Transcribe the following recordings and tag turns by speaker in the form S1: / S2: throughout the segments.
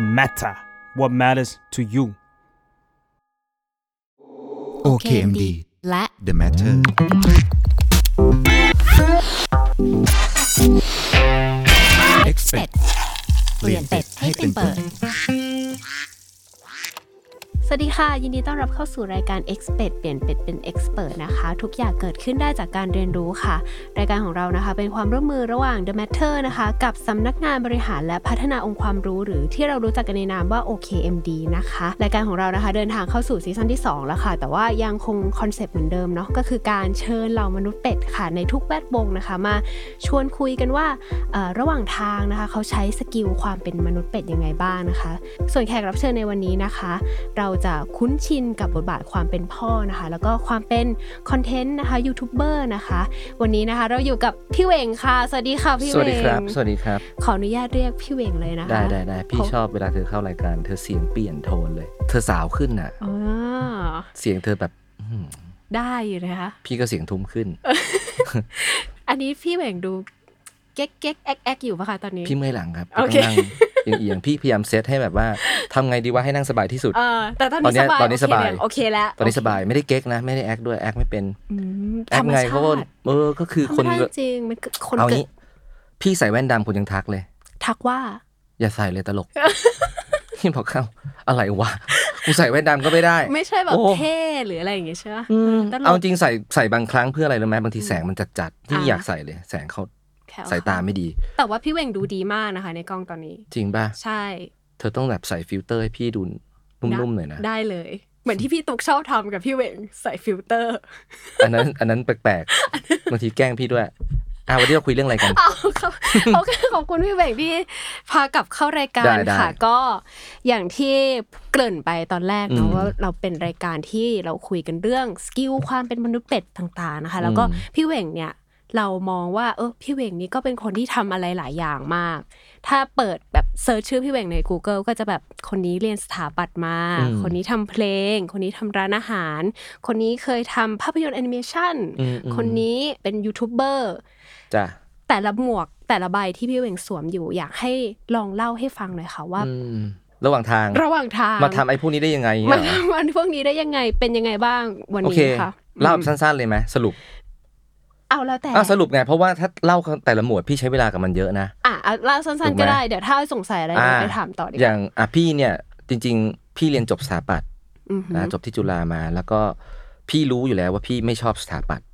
S1: matter what matters to you
S2: OKMD
S3: และ
S2: The Matter
S3: เป็ด
S2: Expect
S3: เปลี่ยนเป็ดให้เป็นเปิด
S4: สวัสดีค่ะ ยินดีต้อนรับเข้าสู่รายการ Expert เปลี่ยนเป็ดเป็น Expert นะคะ ทุกอย่างเกิดขึ้นได้จากการเรียนรู้ค่ะ รายการของเรานะคะ เป็นความร่วมมือระหว่าง The Matter นะคะ กับสำนักงานบริหารและพัฒนาองค์ความรู้ หรือที่เรารู้จักกันในนามว่า OKMD นะคะรายการของเรานะคะ เดินทางเข้าสู่ซีซั่นที่ 2 แล้วค่ะ แต่ว่ายังคงคอนเซปต์เหมือนเดิมเนาะก็คือการเชิญเหล่ามนุษย์เป็ดค่ะในทุกแวดวงนะคะมาชวนคุยกันว่าเอ่อระหว่างทางนะคะเขาใช้สกิลความเป็นมนุษย์เป็ดยังไงบ้างนะคะ ส่วนแขกรับเชิญในวันนี้นะคะ เราจะคุ้นชินกับบทบาทความเป็นพ่อนะคะ แล้วก็ความเป็นคอนเทนต์นะคะยูทูบเบอร์นะคะ วันนี้นะคะเราอยู่กับพี่เหวงค่ะ สวัสดีค่ะพี่เหวง
S5: สวัสดีครับ สวัสดีครับ
S4: ขออนุญาตเรียกพี่เหวงเลยนะคะ
S5: ได้ได้ได้พี่
S4: เพราะ
S5: ชอบเวลาเธอเข้ารายการ เธอเสียงเปลี่ยนโทนเลย เธอสาวขึ้นน่ะ
S4: อ๋อ
S5: เสียงเธอแบบอื้อหือ
S4: ได้อยู่นะคะ
S5: พี่ก็เสียงทุ้มขึ้น
S4: อันนี้พี่เหวงดูเก๊กเก๊กแอกแอกอยู่ปะคะตอนนี้
S5: พี่เมื่อยหลังครับ
S4: โอเค
S5: พี่ต้องนั่งเอียงๆพี่พยายามเซตให้แบบว่าทำไงดีว่าให้นั่งสบายที่สุด
S4: เออแต่ตอน
S5: ตอ
S4: นี้
S5: นเนี้
S4: ส
S5: ย
S4: บาย
S5: ตอนนี้
S4: โเค
S5: สบาย
S4: เนี่ยโอเคแล้ว
S5: ตอนนี้
S4: โเค
S5: สบายไม่ได้เก๊กนะ ไม่ได้แอคด้วยแอคไม่เป็น
S4: อืม
S5: แอ
S4: ธร
S5: ค
S4: รม
S5: ไง
S4: ชาติ
S5: เพราะว่าเออก็คือ
S4: ธ
S5: ค
S4: รร
S5: น
S4: มชาติจริงมันคือคน
S5: เอา
S4: เกิด
S5: งี้พี่ใส่แว่นดำคนยังทักเลย
S4: ทักว่า
S5: อย่าใส่เลยต ลก พี่บอกเข้าอะไรวะกูใส่แว่นดำก็ไม่ได้
S4: ไม่ใช่แบบ
S5: โอ้
S4: เท่หรืออะไรอย่างเงี้ยใช่ปะ
S5: อืม
S4: ตลก
S5: เอาจริงใส่ใส่บางครั้งเพื่ออะไรรู้ไหมบางทีแสงมันจัดจัดๆที่
S4: อ่า
S5: อยากใส่เลย แสงเขา
S4: แผ่ว
S5: สายตาไม่ดี
S4: แต่ว่าพี่เหวงดูดีมากนะคะ ในกล้องตอนนี้
S5: จริงป่ะ
S4: ใช่
S5: เธอต้องแบบใส่ฟิลเตอร์ให้พี่ดูนุ่มๆหน่อยนะ
S4: ได้เลย เหมือนที่พี่ตุกชอบทำกับพี่เหวงใส่ฟิลเตอร์
S5: อันนั้นอันนั้นแปลกๆ บางทีแกล้งพี่ด้วยอ่ะวันนี้เราคุยเรื่องอะไรกัน
S4: เอาครับ โอเคขอบคุณพี่เหวงที่พากลับเข้ารายการ
S5: ได้ได้
S4: ค่ะ ก็อย่างที่เกริ่นไปตอนแรกเนอะ
S5: อืม
S4: ว่าเราเป็นรายการที่เราคุยกันเรื่องสกิลความเป็นมนุษย์เป็ดต่างๆนะคะ แล้วก็
S5: อืม
S4: พี่เหวงเนี่ยเรามองว่าเออพี่เหวงนี่ก็เป็นคนที่ทำอะไรหลายอย่างมาก ถ้าเปิดแบบเซิร์ชชื่อพี่เหวงใน Google ก็จะแบบคนนี้เรียนสถาปัตย์มา
S5: อืม
S4: คนนี้ทำเพลง คนนี้ทำร้านอาหาร คนนี้เคยทำภาพยนตร์แอนิเมชัน
S5: อืมๆ
S4: คนนี้เป็นยูทูบเบอร์
S5: จ้ะ
S4: แต่ละหมวกแต่ละใบที่พี่เหวงสวมอยู่อยากให้ลองเล่าให้ฟังหน่อยค่ะว่า
S5: อืม ระหว่างทาง
S4: ระหว่างทาง
S5: มาทำไอ้พวกนี้ได้ยังไงเนี่ย
S4: มันมันพวกนี้ได้ยังไงเป็นยังไงบ้างวัน
S5: โอเค
S4: นี้ค่ะ
S5: เล่าแบบ
S4: อืม
S5: สั้นๆเลยไหมสรุป
S4: เอาแล้วแต่
S5: อ่ะสรุปไง เพราะว่าถ้าเล่าแต่ละหมวดพี่ใช้เวลากับมันเยอะนะ
S4: อ่ะเอาเล่าสั้น
S5: ถูก
S4: ๆ
S5: ไหม
S4: ก็ได้เดี๋ยวถ้าสงสัยอะไรเดี๋ยวไปถามต่อดีก
S5: อ
S4: ว่า
S5: ย่างอ่ะพี่เนี่ยจริง ๆ พี่เรียนจบสถาปัตย์
S4: อือหือ
S5: นะจบที่จุฬามาแล้วก็พี่รู้อยู่แล้วว่าพี่ไม่ชอบสถาปัตย์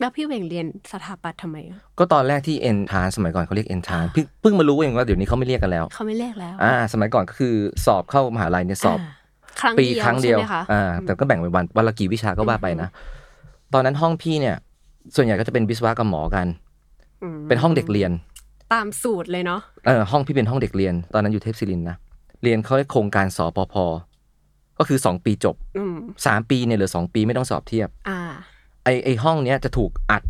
S4: แล้วพี่เหวงเรียนสถาปัตย์ทำไมอะ
S5: ก็ตอนแรกที่เอนทานสมัยก่อนเขาเรียกเอนทานเพิ่งเพิ่งมารู้เองว่าเดี๋ยวนี้เขาไม่เรียกกันแล้ว
S4: เขาไม่เรียกแล้ว
S5: อ่าสมัยก่อนก็คือสอบเข้ามหาลัยเนี่ยสอบ
S4: าครั้ง
S5: ปี
S4: เดียว
S5: ครั้งเดียว
S4: ใช่ไหมคะ
S5: อ่าแต่ก็แบ่งเป็นวันวันละกี่วิชาก็ว่าไปนะ ตอนนั้นห้องพี่เนี่ย ส่วนใหญ่ก็จะเป็นวิศวะกับหมอกัน
S4: อืม
S5: เป็นห้องเด็กเรียน
S4: ตามสูตรเลยเนาะ
S5: เออห้องพี่เป็นห้องเด็กเรียน ตอนนั้นอยู่เทพศิรินทร์นะเรียนเขาเรียกโครงการสปพก็คือสองปีจบ
S4: อืม
S5: สามปีเนี่ยเหลือสองปีไม่ต้องสอบเทียบ
S4: อ่า
S5: ไอไอห้องเนี้ยจะถูกอัด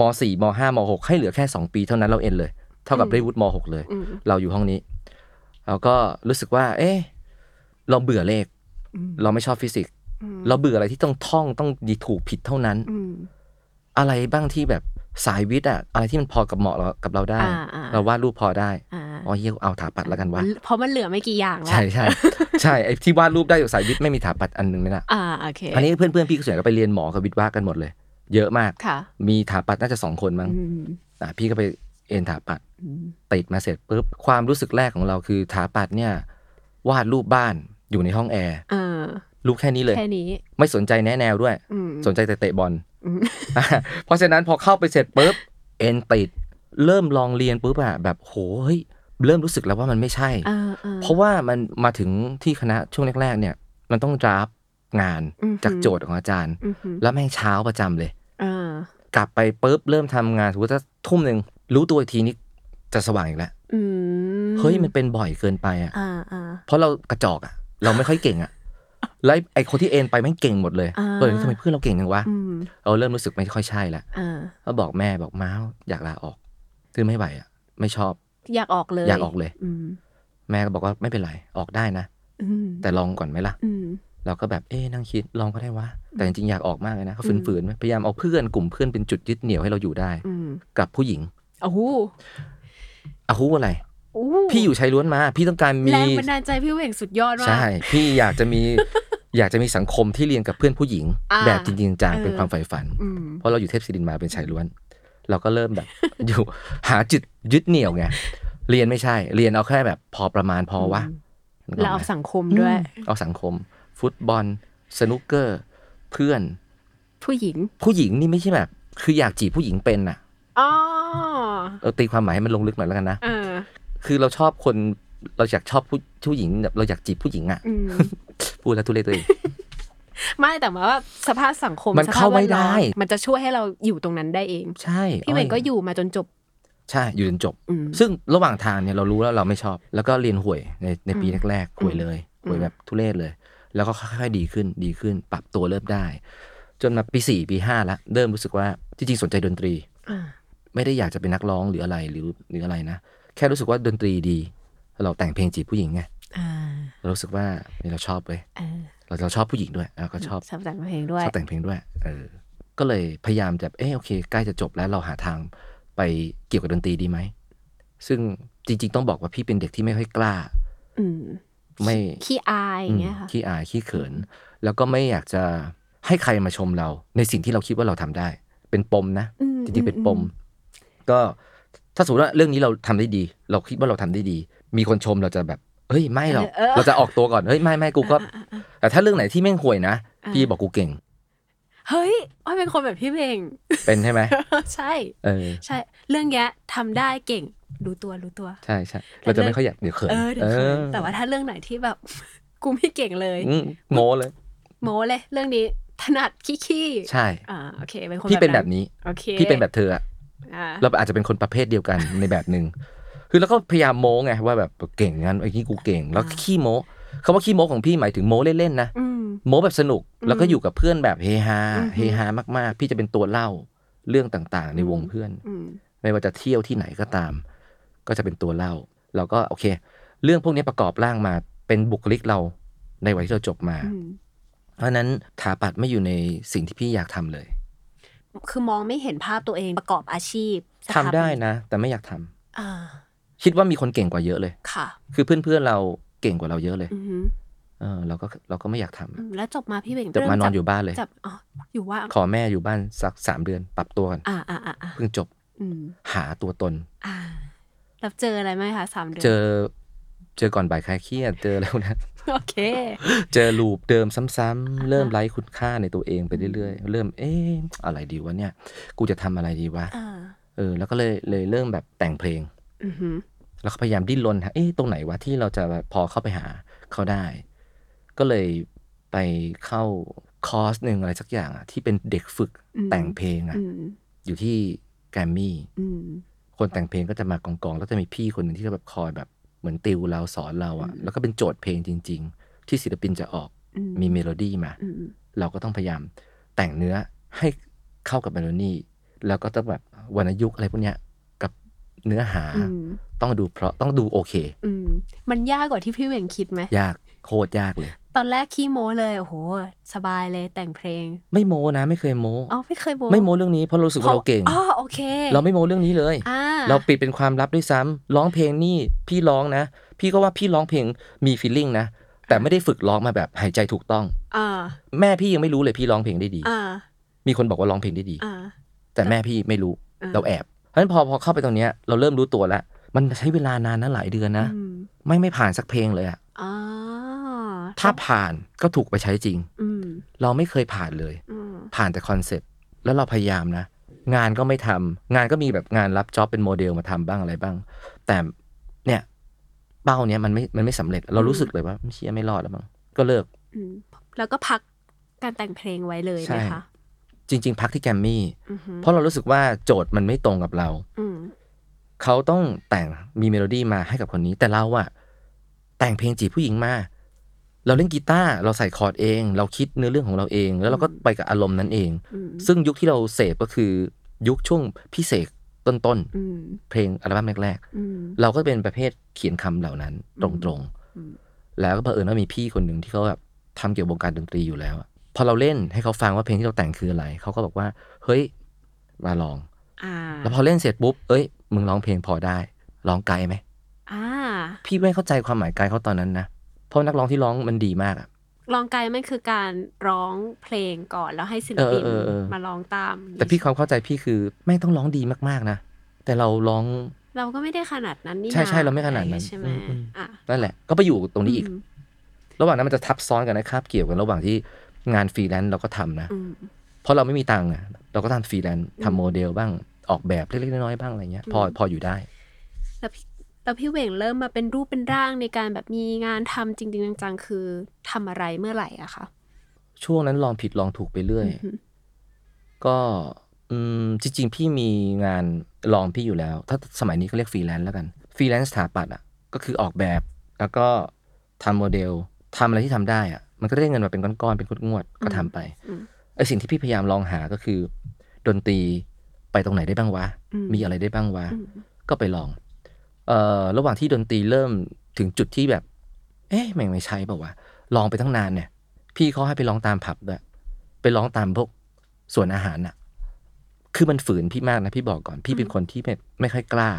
S5: มสี่มห้ามหกให้เหลือแค่สองปีเท่านั้นเราเอ็นเลย เท่ากับได้วุฒิมหกเลย
S4: อืม
S5: เราอยู่ห้องนี้เราก็รู้สึกว่า เอ๊ะเราเบื่อเลข
S4: อืม
S5: เราไม่ชอบฟิสิกส์
S4: อืม
S5: เราเบื่ออะไรที่ต้องท่องต้องดีถูกผิดเท่านั้น
S4: อืม
S5: อะไรบ้างที่แบบสายวิทย์อะอะไรที่มันพอกับเหมาะเรากับเราได้
S4: อ่าอ่า
S5: เราวาดรูปพอได้
S4: อ่า
S5: อ๋อเฮียเอาถาปัดแล้วกันวะ
S4: เพราะมันเหลือไม่กี่อย่างแล้ว
S5: ใช่ใช่ใช่ไอที่วาดรูปได้อยู่สายวิทย์ไม่มีถาปัดอันหนึงเลยนะ
S4: อ่าโอเค
S5: อันนี้เพื่อนเพื่อนๆพี่ก็ส่วนใหญ่ก็ไปเรียนหมอกับวิทย์วาดกันหมดเลย เยอะมาก
S4: ค่ะ
S5: มีถาปัดน่าจะสองคนมั้ง
S4: อืม
S5: อ่ะพี่ก็ไปเอ็นถาปัด
S4: อืม
S5: ติดมาเสร็จปุ๊บความรู้สึกแรกของเราคือถาปัดเนี่ยวาดรูปบ้านอยู่ในห้องแอร์
S4: เออ
S5: รู้แค่นี้เลย
S4: แค่นี้
S5: ไม่สนใจแนะแนวด้วย
S4: อืม
S5: สนใจแต่เตะบอล
S4: อืม
S5: อ่ะ เพราะฉะนั้นพอเข้าไปเสร็จปุ๊บเอ็นติดเริ่มลองเรียนปุ๊บอะแบบโหเฮ้ยเริ่มรู้สึกแล้วว่ามันไม่ใช่
S4: เออเออ
S5: เพราะว่ามันมาถึงที่คณะช่วงแรกๆเนี่ย มันต้องดราฟงาน
S4: อือหือ
S5: จากโจทย์ของอาจารย์
S4: อือหือ
S5: แล้วแม่งเช้าประจำเลย
S4: เออก
S5: ลับไปปุ๊บเริ่มทำงานสมมติถ้าทุ่มหนึ่งรู้ตัวอีกทีนี้จะสว่างอีกแล้ว
S4: อืม
S5: เฮ้ยมันเป็นบ่อยเกินไปอ่ะ
S4: อ่าอ่า
S5: เพราะเรากระจอกอ่ะ เราไม่ค่อยเก่งอ่ะแล้วไอ้คนที่เอ็นไปแม่งเก่งหมดเลย
S4: อ่า
S5: เออทำไมเพื่อนเราเก่งจังวะ
S4: อืม
S5: เราเริ่มรู้สึกไม่ค่อยใช่ละ
S4: เออ
S5: ก็บอกแม่บอกม้าวอยากลาออกคือไม่ไหวอ่ะ ไม่ชอบ
S4: อยากออกเลย
S5: อยากออกเลย
S4: อืม
S5: แม่ก็บอกว่าไม่เป็นไรออกได้นะ
S4: อืม
S5: แต่ลองก่อนไหมล่ะ
S4: อืม
S5: เราก็แบบเอ๊ะนั่งคิดลองก็ได้วะแต่จริงๆอยากออกมากเลยนะเขา
S4: อืม
S5: ฝืนๆไหมพยายามเอาเพื่อนกลุ่มเพื่อนเป็นจุดยึดเหนี่ยวให้เราอยู่ได้
S4: อืม
S5: กับผู้หญิง
S4: โอ้โห
S5: อาหูอะไร
S4: อู้
S5: พี่อยู่ชายล้วนมา พี่ต้องการมี
S4: แรงบันดาลใจพี่เหว่งสุดยอดมาก
S5: ใช่ พี่อยากจะ มี อยากจะมีสังคมที่เรียนกับเพื่อนผู้หญิง
S4: อ่า
S5: แบบจริงๆจัง
S4: เออ
S5: เป็นความใฝ่ฝัน
S4: อืม
S5: เพราะเราอยู่เทพศิรินมาเป็นชายล้วน เราก็เริ่มแบบ อยู่หาจุดยึดเหนี่ยวไงเรียนไม่ใช่ เรียนเอาแค่แบบพอประมาณพอวะนึกกไหม
S4: แล้วเอาสังคมด้วย
S5: อืมเอาสังคม ฟุตบอล สนุกเกอร์ เพื่อน
S4: ผู้หญิง
S5: ผู้หญิงนี่ไม่ใช่แบบ คืออยากจีบผู้หญิงเป็นน่ะ
S4: อ๋อ
S5: เราตีความหมายให้มันลงลึกหน่อยแล้วกันนะ
S4: เออ
S5: คือเราชอบคนเราอยากชอบผู้ผู้หญิงแบบเราอยากจีบผู้หญิงอ่ะ
S4: อืม
S5: พูดแล้วทุเรศตัวเอง
S4: ไม่แต่ว่าสภาพสังคม
S5: มัน
S4: สภพ
S5: เข้าไม่ได้
S4: แวล้อมมันจะช่วยให้เราอยู่ตรงนั้นได้เอง
S5: ใช่
S4: พี่เหว่งก็
S5: อ้
S4: อยู่มาจนจบ
S5: ใช่อยู่จนจบ
S4: อืม
S5: ซึ่งระหว่างทางเนี่ยเรารู้แล้วเราไม่ชอบ แล้วก็เรียนห่วยในในปีแรกๆห่วยเลยห่วยแบบทุเรศเลย แล้วก็ค่อยๆดีขึ้นดีขึ้น ปรับตัวเริ่มได้ จนมาปีสี่ปีห้าละเริ่มรู้สึกว่าจริงๆสนใจดนตรี
S4: อ่า
S5: ไม่ได้อยากจะเป็นนักร้องหรืออะไรหรือหรืออะไรนะ แค่รู้สึกว่าดนตรีดี เราแต่งเพลงจีบผู้หญิงไง
S4: อ่า
S5: เรารู้สึกว่าเนี่ยเราชอบเว้ย
S4: เออ
S5: เราเราชอบผู้หญิงด้วยแล้วก็ชอบ
S4: ชอบแต่งเพลงด้วย
S5: ชอบแต่งเพลงด้วยเออก็เลยพยายามจะเออโอเค ใกล้จะจบแล้วเราหาทางไปเกี่ยวกับดนตรีดีไหม ซึ่งจริง ๆ ต้องบอกว่าพี่เป็นเด็กที่ไม่ค่อยกล้า
S4: อืม
S5: ไม่
S4: ขี้อายอย่างเงี้ยค่ะ
S5: ขี้อายขี้เขิน แล้วก็ไม่อยากจะให้ใครมาชมเรา ในสิ่งที่เราคิดว่าเราทำได้ เป็นปมนะ
S4: อืม
S5: จริงๆเป็นปม
S4: อืม
S5: ก็ถ้าสมมติว่าเรื่องนี้เราทำได้ดี เราคิดว่าเราทำได้ดี มีคนชมเราจะแบบเฮ้ยไม่หรอก
S4: เออ
S5: เราจะออกตัวก่อนเฮ้ยไม่ไม่กูก็ แต่ถ้าเรื่องไหนที่แม่งห่วยนะพี่บอกกูเก่ง
S4: เฮ้ยอ้อยเป็นคนแบบพี่เพลง
S5: เป็นใช่ไหม
S4: ใช่
S5: เออ
S4: ใช่ เรื่องเนี้ยทำได้เก่ง รู้ตัวรู้ตัว
S5: ใช่ใช่เราจะไม่ค่อยอยากเดี๋ยวเขิน
S4: เออเดี๋ยวเขิน
S5: ออ
S4: แต่ว่าถ้าเรื่องไหนที่แบบ กูไม่เก่งเลย
S5: อืมโม้เลย
S4: โม้เลย เรื่องนี้ถนัดขี้ขี้
S5: ใช่
S4: อ่าโอเคเป็นคน
S5: พี่เป็นแบบนี้
S4: โอเค
S5: พี่เป็นแบบเธออะ
S4: อ่า
S5: เราอาจจะเป็นคนประเภทเดียว กัน ในแบบหนึ่ง คือแล้วก็พยายามโม้ไงว่าแบบเก่งงั้นไอ้นี่กูเก่ง แล้วขี้โม้คำว่าขี้โม้ของพี่หมายถึงโม้เล่นๆนะ
S4: อืม
S5: โม้แบบสนุก แล้วก็อยู่กับเพื่อนแบบเฮฮา
S4: อือหือ
S5: เฮฮามากๆ พี่จะเป็นตัวเล่าเรื่องต่างๆ ในวงเพื่อน
S4: อืม
S5: ไม่ว่าจะเที่ยวที่ไหนก็ตาม ก็จะเป็นตัวเล่า เราก็โอเค เรื่องพวกนี้ประกอบร่างมาเป็นบุคลิกเราในวัยที่เราจบมา
S4: อืม
S5: เพราะฉะนั้นถาปัดไม่อยู่ในสิ่งที่พี่อยากทำเลย
S4: คือมองไม่เห็นภาพตัวเองประกอบอาชีพส
S5: ทำ
S4: ถาปนิก
S5: ได้นะ แต่ไม่อยากทำ
S4: อ่า
S5: คิดว่ามีคนเก่งกว่าเยอะเลย
S4: ค่ะ
S5: คือเพื่อนๆเราเก่งกว่าเราเยอะเลย
S4: อือหือ
S5: เออเราก็เราก็ไม่อยากทำ
S4: อืมแล้วจบมาพี่เบ่ง
S5: จะมานอนอ
S4: เริ่
S5: ยู่บ้านเลย
S4: จับอ๋ออยู่ว่าง
S5: ขอแม่อยู่บ้านสักสามเดือนปรับตัวกัน
S4: อ่าอ่าอ่าอ่า
S5: เพิ่งจบ
S4: อืม
S5: หาตัวตน
S4: อ่าแล้วเจออะไรไหมคะสามเดือน
S5: เจอเจอก่อนบ่ายคลายเครียดเจอแล้วนะ
S4: โอเค
S5: เจอลูปเดิมซ้ำๆเริ่มไร้คุณค่าในตัวเองไปเรื่อยๆ เริ่มเอ๊ะอะไรดีวะเนี่ย กูจะทำอะไรดีวะ
S4: อ่า
S5: เออแล้วก็เลยเลยเริ่มแบบแต่งเพลง
S4: อือหือ
S5: แล้วก็พยายามดิ้นรนหาเอ๊ะตรงไหนวะที่เราจะพอเข้าไปหาเขาได้ ก็เลยไปเข้าคอร์สหนึ่งอะไรสักอย่างอะที่เป็นเด็กฝึก
S4: อืม
S5: แต่งเพลงอะ
S4: อืม
S5: อยู่ที่แกรมมี่
S4: อืม
S5: คนแต่งเพลงก็จะมากองกองๆแล้วจะมีพี่คนหนึ่งที่ก็แบบคอยแบบเหมือนติวเราสอนเราอะแล้วก็เป็นโจทย์เพลงจริง ๆ ที่ศิลปินจะออก
S4: อืม
S5: มีเมโลดี้มา
S4: อืม
S5: เราก็ต้องพยายามแต่งเนื้อให้เข้ากับเมโลดี้แล้วก็ต้องแบบวรรณยุกต์อะไรพวกเนี้ยกับเนื้อหา
S4: อืม
S5: ต้องดูเพราะต้องดูโอเค
S4: อืมมันยากกว่าที่พี่เหว่งคิดไหม
S5: ยากโคตรยากเลย
S4: ตอนแรกขี้โม้เลยโอ้โห สบายเลยแต่งเพลง
S5: ไม่โมนะไม่เคยโม
S4: อ๋อไม่เคยโม้
S5: ไม่โมเรื่องนี้เพราะเรารู้สึกว่าเราเก่ง
S4: อ๋อโอเค
S5: เราไม่โมเรื่องนี้เลย
S4: อ่า
S5: เราปิดเป็นความลับด้วยซ้ำร้องเพลงนี่พี่ร้องนะ พี่ก็ว่าพี่ร้องเพลงมีฟีลลิ่งนะ แต่ไม่ได้ฝึกร้องมาแบบหายใจถูกต้อง
S4: อ่า
S5: แม่พี่ยังไม่รู้เลยพี่ร้องเพลงได้ดี
S4: อ่า
S5: มีคนบอกว่าร้องเพลงได้ดี
S4: อ่า
S5: แต่แม่พี่ไม่รู้
S4: อ่า
S5: เราแอบ เพราะฉะนั้นพอพอเข้าไปตรงเนี้ยเราเริ่มรู้ตัวแล้วมันใช้เวลานานนะหลายเดือนนะ
S4: อืม
S5: ไม่ไม่ผ่านสักเพลงเลยอะ
S4: อ๋อ
S5: ถ้าผ่านก็ถูกไปใช้จริง
S4: อืม
S5: เราไม่เคยผ่านเลย
S4: อืม
S5: ผ่านแต่คอนเซปต์แล้วเราพยายามนะ งานก็ไม่ทำงานก็มีแบบงานรับจ็อบเป็นโมเดลมาทำบ้างอะไรบ้าง แต่เนี่ยเป้าเนี้ยมันไม่มันไม่สำเร็จเรารู้สึกเลยว่าเชียไม่รอดแล้วมั้งก็เลิก
S4: อืมแล้วก็พักการแต่งเพลงไว้เลยไหมคะ
S5: จริง ๆ พักที่แกรมมี่
S4: อือหือ
S5: เพราะเรารู้สึกว่าโจทย์มันไม่ตรงกับเรา
S4: อืม
S5: เขาต้องแต่งมีเมโลดี้มาให้กับคนนี้ แต่เราอะแต่งเพลงจีบผู้หญิงมา เราเล่นกีตาร์เราใส่คอร์ดเอง เราคิดเนื้อเรื่องของเราเอง แล้วเราก็ไปกับอารมณ์นั้นเอง
S4: อืม
S5: ซึ่งยุคที่เราเสพก็คือยุคช่วงพิเศษต้นๆ
S4: อืม
S5: เพลงอัลบั้มแรก
S4: อืม
S5: ๆ เราก็เป็นประเภทเขียนคำเหล่านั้นตรง
S4: อืม
S5: ๆ แล้วก็เผอิญว่ามีพี่คนหนึ่งที่เขาแบบทำเกี่ยวกับวงการดนตรีอยู่แล้วอะพอเราเล่นให้เขาฟังว่าเพลงที่เราแต่งคืออะไร เขาก็บอกว่า เฮ้ย มาลอง
S4: อ่า
S5: แล้วพอเล่นเสร็จปุ๊บ เอ้ย มึงร้องเพลงพอได้ ร้องไกลไหม
S4: อ่า
S5: พี่ไม่เข้าใจความหมายไกลเขาตอนนั้นนะ เพราะนักร้องที่ร้องมันดีมากอะ
S4: ลองไกลมันคือการร้องเพลงก่อนแล้วให้ศิลปิน
S5: เออเออเออ
S4: มาร้องตามอย่างงี้
S5: แต่พี่ความเข้าใจพี่คือแม่งต้องร้องดีมากๆนะ แต่เราร้อง
S4: เราก็ไม่ได้ขนาดนั้นนี่
S5: ใช่ใช่
S4: นะ
S5: เราไม่ขนาดนั้น
S4: อะรอย่งงี้ใช่ไหม
S5: อืมอืม
S4: อ่ะ
S5: นั่นแหละ ก็ไปอยู่ตรงนี้อีก
S4: ม
S5: ระหว่างนั้นมันจะทับซ้อนกันนะครับ เกี่ยวกันระหว่างที่งานฟรีแลนซ์เราก็ทำนะ
S4: อืม
S5: เพราะเราไม่มีตังค์อะเราก็ทำฟรีแลนซ์ทำโมเดลบ้างออกแบบเล็กๆน้อยๆบ้างอะไรเงี้ย พอ
S4: อืม
S5: พออยู่ได้
S4: แล้วพี่แล้วพี่เหว่งเริ่มมาเป็นรูปเป็นร่างในการแบบมีงานทำจริง ๆ จังๆ คือทำอะไรเมื่อไหร่อะคะ
S5: ช่วงนั้นลองผิดลองถูกไปเรื่อย
S4: อืม
S5: ก็อืมจริง ๆ พี่มีงานลองพี่อยู่แล้ว ถ้าสมัยนี้ก็เรียกฟรีแลนซ์แล้วกันฟรีแลนซ์สถาปัตย์อ่ะก็คือออกแบบแล้วก็ทำโมเดลทำอะไรที่ทำได้อ่ะมันก็ได้เงินมาเป็นก้อนๆเป็นงวดๆก็ทำไปไอสิ่งที่พี่พยายามลองหาก็คือ ดนตรีไปตรงไหนได้บ้างวะ มีอะไรได้บ้างวะ ก็ไปลองเอ่อระหว่างที่ดนตรีเริ่มถึงจุดที่แบบ เอ๊ะแม่งไม่ใช่เปล่าวะลองไปตั้งนานเนี่ย พี่เขาให้ไปลองตามผับด้วยไปลองตามพวกส่วนอาหารน่ะ คือมันฝืนพี่มากนะพี่บอกก่อนพี่เป็นคนที่ไม่ไม่ค่อยกล้า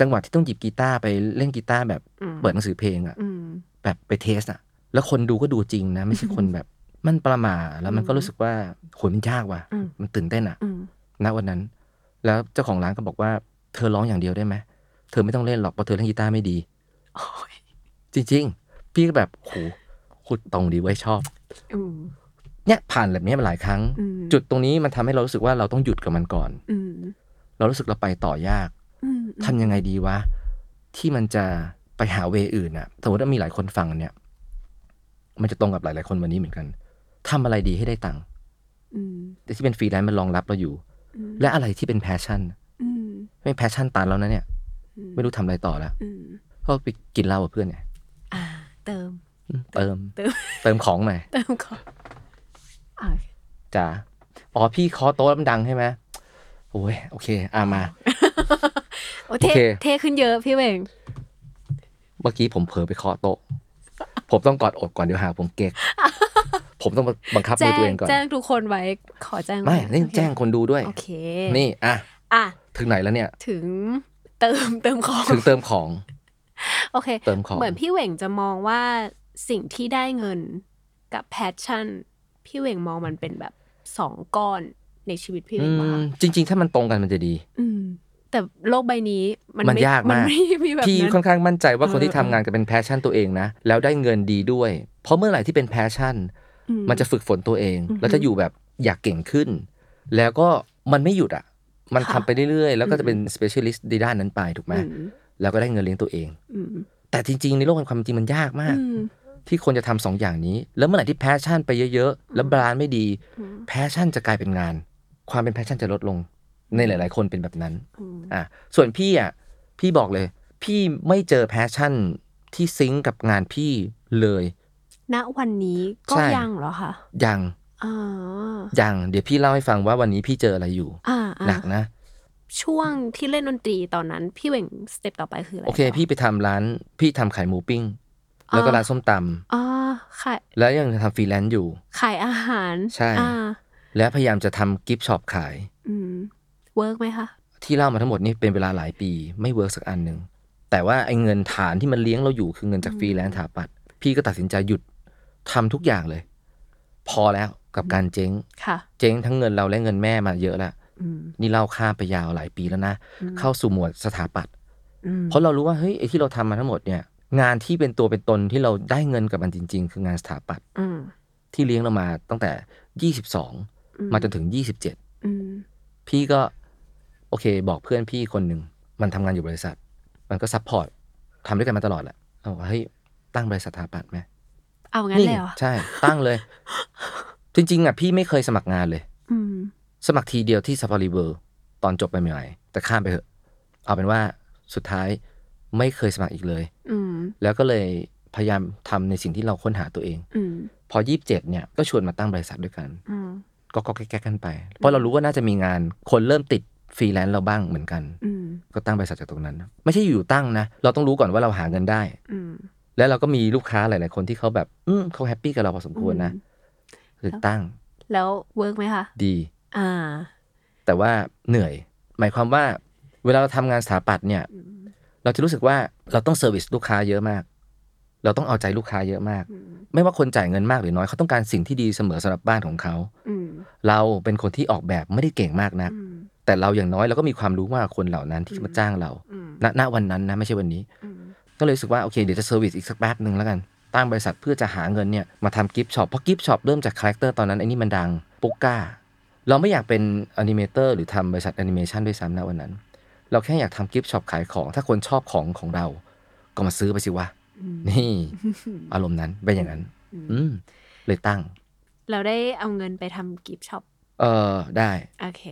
S5: จังหวะที่ต้องหยิบกีตาร์ไปเล่นกีตาร์แบบ
S4: อืม
S5: เปิดหนังสือเพลงอะ
S4: อืม
S5: แบบไปเทสอะแล้วคนดูก็ดูจริงนะ ไม่ใช่คน แบบ มันประหมาแล้วมันก็รู้สึกว่าโหยมันยากว่ะ
S4: อืม
S5: มันตื่นเต้นอะ
S4: อืม
S5: ณวันนั้น แล้วเจ้าของร้านก็บอกว่า เธอร้องอย่างเดียวได้ไหมเธอไม่ต้องเล่นหรอกเพราะเธอเล่นกีตาร์ไม่ดี
S4: โอ้ย
S5: จริง ๆ พี่ก็แบบโหขุดตรงดีไว้ยชอบ
S4: อืม
S5: เนี่ยผ่านแบบนี้มาหลายครั้ง
S4: อืม
S5: จุดตรงนี้มันทำให้เรารู้สึกว่าเราต้องหยุดกับมันก่อน
S4: อืม
S5: เรารู้สึกเราไปต่อยาก
S4: อืม
S5: ทำยังไงดีวะ ที่มันจะไปหาเวอื่นอะสมมติว่ามีหลายคนฟังอันเนี่ย มันจะตรงกับหลายๆคนวันนี้เหมือนกันทำอะไรดีให้ได้ตังค์
S4: อืม
S5: แต่ที่เป็นฟรีแลนซ์มันรองรับเราอยู่
S4: อืม
S5: และอะไรที่เป็นแพชชั่น
S4: อืม
S5: ไม่แพชชั่นตันแล้วนะเนี่ย
S4: อืม
S5: ไม่รู้ทำอะไรต่อแล้ว
S4: อืม
S5: ก็ไปกินเหล้ากับเพื่อนไง
S4: อ่า เติม
S5: อืมเติม
S4: เติม
S5: เติมของหน่อย
S4: เติมก่อนอ่ะ
S5: จ้าอ๋อพี่เคอโต๊ะมันดังใช่ไหมโอ้ยโอเคอ่ะมา
S4: โอ้เท่
S5: โอเค
S4: เท่ขึ้นเยอะพี่เหว่ง
S5: เมื่อกี้ผมเผลอไปเคาะโต๊ะ ผมต้องกอดอกก่อนเดี๋ยวหาผมเก๊ก ผมต้องบังคับมื
S4: แจ้
S5: อตัว
S4: ง
S5: เองก่อน
S4: แจ้งทุกคนไว้ ขอแจ้ง
S5: ไม่
S4: ว้
S5: นี่
S4: โอเค
S5: แจ้งคนดูด้วย
S4: โอเค
S5: นี่อ่ะ
S4: อ่ะ
S5: ถึงไหนแล้วเนี่ย
S4: ถึงเติม เติมของ
S5: ถึงเติมของ
S4: โอเค
S5: เติมของ
S4: เหมือนพี่เหว่งจะมองว่าสิ่งที่ได้เงินกับแพชชั่น พี่เหว่งมองมันเป็นแบบสองก้อนในชีวิตพี่เห
S5: อื
S4: ว่งว่าม
S5: จริง ๆ ถ้ามันตรงกันมันจะดี
S4: อืม แต่โลกใบนี้มัน
S5: มัน
S4: ไ
S5: ยากมาก
S4: ไม่มีแบบ
S5: พี่ค่
S4: นั้
S5: อน นข้างมั่นใจว่าคน
S4: เออ
S5: ที่ทำงานกับเป็นแพชชั่นตัวเองนะ แล้วได้เงินดีด้วย เพราะเมื่อไหร่ที่เป็นแพชชั่น
S4: อื
S5: มันจะฝึกฝนตัวเอง
S4: อือฮึ
S5: แล้วจะอยู่แบบอยากเก่งขึ้น แล้วก็มันไม่หยุดอ่ะ มันทำ
S4: ค่ะ
S5: ไปเรื่อยๆ แล้วก็
S4: อื
S5: จะ
S4: ม
S5: เป็น specialist ในด้านนั้นไปถูกไหม
S4: อืม
S5: แล้วก็ได้เงินเลี้ยงตัวเอง
S4: อืม
S5: แต่จริงๆ ในโลกแห่งความจริงมันยากมา
S4: อื
S5: ก
S4: ม
S5: ที่คนจะทำสองอย่างนี้ แล้วเมื่อไหร่ที่แพชชั่นไปเยอะๆ แล้วบรานไม่ดี
S4: อืม
S5: แพชชั่นจะกลายเป็นงาน ความเป็นแพชชั่นจะลดลง ในหลาย ๆ คนเป็นแบบนั้น
S4: อืม
S5: อ่ะส่วนพี่อ่ะพี่บอกเลย พี่ไม่เจอแพชชั่นที่ซิงก์กับงานพี่เลย
S4: ณวันนี้ก็
S5: ใช่
S4: ยังเหรอคะ
S5: ยัง
S4: อ๋อ
S5: ยังเดี๋ยวพี่เล่าให้ฟังว่าวันนี้พี่เจออะไรอยู่
S4: อ่าอ่า
S5: หนักนะ
S4: ช่วงที่เล่นดนตรีตอนนั้น พี่เหว่งสเต็ปต่อไปคืออะไร
S5: โอเค พี่ไปทำร้านพี่ทำขายหมูปิ้ง แล้วก็ร้านส้มตำ
S4: อ๋อขาย
S5: แล้วยังทำฟรีแลนซ์อยู่
S4: ขายอาหาร
S5: ใช่
S4: อ่า
S5: และพยายามจะทำกิฟต์ช็อปขาย
S4: อืมเวิร์กไหมคะ
S5: ที่เล่ามาทั้งหมดนี่เป็นเวลาหลายปี ไม่เวิร์กสักอันหนึ่งแต่ว่าไอ้เงินฐานที่มันเลี้ยงเราอยู่คือเงินจากฟรีแลนซ์ถาปัด พี่ก็ตัดสินใจหยุดทำทุกอย่างเลย พอแล้วกับการเจ๊ง
S4: ค่ะ
S5: เจ๊งทั้งเงินเราและเงินแม่มาเยอะละ
S4: อืม
S5: นี่เล่าข้ามไปยาวหลายปีแล้วนะ
S4: อืม
S5: เข้าสู่หมวดสถาปัตย์
S4: อืม
S5: เพราะเรารู้ว่าเฮ้ยไอ้ที่เราทำมาทั้งหมดเนี่ยงานที่เป็นตัวเป็นตนที่เราได้เงินกับมันจริง ๆ คืองานสถาปัตย์
S4: อืม
S5: ที่เลี้ยงเรามาตั้งแต่ 22
S4: อื
S5: มาจนถึง 27
S4: อืม
S5: พี่ก็โอเค บอกเพื่อนพี่คนหนึ่ง มันทำงานอยู่บริษัท มันก็ซัพพอร์ตทำด้วยกันมาตลอดแหละเอาว่าเฮ้ยตั้งบริษัทสถาปัตย์ไหม
S4: เอางั้นเลยเหรอ
S5: ใช่ ตั้งเลย จริง ๆ อ่ะ พี่ไม่เคยสมัครงานเลย
S4: อืม
S5: สมัครทีเดียวที่ซัปปอริเวอร์ตอนจบใหม่ๆแต่ข้ามไปเถอะ เอาเป็นว่าสุดท้ายไม่เคยสมัครอีกเลย
S4: อืม
S5: แล้วก็เลยพยายามทำในสิ่งที่เราค้นหาตัวเอง
S4: อืม
S5: พอ 27 เนี่ยก็ชวนมาตั้งบริษัทด้วยกัน
S4: อืม
S5: ก็ก็แก้ๆกันไป เพราะเรารู้ว่าน่าจะมีงาน คนเริ่มติดฟรีแลนซ์เราบ้างเหมือนกัน
S4: อืม
S5: ก็ตั้งบริษัทจากตรงนั้น ไม่ใช่อยู่ๆตั้งนะ เราต้องรู้ก่อนว่าเราหาเงินได้
S4: อืม
S5: แล้วเราก็มีลูกค้าหลายๆคนที่เขาแบบ อืมเขาแฮปปี้กับเราพอสมควรนะหรือตั้ง
S4: แล้วเวิร์กไหมคะ
S5: ดี
S4: อ่า
S5: แต่ว่าเหนื่อย หมายความว่า เวลาเราทำงานสถาปัตย์เนี่ย เราจะรู้สึกว่าเราต้องเซอร์วิสลูกค้าเยอะมาก เราต้องเอาใจลูกค้าเยอะมาก
S4: อืม
S5: ไม่ว่าคนจ่ายเงินมากหรือน้อยเขาต้องการสิ่งที่ดีเสมอสำหรับบ้านของเขา
S4: อืม
S5: เราเป็นคนที่ออกแบบไม่ได้เก่งมากนัก
S4: อืม
S5: แต่เราอย่างน้อยเราก็มีความรู้มากกว่าคนเหล่านั้นที่
S4: อืม
S5: มาจ้างเรา
S4: อืม
S5: ณณวันนั้นนะไม่ใช่วันนี้
S4: อืม
S5: ก็เลยรู้สึกว่า โอเค เดี๋ยวจะเซอร์วิสอีกสักแป๊บหนึ่งแล้วกัน ตั้งบริษัทเพื่อจะหาเงินเนี่ย มาทำกิฟต์ช็อป เพราะกิฟต์ช็อปเริ่มจากคาแรคเตอร์ตอนนั้นไอ้นี่มันดังปุกก้า เราไม่อยากเป็นแอนิเมเตอร์หรือทำบริษัทแอนิเมชันด้วยซ้ำนะวันนั้น เราแค่อยากทำกิฟต์ช็อปขายของ ถ้าคนชอบของของเรา ก็มาซื้อไปสิวะ
S4: อืม
S5: นี่ อารมณ์นั้นเป็นอย่างนั้น อืมเลยตั้ง
S4: เราได้เอาเงินไปทำกิฟต์ช็อป
S5: เออได้
S4: โอเค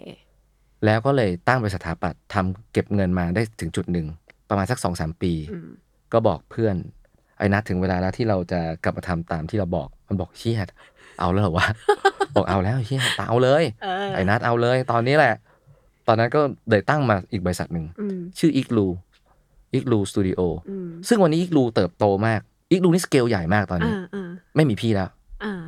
S5: แล้วก็เลยตั้งบริษัทสถาปัตย์ทำเก็บเงินมาได้ถึงจุดหนึ่งประมาณสักสองสามปี
S4: อืม
S5: ก็บอกเพื่อน ไอ้นัดถึงเวลาแล้วที่เราจะกลับมาทำตามที่เราบอกมันบอกเชียเอาแล้วเหร อวะ บอกเอาแล้วเชียตาเอาเลย
S4: เออ
S5: ไอ้นัดเอาเลย ตอนนี้แหละ ตอนนั้นก็เลยตั้งมาอีกบริษัทหนึ่ง
S4: อืม
S5: ชื่ออีกลูอีกลูสตูดิโอ
S4: อืม
S5: ซึ่งวันนี้อีกลูเติบโตมากอีกลูนี่สเกลใหญ่มากตอนนี้
S4: อ่าอ่า
S5: ไม่มีพี่แล้ว
S4: อ่า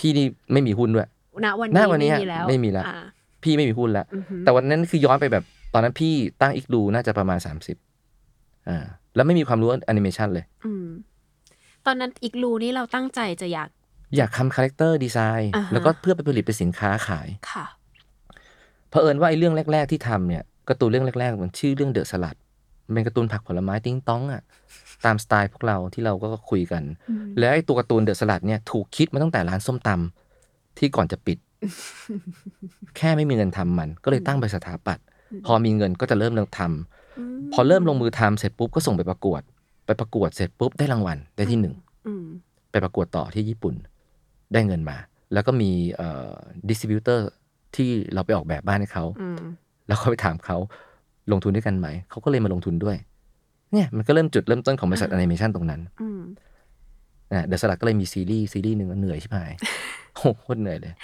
S5: พี่นี่ไม่มีหุ้นด้วย
S4: ณวัน
S5: ณ
S4: นี้
S5: วันนี้
S4: ไม่มีแล้ว
S5: ไม่มีแล้ว
S4: อ่า
S5: พี่ไม่มีหุ้นแล้ว
S4: อือหือ
S5: แต่วันนั้นคือย้อนไปแบบตอนนั้นพี่ตั้งอีกลูน่าจะประมาณ 30อ่าแล้วไม่มีความรู้แอนิเมชันเลย
S4: อืมตอนนั้นอีกรูนี่เราตั้งใจจะอยาก
S5: อยากทำคาแรคเตอร์ดีไซน์
S4: อ่าฮะ
S5: แล้วก็เพื่อไปผลิตเป็นสินค้าขาย
S4: ค่ะ
S5: เผอิญว่าไอ้เรื่องแรก ๆที่ทำเนี่ยการ์ตูนเรื่องแรกๆมันชื่อเรื่องเดอะสลัดมันเป็นการ์ตูนผักผลไม้ติ้งต้องอะตามสไตล์พวกเราที่เราก็คุยกัน
S4: อืม
S5: แล้วไอ้ตัวการ์ตูนเดอะสลัดเนี่ยถูกคิดมาตั้งแต่ร้านส้มตำที่ก่อนจะ ปิด แค่ไม่มีเงินทำมัน ก็เลยตั้งบริษัทสถาปัตย์พอมีเงินก็จะเริ่มลงทำ
S4: ม
S5: พอเริ่มลงมือทำเสร็จปุ๊บก็ส่งไปประกวด ไปประกวดเสร็จปุ๊บได้รางวัลได้ที่หนึ่ง
S4: อืม
S5: ไปประกวดต่อที่ญี่ปุ่น ได้เงินมา แล้วก็มีเอ่อดิสติบิวเตอร์ที่เราไปออกแบบบ้านให้เขา
S4: อืม
S5: แล้วก็ไปถามเขาลงทุนด้วยกันไหมเขาก็เลยมาลงทุนด้วยเนี่ยมันก็เริ่มจุดเริ่มต้นของบริษัท
S4: อ่า
S5: แอนิเมชันตรงนั้น
S4: อืม
S5: นะเดอะสลักก็เลยมีซีรีส์ซีรีส์หนึ่งเหนื่อยชิบหาย โอ้โหโคตรเหนื่อยเลย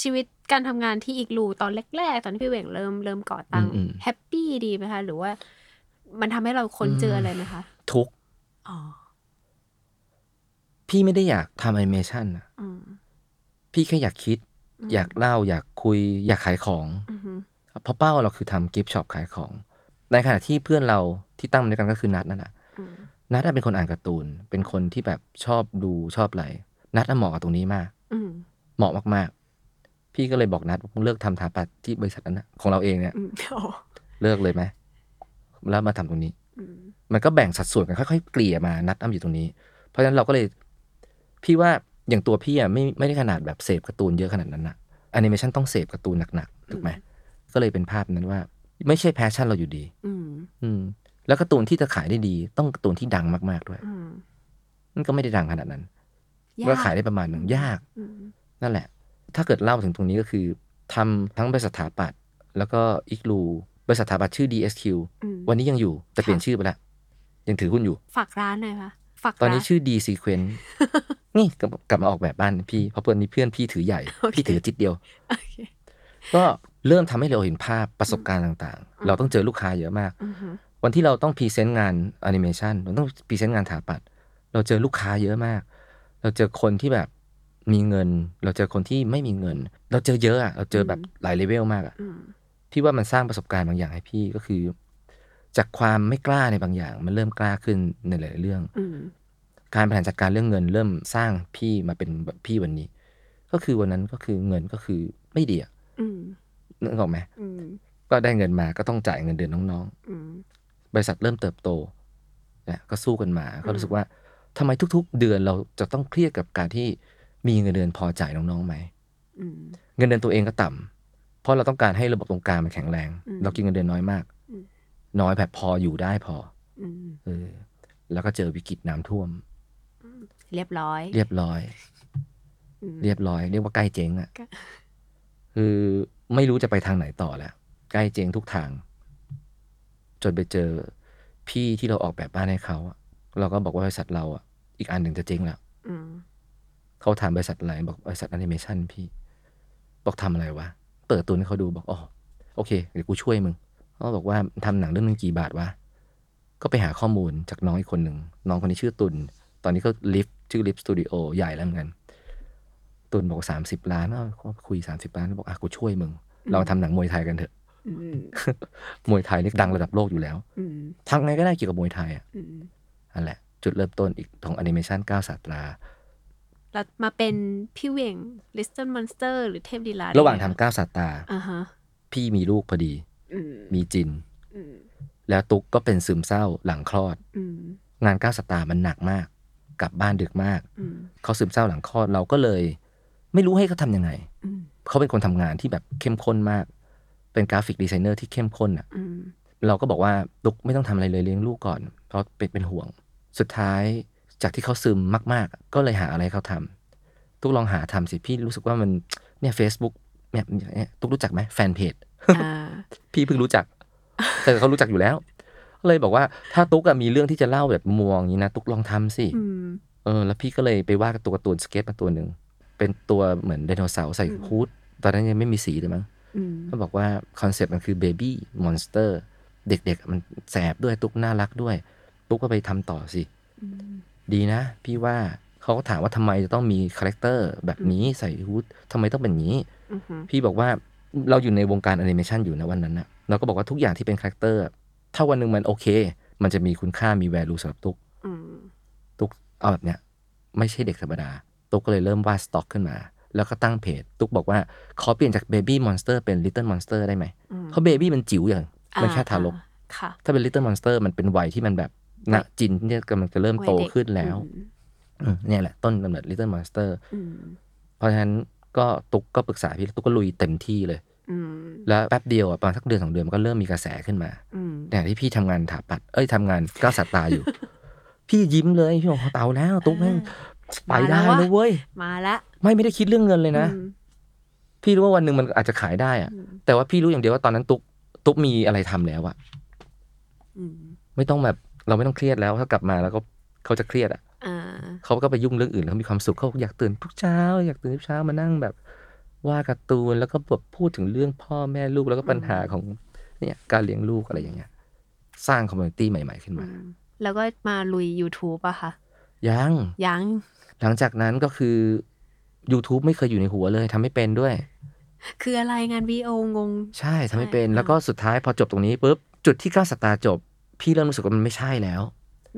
S4: ชีวิตการทำงานที่อีกรูตอนแรก ๆ ตอนที่พี่เหวงเริ่มเริ่มก่อตั้ง
S5: อืมอืม
S4: แฮปปี้ดีไหมคะ หรือว่า มันทำให้เราค้นเจออะไรไหมคะ
S5: ทุกข์
S4: อ๋อ
S5: พี่ไม่ได้อยากทำแอนิเมชันนะ
S4: อืม
S5: พี่แค่อยากคิด
S4: ม
S5: อยากเล่าอยากคุยอยากขายของ
S4: อือหือ
S5: เพราะเป้าเราคือทำกิฟต์ช็อปขายของ ในขณะที่เพื่อนเราที่ตั้งมาด้วยกันก็คือนัทนั่นแหละ
S4: อืม
S5: นัทน่ะเป็นคนอ่านการ์ตูน เป็นคนที่แบบชอบดูชอบอะไรนัทน่ะเหมาะกับตรงนี้มาก
S4: อืม
S5: เหมาะมากๆ พี่ก็เลยบอกนัทเลิกทำถาปัดที่บริษัทนั้นนะของเราเองเนี่ย
S4: อืมโอ้
S5: เลิกเลยไหมแล้วมาทำตรงนี้
S4: อืม
S5: มันก็แบ่งสัดส่วนกันค่อยๆเกลี่ยมานัดอ้ำอยู่ตรงนี้ เพราะฉะนั้นเราก็เลย พี่ว่าอย่างตัวพี่อ่ะไม่ไม่ได้ขนาดแบบเสพการ์ตูนเยอะขนาดนั้นนะแอนิเมชันต้องเสพการ์ตูนหนักๆถูกไหมก็เลยเป็นภาพนั้นว่า ไม่ใช่แพชชั่นเราอยู่ดี
S4: อืม
S5: อืม แล้วการ์ตูนที่จะขายได้ดี ต้องการ์ตูนที่ดังมากๆด้วย
S4: อืม
S5: มันก็ไม่ได้ดังขนาดนั้นก็ขายได้ประมาณหนึ่งยาก
S4: อืม
S5: นั่นแหละ ถ้าเกิดเล่าถึงตรงนี้ก็คือทำทั้งบริษัทสถาปัตย์แล้วก็อีกลูบริษัทสถาปัตย์ชื่อ DSQ
S4: อืม
S5: วันนี้ยังอยู่แต่เปลี่ยนชื่อไปแล้วยังถือหุ้นอยู่
S4: ฝากร้านหน่อยค่ะฝาก
S5: ตอน
S4: ร้า
S5: นี้
S4: น
S5: ชื่อ D Sequence นี่กลับกลับมาออกแบบบ้านพี่ เพราะเพื่อนนี้เพื่อนพี่ถือใหญ่
S4: โอเค
S5: พี่ถือจิตเดียว
S4: โอเค
S5: ก็เริ่มทำให้เราเห็นภาพประสบการณ์ต่าง
S4: อืม
S5: ๆ เราต้องเจอลูกค้าเยอะมาก
S4: อือหือ
S5: วันที่เราต้องพรีเซนต์งานแอนิเมชันเราต้องพรีเซนต์งานถาปัด เราเจอลูกค้าเยอะมาก เราเจอคนที่แบบมีเงิน เราเจอคนที่ไม่มีเงิน เราเจอเยอะอะเราเจอแบบหลายเลเวลมากอะ
S4: อืม
S5: พี่ว่ามันสร้างประสบการณ์บางอย่างให้พี่ก็คือ จากความไม่กล้าในบางอย่าง มันเริ่มกล้าขึ้นในหลายๆเรื่อง
S4: อืม
S5: การบริหารจัดการเรื่องเงินเริ่มสร้างพี่มาเป็นแบบพี่วันนี้ ก็คือวันนั้นก็คือเงินก็คือไม่ดีอะ
S4: อืม
S5: นึกออกไหม
S4: อืม
S5: ก็ได้เงินมาก็ต้องจ่ายเงินเดือนน้อง
S4: อืม
S5: ๆ บริษัทเริ่มเติบโตเนี่ยก็สู้กันมา ก็
S4: อืม
S5: รู้สึกว่าทำไมทุกๆ เดือนเราจะต้องเครียดกับการที่มีเงินเดือนพอจ่ายน้องๆไหม
S4: อืม
S5: เงินเดือนตัวเองก็ต่ำเพราะเราต้องการให้ระบบตรงกลางมันแข็งแรง
S4: อืม
S5: เรากินเงินเดือนน้อยมาก
S4: อืม
S5: น้อยแบบพออยู่ได้พอ
S4: อืม
S5: เออแล้วก็เจอวิกฤตน้ำท่วม
S4: เรียบร้อย
S5: เรียบร้อย
S4: อืม
S5: เรียบร้อยเรียกว่าใกล้เจ๊งอะ
S4: ก็
S5: คือไม่รู้จะไปทางไหนต่อแล้ว ใกล้เจ๊งทุกทาง จนไปเจอพี่ที่เราออกแบบบ้านให้เขาอะเราก็บอกว่าบริษัทเราอะอีกอันหนึ่งจะเจ๊งแล้ว
S4: อืม
S5: เขาถามบริษัทอะไรบอกบริษัทแอนิเมชันพี่ บอกทำอะไรวะ เปิดตัวให้เขาดูบอกอ๋อโอเคเดี๋ยวกูช่วยมึงเขาบอกว่าทำหนังเรื่องนึงกี่บาทวะก็ไปหาข้อมูลจากน้องอีกคนหนึ่งน้องคนนี้ชื่อตุลตอนนี้ก็ลิฟชื่อลิฟสตูดิโอใหญ่แล้วเหมือนกัน ตุนบอกสามสิบล้านอ้าวก็คุยสามสิบล้านบอกอ่ะกูช่วยมึง เราทำหนังมวยไทยกันเถอะ
S4: อืม
S5: มวยไทยนี่ดังระดับโลกอยู่แล้ว
S4: อืม
S5: ทำไงก็ได้เกี่ยวกับมวยไทยอ่ะ
S4: อืม
S5: นั่นแหละ จุดเริ่มต้นอีกของแอนิเมชันก้าวสาตรา
S4: แล้วมาเป็นพี่เหวง Listen Monster หรือเทพดีลา
S5: ระหว่างทำก้าวสาตรา
S4: อ่าฮะ
S5: พี่มีลูกพอดี
S4: อืม
S5: มีจิน
S4: อืม
S5: แล้วตุ๊กก็เป็นซึมเศร้าหลังคลอด
S4: อืม
S5: งานก้าวสตาร์มันหนักมาก กลับบ้านดึกมาก
S4: อืม
S5: เขาซึมเศร้าหลังคลอดเราก็เลย ไม่รู้ให้เขาทำยังไง
S4: อืม
S5: เขาเป็นคนทำงานที่แบบเข้มข้นมาก เป็นกราฟิกดีไซเนอร์ที่เข้มข้นอ่ะ
S4: อืม
S5: เราก็บอกว่าตุ๊กไม่ต้องทำอะไรเลยเลี้ยงลูกก่อน เพราะเป็นเป็นห่วง สุดท้ายจากที่เขาซึมมาก ๆ ก็เลยหาอะไรให้เขาทำตุ๊กลองหาทำสิพี่รู้สึกว่ามันเนี่ย Facebook เนี่ยเนี่ยตุ๊กรู้จักไหมแฟนเพจ
S4: อ่า
S5: พี่เพิ่งรู้จัก แต่เขารู้จักอยู่แล้ว เลยบอกว่าถ้าตุ๊กอะมีเรื่องที่จะเล่าแบบมุมมองอย่างนี้นะตุ๊กลองทำสิ
S4: อืม
S5: เออแล้วพี่ก็เลยไปวาดตัวการ์ตูนสเก็ตมาตัวหนึ่ง เป็นตัวเหมือนไดโนเสาร์ใส่
S4: อืม
S5: ฮูดตอนนั้นยังไม่มีสีเลยมั้ง
S4: อืม
S5: เขาบอกว่าคอนเซปต์มันคือเบบี้มอนสเตอร์เด็กๆ มันแสบด้วยตุ๊กน่ารักด้วย ตุ๊กก็ไปทำต่อสิ
S4: อืม
S5: ดีนะ พี่ว่าเขาก็ถามว่าทำไมจะต้องมีคาแรคเตอร์แบบนี้ใส่ฮูดทำไมต้องเป็นอย่างนี้
S4: อือฮึ
S5: พี่บอกว่าเราอยู่ในวงการแอนิเมชันอยู่นะวันนั้นนะเราก็บอกว่าทุกอย่างที่เป็นคาแรคเตอร์ถ้าวันหนึ่งมันโอเค มันจะมีคุณค่ามีแวลูสำหรับตุ๊ก
S4: อืม
S5: ตุ๊กเอาแบบเนี้ยไม่ใช่เด็กธรรมดา ตุ๊กก็เลยเริ่มวาดสต็อกขึ้นมา แล้วก็ตั้งเพจ ตุ๊กบอกว่าขอเปลี่ยนจากเบบี้มอนสเตอร์เป็นลิตเติ้ลมอนสเตอร์ได้ไหม
S4: อืม
S5: เพราะเบบี้มันจิ๋วอย่าง มัน
S4: อ่
S5: แค่ทารก
S4: อ่ค่ะ
S5: ถ้าเป็นลิตเติ้ลมอนสเตอร์มันเป็นวัยที่มันแบบนะจินเนี่ยกำลังจะเริ่มโต
S4: ยเด็ก
S5: ขึ้นแล้วอืมเนี่ยแหละต้นกำเนิดลิตเติ้ลมอนสเตอร์
S4: อืม
S5: เพราะฉะนั้นก็ตุ๊กก็ปรึกษาพี่ตุ๊กก็ลุยเต็มที่เลย
S4: อืม
S5: แล้วแป๊บเดียวอะประมาณสักเดือนสองเดือนมันก็เริ่มมีกระแสขึ้นมา
S4: อืม
S5: เนี่ยที่พี่ทำงานถาปัด เอ้ยทำงานก้าวสัตตาอยู่ พี่ยิ้มเลยพี่บอกเอาแล้ว ตุ๊กแม่งไปได้แล้วเว้ย
S4: มาละ
S5: ไม่ไม่ได้คิดเรื่องเงินเลยนะ
S4: อืม
S5: พี่รู้ว่าวันหนึ่งมันอาจจะขายได้อะ
S4: อืม
S5: แต่ว่าพี่รู้อย่างเดียวว่าตอนนั้นตุ๊กตุ๊กมีอะไรทำแล้วอะ
S4: อืม
S5: ไม่ต้องแบบเราไม่ต้องเครียดแล้วถ้ากลับมาแล้วก็เขาจะเครียดอะ
S4: อ่า
S5: เขาก็ไปยุ่งเรื่องอื่นแล้วเขามีความสุขเขาอยากตื่นทุกเช้า อยากตื่นทุกเช้ามานั่งแบบวาดการ์ตูนแล้วก็แบบพูดถึงเรื่องพ่อแม่ลูกแล้วก็ปัญหาของเนี่ยการเลี้ยงลูกอะไรอย่างเงี้ย สร้างคอมมูนิตี้ใหม่ ๆขึ้น
S4: อื
S5: มา
S4: มแล้วก็มาลุย YouTube อะค่ะ
S5: ยัง
S4: ยัง
S5: หลังจากนั้นก็คือ YouTube ไม่เคยอยู่ในหัวเลยทำไม่เป็นด้วย
S4: คืออะไรงาน VO งง
S5: ใช่ทำไม่เป็น
S4: ใช่
S5: แล้วก็สุดท้ายพอจบตรงนี้ปุ๊บจุดที่ก้าวสตาร์จบ พี่เริ่มรู้สึกว่ามันไม่ใช่แล้ว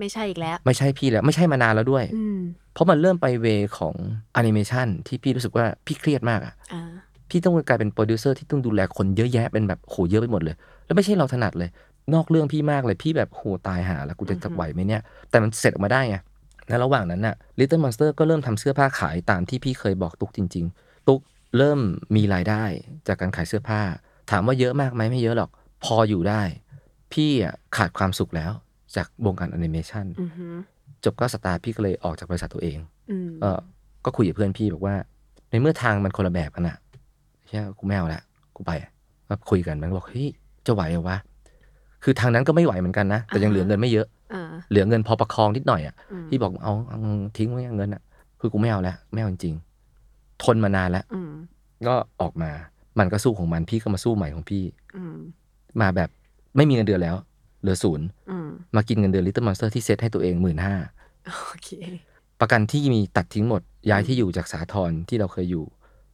S4: ไม่ใช่อีกแล้ว
S5: ไม่ใช่พี่แล้ว ไม่ใช่มานานแล้วด้วย
S4: อืม
S5: เพราะมันเริ่มไปเวของแอนิเมชันที่พี่รู้สึกว่าพี่เครียดมากอะ
S4: อ่า
S5: พี่ต้องกลายเป็นโปรดิวเซอร์ที่ต้องดูแลคนเยอะแยะเป็นแบบโหเยอะไปหมดเลย แล้วไม่ใช่เราถนัดเลย นอกเรื่องพี่มากเลยพี่แบบโหตายหาแล้วกูจะจะไหวไหมเนี่ย แต่มันเสร็จออกมาได้ไงและระหว่างนั้นน่ะ Little Monster ก็เริ่มทำเสื้อผ้าขายตามที่พี่เคยบอกตุ๊กจริง ๆ ตุ๊กเริ่มมีรายได้จากการขายเสื้อผ้า ถามว่าเยอะมากไหมไม่เยอะหรอก พออยู่ได้ พี่อะขาดความสุขแล้วจากวงการแอนิเมชัน
S4: อือฮึ
S5: จบก็สตาร์พี่ก็เลยออกจากบริษัทตัวเอง
S4: อืม
S5: เออก็คุยกับเพื่อนพี่บอกว่า ในเมื่อทางมันคนละแบบกันอะเช่ยกูไม่เอาละกูไปอะก็คุยกันมันก็บอกเฮ้ยจะไหวเหรอวะคือทางนั้นก็ไม่ไหวเหมือนกันนะ แต่ยังเหลือเงินไม่เยอะ
S4: อ่า
S5: เหลือเงินพอประคองนิดหน่อยอะ
S4: อืม
S5: พี่บอกเอาเอาทิ้งไว้เงินอะคือกูไม่เอาละไม่เอาจริงๆทนมานานแล้ว
S4: อืม
S5: ก็ออกมา มันก็สู้ของมันพี่ก็มาสู้ใหม่ของพี่
S4: อืม
S5: มาแบบไม่มีเงินเดือนแล้ว เหลือศูนย์
S4: อืม
S5: มากินเงินเดือนลิตเติ้ลมอนสเตอร์ที่เซตให้ตัวเองหมื่นห้า
S4: โอเค
S5: ประกันที่มีตัดทิ้งหมด ย้ายที่อยู่จากสาทรที่เราเคยอยู่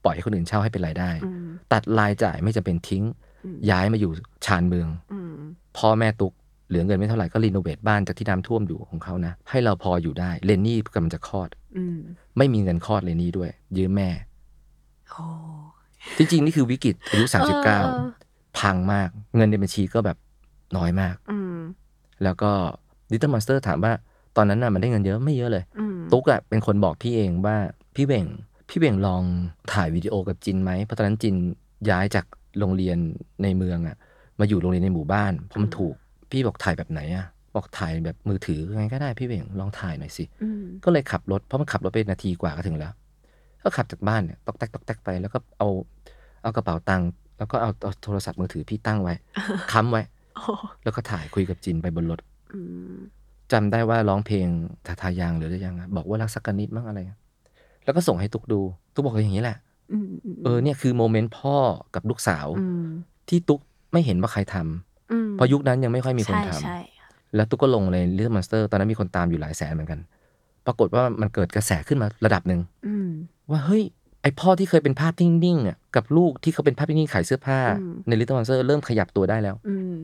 S5: ปล่อยให้คนอื่นเช่าให้เป็นรายได้
S4: อืม
S5: ตัดรายจ่ายไม่จำเป็นทิ้ง
S4: อืม
S5: ย้ายมาอยู่ชานเมือง
S4: อืม
S5: พ่อแม่ตุกเหลือเงินไม่เท่าไหร่ก็รีโนเวทบ้านจากที่น้ำท่วมอยู่ของเขานะ ให้เราพออยู่ได้เลนนี่กำลังจะคลอด
S4: อืม
S5: ไม่มีเงินคลอดเลนนี่ด้วย ยืมแม่
S4: โอ้
S5: จริงๆ นี่คือวิกฤตอายุ
S4: ออ
S5: 39 พังมาก เงินในบัญชีก็แบบน้อยมาก
S4: อืม
S5: แล้วก็ดิจิตอลมอนสเตอร์ถามว่าตอนนั้นน่ะมันได้เงินเยอะไม่เยอะเลย
S4: อืม
S5: ตุ๊กอะเป็นคนบอกพี่เองว่าพี่เบ่งพี่เบ่งลองถ่ายวิดีโอกับจินไหมเพราะตอนนั้นจินย้ายจากโรงเรียนในเมืองอะมาอยู่โรงเรียนในหมู่บ้านเพราะมันถูกพี่บอกถ่ายแบบไหนอะบอกถ่ายแบบมือถือยังไงก็ได้พี่เบ่งลองถ่ายหน่อยสิ
S4: อืม
S5: ก็เลยขับรถเพราะมันขับรถไปนาทีกว่าก็ถึงแล้ว ก็ขับจากบ้านเนี่ยตอกแตกตอกแตกไป แล้วก็เอาเอากระเป๋าตังค์แล้วก็เอาเอาโทรศัพท์มือถือพี่ตั้งไว้ ค้ำไว้
S4: โอ้
S5: แล้วก็ถ่ายคุยกับจินไปบนรถ
S4: อืม
S5: จำได้ว่าร้องเพลงทาทายังหรืออะไรยังอะบอกว่ารักสักกะนิดมั้งอะไรอะแล้วก็ส่งให้ตุกดู ตุกบอกว่าอย่างนี้แหละ
S4: อืมม
S5: เออเนี่ยคือโมเมนต์พ่อกับลูกสาว
S4: อืม
S5: ที่ตุกไม่เห็นว่าใครทำ
S4: อืม
S5: เพราะยุคนั้นยังไม่ค่อยมีคน
S4: ใช่
S5: ทำ
S4: ใช่
S5: แล้วตุกก็ลงเลยเรื่องมอนสเตอร์ตอนนั้นมีคนตามอยู่หลายแสนเหมือนกัน ปรากฏว่ามันเกิดกระแสขึ้นมาระดับหนึ่ง
S4: อืม
S5: ว่าเฮ้ยแอ ไอพ่อที่เคยเป็นภาพนิ่งๆอ่ะกับลูกที่เขาเป็นภาพนิ่งๆขายเสื้อผ้า
S4: อืม
S5: ในลิตเติ้ลมอนสเตอร์เริ่มขยับตัวได้แล้ว
S4: อืม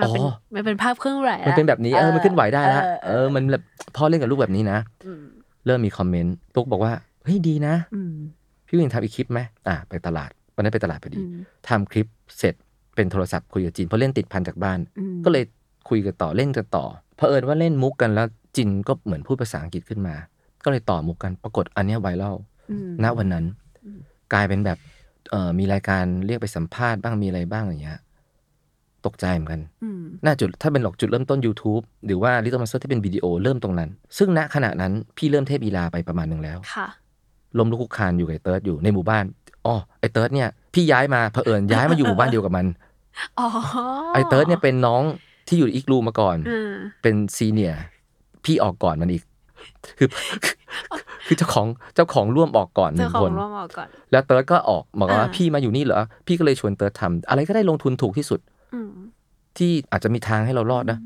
S4: มันเป็น
S5: อ๋อ
S4: มันเป็นภาพเครื่องไหว
S5: มัน
S4: ละ
S5: เป็นแบบนี้เออมันเคลื่อนไหวได้ละ
S4: เออเอ
S5: เอ
S4: อ
S5: อมันแบบพ่อเล่นกับลูกแบบนี้นะ
S4: อืม
S5: เริ่มมีคอมเมนต์ตุ๊กบอกว่าเฮ้ยดีนะ
S4: อืม
S5: พี่วินทำอีกคลิปไหมอ่ะไปตลาดวันนั้นไปตลาดพอดี
S4: อืม
S5: ทำคลิปเสร็จเป็นโทรศัพท์คุยกับจีนเพราะเล่นติดพันจากบ้าน
S4: อืม
S5: ก็เลยคุยกันต่อเล่นกันต่อเผอิญว่าเล่นมุกกันแล้วจินก็เหมือนพูดภาษาอังกฤษขึ้นมา ก็เลยต่อมุกกันปรากฏอันเนี้ยไวรัล
S4: อืม
S5: ณวันนั้น
S4: อืม
S5: กลายเป็นแบบเอ่อมีรายการเรียกไปสัมภาษณ์บ้างมีอะไรบ้างอย่างเงี้ยตกใจเหมือนกัน
S4: อืม
S5: น่าจุดถ้าเป็นหลอกจุดเริ่มต้น YouTube หรือว่า Little Monster ที่เป็นวิดีโอเริ่มตรงนั้น ซึ่งณขณะนั้นพี่เริ่มเทพอีลาไปประมาณหนึ่งแล้ว
S4: ค่ะ
S5: ล้มลุกคลุกคลานอยู่กับไอ้เติร์ดอยู่ในหมู่บ้านอ๋อไอ้เติร์ดเนี่ยพี่ย้ายมาเผ อิญย้ายมาอยู่หมู่บ้านเดียวกับมัน
S4: อ๋อ
S5: ไอ้เติร์ดเนี่ยเป็นน้องที่อยู่อีกรูมาก่อน
S4: อืม
S5: เป็นซีเนียร์พี่ออกก่อนมันอีก คือ คือเจ้าของเจ้าของร่วมออกก่อนห
S4: เจ
S5: นึ่
S4: อง ของ
S5: คน
S4: ร่วมออกก่อน
S5: แล้วเติร์ดก็ออกบอกว่า
S4: อ่า
S5: พี่มาอยู่นี่เหรอพี่ก็เลยชวนเติร์ดทำอะไรก็ได้ลงทุนถูกที่สุด
S4: อืม
S5: ที่อาจจะมีทางให้เรารอดนะ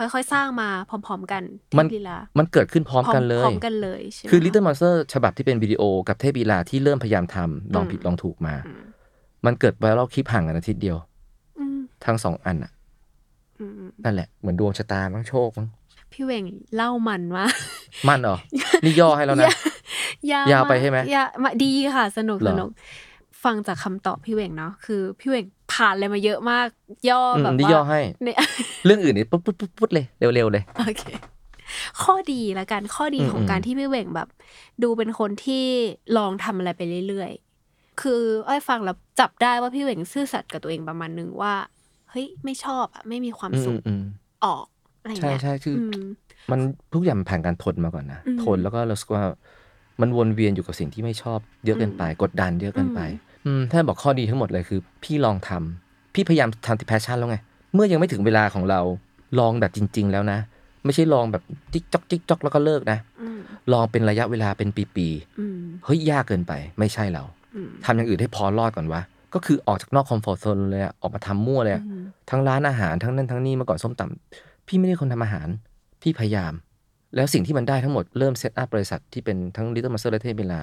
S4: ค่อยๆ สร้างมาพร้อมๆกัน
S5: มัน
S4: เทพลีลา
S5: มันเกิดขึ้นพร้อมกันเล
S4: พร้อย มกันเลยใช่ไห
S5: คือ
S4: มะ
S5: Little Monster ฉบับที่เป็นวิดีโอกับเทพบีลาที่เริ่มพยายามทำลองผิดลองถูกมา
S4: อืม
S5: มันเกิดไวรัลคลิปห่างกันอาทิตย์เดียว
S4: อืม
S5: ทั้งสองอันน่ะ
S4: อืมอืม
S5: นั่นแหละ เหมือนดวงชะตามั้งโชคมั้ง
S4: พี่เวงเล่ามันมาก
S5: มั่นเหรอ นี่ย่อให้แล้วนะ
S4: ยาวย
S5: าวไป
S4: ก
S5: ใช่ไหม
S4: ยาวมาดีค่ะ สนุก
S5: เหร
S4: ส
S5: อ
S4: นุกฟังจากคำตอบพี่เวงเนาะคือ พี่เวงผ่านอะไรมาเยอะมาก ย่ออ
S5: ม
S4: แบบ
S5: นี่
S4: ว่า
S5: ย่อให้
S4: เนี่ย
S5: เรื่องอื่นนี่ปุ๊บปุ๊บปุ๊บปุ๊บเลย เร็วๆเลย
S4: โอเค ข้อดีละกันข้อดี
S5: อืม
S4: ของการที่พี่เหว่งแบบ ดูเป็นคนที่ลองทำอะไรไปเรื่อยๆ คืออ้อยฟังแล้วจับได้ว่าพี่เหว่งซื่อสัตย์กับตัวเองประมาณนึงว่า เฮ้ย ไม่ชอบอะไม่มีความ
S5: อืม
S4: สุข
S5: อืม
S4: ออกอะไร
S5: ใช่
S4: เงี้ย
S5: ใช่คืออ
S4: อืม
S5: มันทุกอย่างมันผ่านการทนมาก่อนนะ
S4: อืม
S5: ทนแล้วก็รู้สึกว่า มันวนเวียนอยู่กับสิ่งที่ไม่ชอบเยอะเกินไป กดดันเยอะเกินไป
S4: อืม
S5: อืมถ้าบอกข้อดีทั้งหมดเลยคือ พี่ลองทำพี่พยายามทำที่แพชชั่นแล้วไง เมื่อยังไม่ถึงเวลาของเราลองแบบจริง ๆ แล้วนะ ไม่ใช่ลองแบบจิ๊กจ๊อกจิ๊กจ๊อกแล้วก็เลิกนะ
S4: อืม
S5: ลองเป็นระยะเวลาเป็นปี
S4: อืม
S5: ๆเฮ้ยยากเกินไป ไม่ใช่เรา
S4: อืม
S5: ทำอย่างอื่นให้พอรอดก่อนวะ ก็คือออกจากนอกคอมฟอร์ทโซนเลยอะออกมาทำมั่วเลยอะ
S4: อืม
S5: ทั้งร้านอาหารทั้งนั่นทั้งนี่เมาก่อนส้มตำพี่ไม่ได้คนทำอาหาร พี่พยายาม แล้วสิ่งที่มันได้ทั้งหมดเริ่มเซตอัพบริษัทที่เป็นทั้ง Little Master และเทพเวลา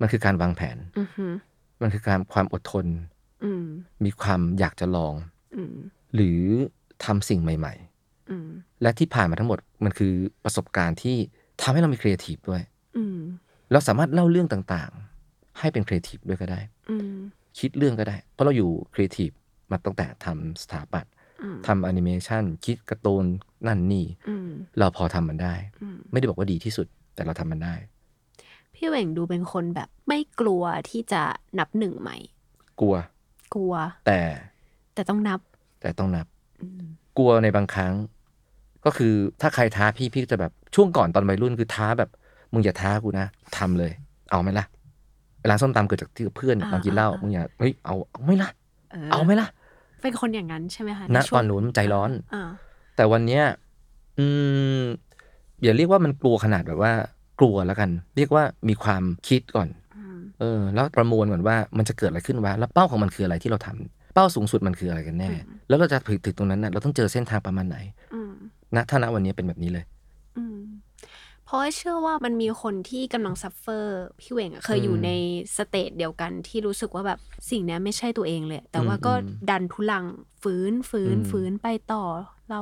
S5: มันคือการวางแผน
S4: อืมอืม
S5: มันคือการความอดทน
S4: อืม
S5: มีความอยากจะลอง
S4: อืม
S5: หรือทำสิ่งใหม่
S4: อืม
S5: ๆ และที่ผ่านมาทั้งหมดมันคือประสบการณ์ที่ทำให้เรามีครีเอทีฟด้วย
S4: อืม
S5: เราสามารถเล่าเรื่องต่างๆ ให้เป็นครีเอทีฟด้วยก็ได้
S4: อืม
S5: คิดเรื่องก็ได้ เพราะเราอยู่ครีเอทีฟมาตั้งแต่ทำสถาปัตย์
S4: อืม
S5: ทำแอนิเมชันคิดการ์ตูนนั่นนี่
S4: อืม
S5: เราพอทำมันได้
S4: อืม
S5: ไม่ได้บอกว่าดีที่สุด แต่เราทำมันได้
S4: พี่เหว่งดูเป็นคนแบบไม่กลัวที่จะนับหนึ่งใหม่
S5: กลัว
S4: กลัว
S5: แต่
S4: แต่ต้องนับ
S5: แต่ต้องนับ
S4: อืม
S5: กลัวในบางครั้ง ก็คือถ้าใครท้าพี่พี่ก็จะแบบช่วงก่อนตอนวัยรุ่นคือท้าแบบ มึงอย่าท้ากูนะทำเลย เอาไหมล่ะร้านส้มตำเกิดจากที่เพื่อน
S4: อ่า
S5: ตอนกินเหล้า
S4: อ่า
S5: มึงอย่าเฮ้ยเอาเอาไหมล่ะ
S4: เออ
S5: เอาไหมล่ะ
S4: เป็นคนอย่างนั้นใช่ไหมคะ
S5: ณ
S4: ใช่
S5: ต
S4: ว
S5: อง นนู้นมันใจร้อน
S4: อ่า
S5: แต่วันเนี้ยอืมอย่าเรียกว่ามันกลัวขนาดแบบว่า กลัวแล้วกัน เรียกว่ามีความคิดก่อน
S4: อืม
S5: เออ แล้วประมวลก่อนว่ามันจะเกิดอะไรขึ้นวะแล้วเป้าของมันคืออะไรที่เราทำเป้าสูงสุดมันคืออะไรกันแน่ แล้วเราจะถึงถึงตรงนั้นน่ะเราต้องเจอเส้นทางประมาณไหน
S4: อืม
S5: นะถ้าณวันนี้เป็นแบบนี้เลย
S4: อืมเพราะว่าเชื่อว่ามันมีคนที่กำลังซัฟเฟอร์พี่เหวงอะเคย
S5: อืม
S4: อยู่ในสเตจเดียวกันที่รู้สึกว่าแบบสิ่งเนี้ยไม่ใช่ตัวเองเลย แต่ว่า
S5: อืม
S4: ก็
S5: อืม
S4: ดันทุลังฝืนฝืน
S5: อืม
S4: ฝืนไปต่อ เรา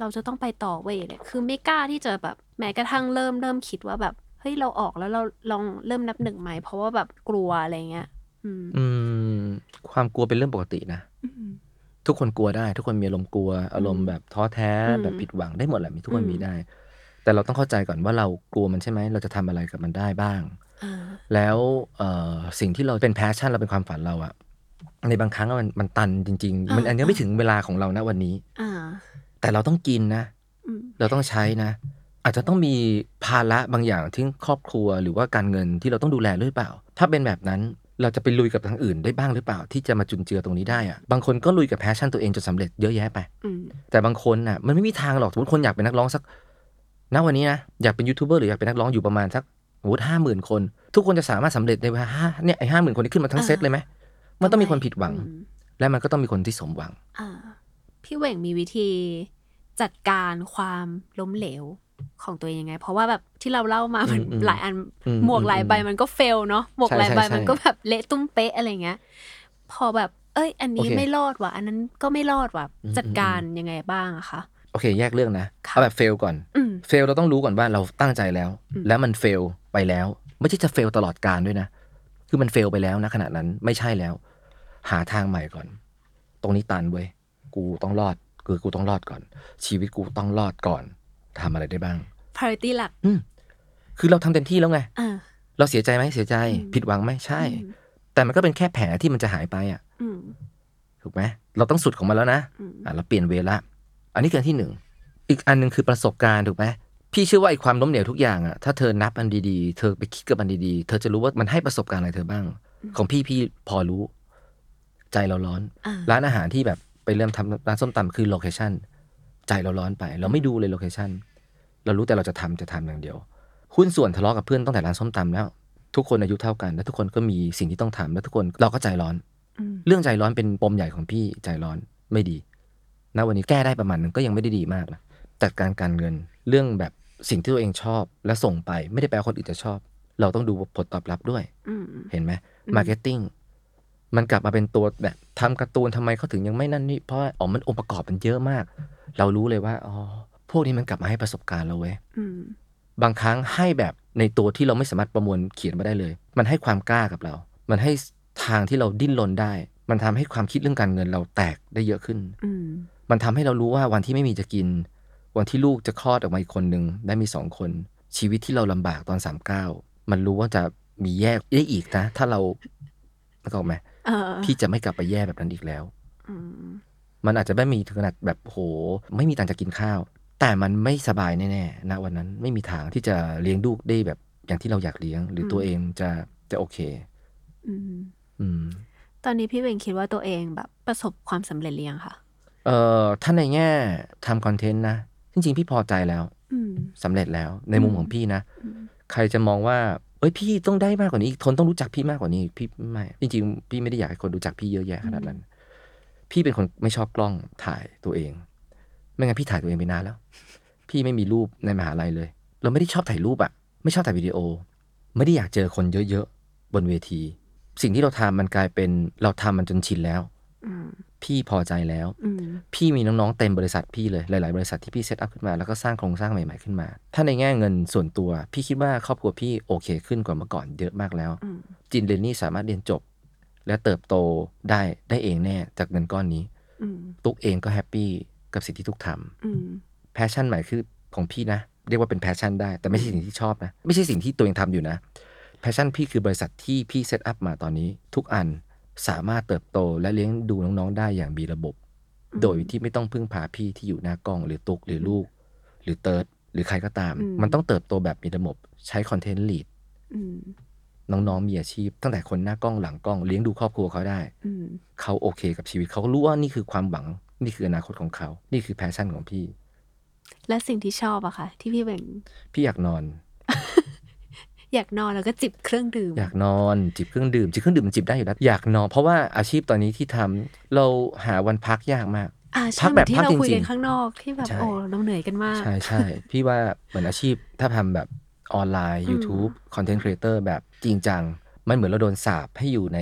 S4: เราจะต้องไปต่อเว้ยเลยคือไม่กล้าที่จะแบบแม้กระทั่งเริ่มเริ่มคิดว่าแบบเฮ้ยเราออกแล้วเราลองเริ่มนับหนึ่งใหม่เพราะว่าแบบกลัวอะไรเงี้ย อืม
S5: อืม ความกลัวเป็นเรื่องปกตินะ
S4: อืม
S5: ทุกคนกลัวได้ ทุกคนมีอารมณ์กลัว อารมณ์แบบท้อแท้
S4: อืม
S5: แบบผิดหวังได้หมดแหละมีทุกคน
S4: อืม
S5: มีได้ แต่เราต้องเข้าใจก่อนว่าเรากลัวมันใช่ไหมเราจะทำอะไรกับมันได้บ้าง
S4: อ่า
S5: แล้วเอ่อสิ่งที่เราเป็นแพชชั่นเราเป็นความฝันเราอะในบางครั้งอะมันมันตันจริง ๆ มันอันยังไม่ถึงเวลาของเรานะวันนี้
S4: อ่า
S5: แต่เราต้องกินนะ
S4: อืม
S5: เราต้องใช้นะ อาจจะต้องมีภาระบางอย่างที่ครอบครัวหรือว่าการเงินที่เราต้องดูแลด้วยหรือเปล่า ถ้าเป็นแบบนั้นเราจะไปลุยกับทางอื่นได้บ้างหรือเปล่า ที่จะมาจุนเจือตรงนี้ได้อะบางคนก็ลุยกับแพชชั่นตัวเองจนสำเร็จเยอะแยะไป
S4: อืม
S5: แต่บางคนน่ะมันไม่มีทางหรอกสมมติคนอยากเป็นนักร้องสักณวันนี้นะอยากเป็นยูทูบเบอร์หรืออยากเป็นนักร้องอยู่ประมาณสักสมมติห้าหมื่นคน ทุกคนจะสามารถสำเร็จในเวลาห้าเนี่ยไอห้าหมื่นคนที่ขึ้นมาทั้งเซตเลยไหมมันต้องมีคนผิดหวัง
S4: อืม
S5: และมันก็ต้องมีคนที่สมหวัง
S4: อ่า พี่เหว่งมีวิธีจัดการความล้มเหลว ของตัวเองยังไง เพราะว่าแบบที่เราเล่ามามัน
S5: อืมอืม
S4: หลายอัน
S5: อืม
S4: หมวกหลายใบ
S5: อืม
S4: มันก็เฟลเนาะหมวก
S5: ใช่
S4: หลายใบ
S5: ใช่ใช่
S4: มันก็แบบเละตุ้มเป๊ะอะไรเงี้ยพอแบบ เอ้ย อันนี้
S5: โอเค
S4: ไม่รอดว่ะอันนั้นก็ไม่รอดว่ะ
S5: อืม
S4: จัดการยังไงบ้างอะคะ
S5: โอเค แยกเรื่องนะ
S4: ค่ะ
S5: เอาแบบเฟลก่อน
S4: อืม
S5: เฟลเราต้องรู้ก่อนว่าเราตั้งใจแล้ว
S4: อืม
S5: แล้วมันเฟลไปแล้ว ไม่ใช่จะเฟลตลอดการด้วยนะ คือมันเฟลไปแล้วนะขณะนั้นไม่ใช่แล้ว หาทางใหม่ก่อน ตรงนี้ตันเว้ยกูต้องรอดคือกูต้องรอดก่อน ชีวิตกูต้องรอดก่อนทำอะไรได้บ้าง
S4: priority หลัก
S5: อืมคือเราทำเต็มที่แล้วไง
S4: อ่า
S5: เราเสียใจไหมเสียใจ
S4: อืม
S5: ผิดหวังไหมใช่
S4: อืม
S5: แต่มันก็เป็นแค่แผลที่มันจะหายไปอ่ะ
S4: อืม
S5: ถูกไหมเราต้องสุดของมันแล้วนะ
S4: อืม
S5: อ่ะเราเปลี่ยนเวรละอันนี้คืออันที่หนึ่งอีกอันหนึ่งคือประสบการณ์ถูกไหมพี่เชื่อว่าไอ้ความล้มเหลวทุกอย่างอ่ะถ้าเธอนับมันดีๆ เธอไปคิดกับมันดีๆ เธอจะรู้ว่ามันให้ประสบการณ์อะไรเธอบ้าง ของพี่พี่พอรู้ ใจเราร้อน
S4: อ่า
S5: ร้านอาหารที่แบบไปเริ่มทำร้านส้มตำคือโลเคชันใจเราร้อนไป เราไม่ดูเลยโลเคชันเรารู้แต่เราจะทำจะทำอย่างเดียวหุ้นส่วนทะเลาะกับเพื่อนตั้งแต่ร้านส้มตำแล้ว ทุกคนอายุเท่ากัน และทุกคนก็มีสิ่งที่ต้องทำและทุกคนเราก็ใจร้อน
S4: อืม
S5: เรื่องใจร้อนเป็นปมใหญ่ของพี่ใจร้อนไม่ดีณวันนี้แก้ได้ประมาณหนึงก็ยังไม่ได้ดีมากนะจัดการการเงินเรื่องแบบสิ่งที่ตัวเองชอบ และส่งไปไม่ได้แปลว่าคนอื่นจะชอบ เราต้องดูผลตอบรับด้วย
S4: อืมอืม
S5: เห็นไหม
S4: อืม
S5: มาร์เก็ตติ้งมันกลับมาเป็นตัวแบบทำการ์ตูนทำไมเขาถึงยังไม่นั่นนี่ เพราะว่าอ๋อมันองค์ประกอบมันเยอะมาก เรารู้เลยว่าอ๋อพวกนี้มันกลับมาให้ประสบการณ์เราเว้ย
S4: อืม
S5: บางครั้งให้แบบในตัวที่เราไม่สามารถประมวลเขียนมาได้เลย มันให้ความกล้ากับเรา มันให้ทางที่เราดิ้นรนได้ มันทำให้ความคิดเรื่องการเงินเราแตกได้เยอะขึ้น
S4: อืม
S5: มันทำให้เรารู้ว่าวันที่ไม่มีจะกิน วันที่ลูกจะคลอดออกมาอีกคนหนึ่งได้มีสองคน ชีวิตที่เราลำบากตอนสามเก้ามันรู้ว่าจะมีแย่ได้อีกนะ ถ้าเรานึกออกไหม
S4: เออ
S5: พี่จะไม่กลับไปแย่แบบนั้นอีกแล้ว
S4: อืม
S5: มันอาจจะไม่มีถึงขนาดแบบโห ไม่มีตังค์จะกินข้าว แต่มันไม่สบายแน่ๆนะวันนั้นไม่มีทางที่จะเลี้ยงลูกได้แบบอย่างที่เราอยากเลี้ยง หรืออ
S4: ม
S5: ตัวเองจะจะโอเค
S4: อืม
S5: อืม
S4: ตอนนี้พี่เวงคิดว่าตัวเองแบบประสบความสำเร็จหรือยังคะ
S5: เอ่อถ้าในแง่ทำคอนเทนต์นะจริงๆ พี่พอใจแล้ว
S4: อืม
S5: สำเร็จแล้วในมุมของพี่นะ
S4: อืม
S5: ใครจะมองว่า เอ้ยพี่ต้องได้มากกว่านี้อีกทนต้องรู้จักพี่มากกว่านี้อีกพี่ไม่ จริงๆ พี่ไม่ได้อยากให้คนรู้จักพี่เยอะแยะขนาดนั้น พี่เป็นคนไม่ชอบกล้องถ่ายตัวเอง ไม่งั้นพี่ถ่ายตัวเองไปนานแล้ว พี่ไม่มีรูปในมหาลัยเลย เราไม่ได้ชอบถ่ายรูปอะไม่ชอบถ่ายวิดีโอ ไม่ได้อยากเจอคนเยอะๆ บนเวที สิ่งที่เราทำมันกลายเป็นเราทำมันจนชินแล้ว
S4: อืม
S5: พี่พอใจแล้ว
S4: อืม
S5: พี่มีน้องๆเต็มบริษัทพี่เลย หลาย ๆ บริษัทที่พี่เซตอัพขึ้นมาแล้วก็สร้างโครงสร้างใหม่ ๆ ขึ้นมา ถ้าในแง่เงินส่วนตัว พี่คิดว่าครอบครัวพี่โอเคขึ้นกว่าเมื่อก่อนเยอะมากแล้ว
S4: อืม
S5: จินเรนนี่สามารถเรียนจบ และเติบโตได้ได้เองแน่จากเงินก้อนนี้
S4: อืม
S5: ตุ๊กเองก็แฮปปี้กับสิ่งที่ตุ๊กท
S4: อืม
S5: ำแพชชั่นใหม่คือของพี่นะ เรียกว่าเป็นแพชชั่นได้ แต่ไม่ใช่สิ่งที่ชอบนะ ไม่ใช่สิ่งที่ตัวเองทำอยู่นะแพชชั่นพี่คือบริษัทที่พี่เซตอัพมาตอนนี้ทุกอันสามารถเติบโตและเลี้ยงดูน้องๆได้อย่างมีระบบ โดยที่ไม่ต้องพึ่งพาพี่ที่อยู่หน้ากล้องหรือตุกหรือลูก หรือเติร์ดหรือใครก็ตาม
S4: อืม
S5: มันต้องเติบโตแบบมีระบบใช้คอนเทนต์ลีด
S4: อืม
S5: น้องๆมีอาชีพ ตั้งแต่คนหน้ากล้องหลังกล้องเลี้ยงดูครอบครัวเขาได้
S4: อืม
S5: เขาโอเคกับชีวิตเขาก็รู้ว่านี่คือความหวัง นี่คืออนาคตของเขา นี่คือแพชชั่นของพี่
S4: และสิ่งที่ชอบอะค่ะที่พี่เวง
S5: พี่อยากนอน
S4: อยากนอนแล้วก็จิบเครื่องดื่ม
S5: อยากนอนจิบเครื่องดื่มจิบเครื่องดื่มมันจิบได้อยู่แล้วอยากนอนเพราะว่าอาชีพตอนนี้ที่ทำเราหาวันพักยากมาก
S4: อ่าใช่
S5: พักแบบ
S4: เหมือนที่
S5: พัก
S4: เราคุย
S5: จริ
S4: กัน
S5: งๆ
S4: ข้างนอกที่แบบ
S5: ใช่
S4: โอ้เราเหนื่อยกันมาก
S5: ใช่ใช่ พี่ว่าเหมือนอาชีพถ้าทำแบบออนไลน์
S4: อืม
S5: YouTube คอนเทนต์ครีเอเตอร์แบบจริงจัง มันเหมือนเราโดนสาปให้อยู่ใน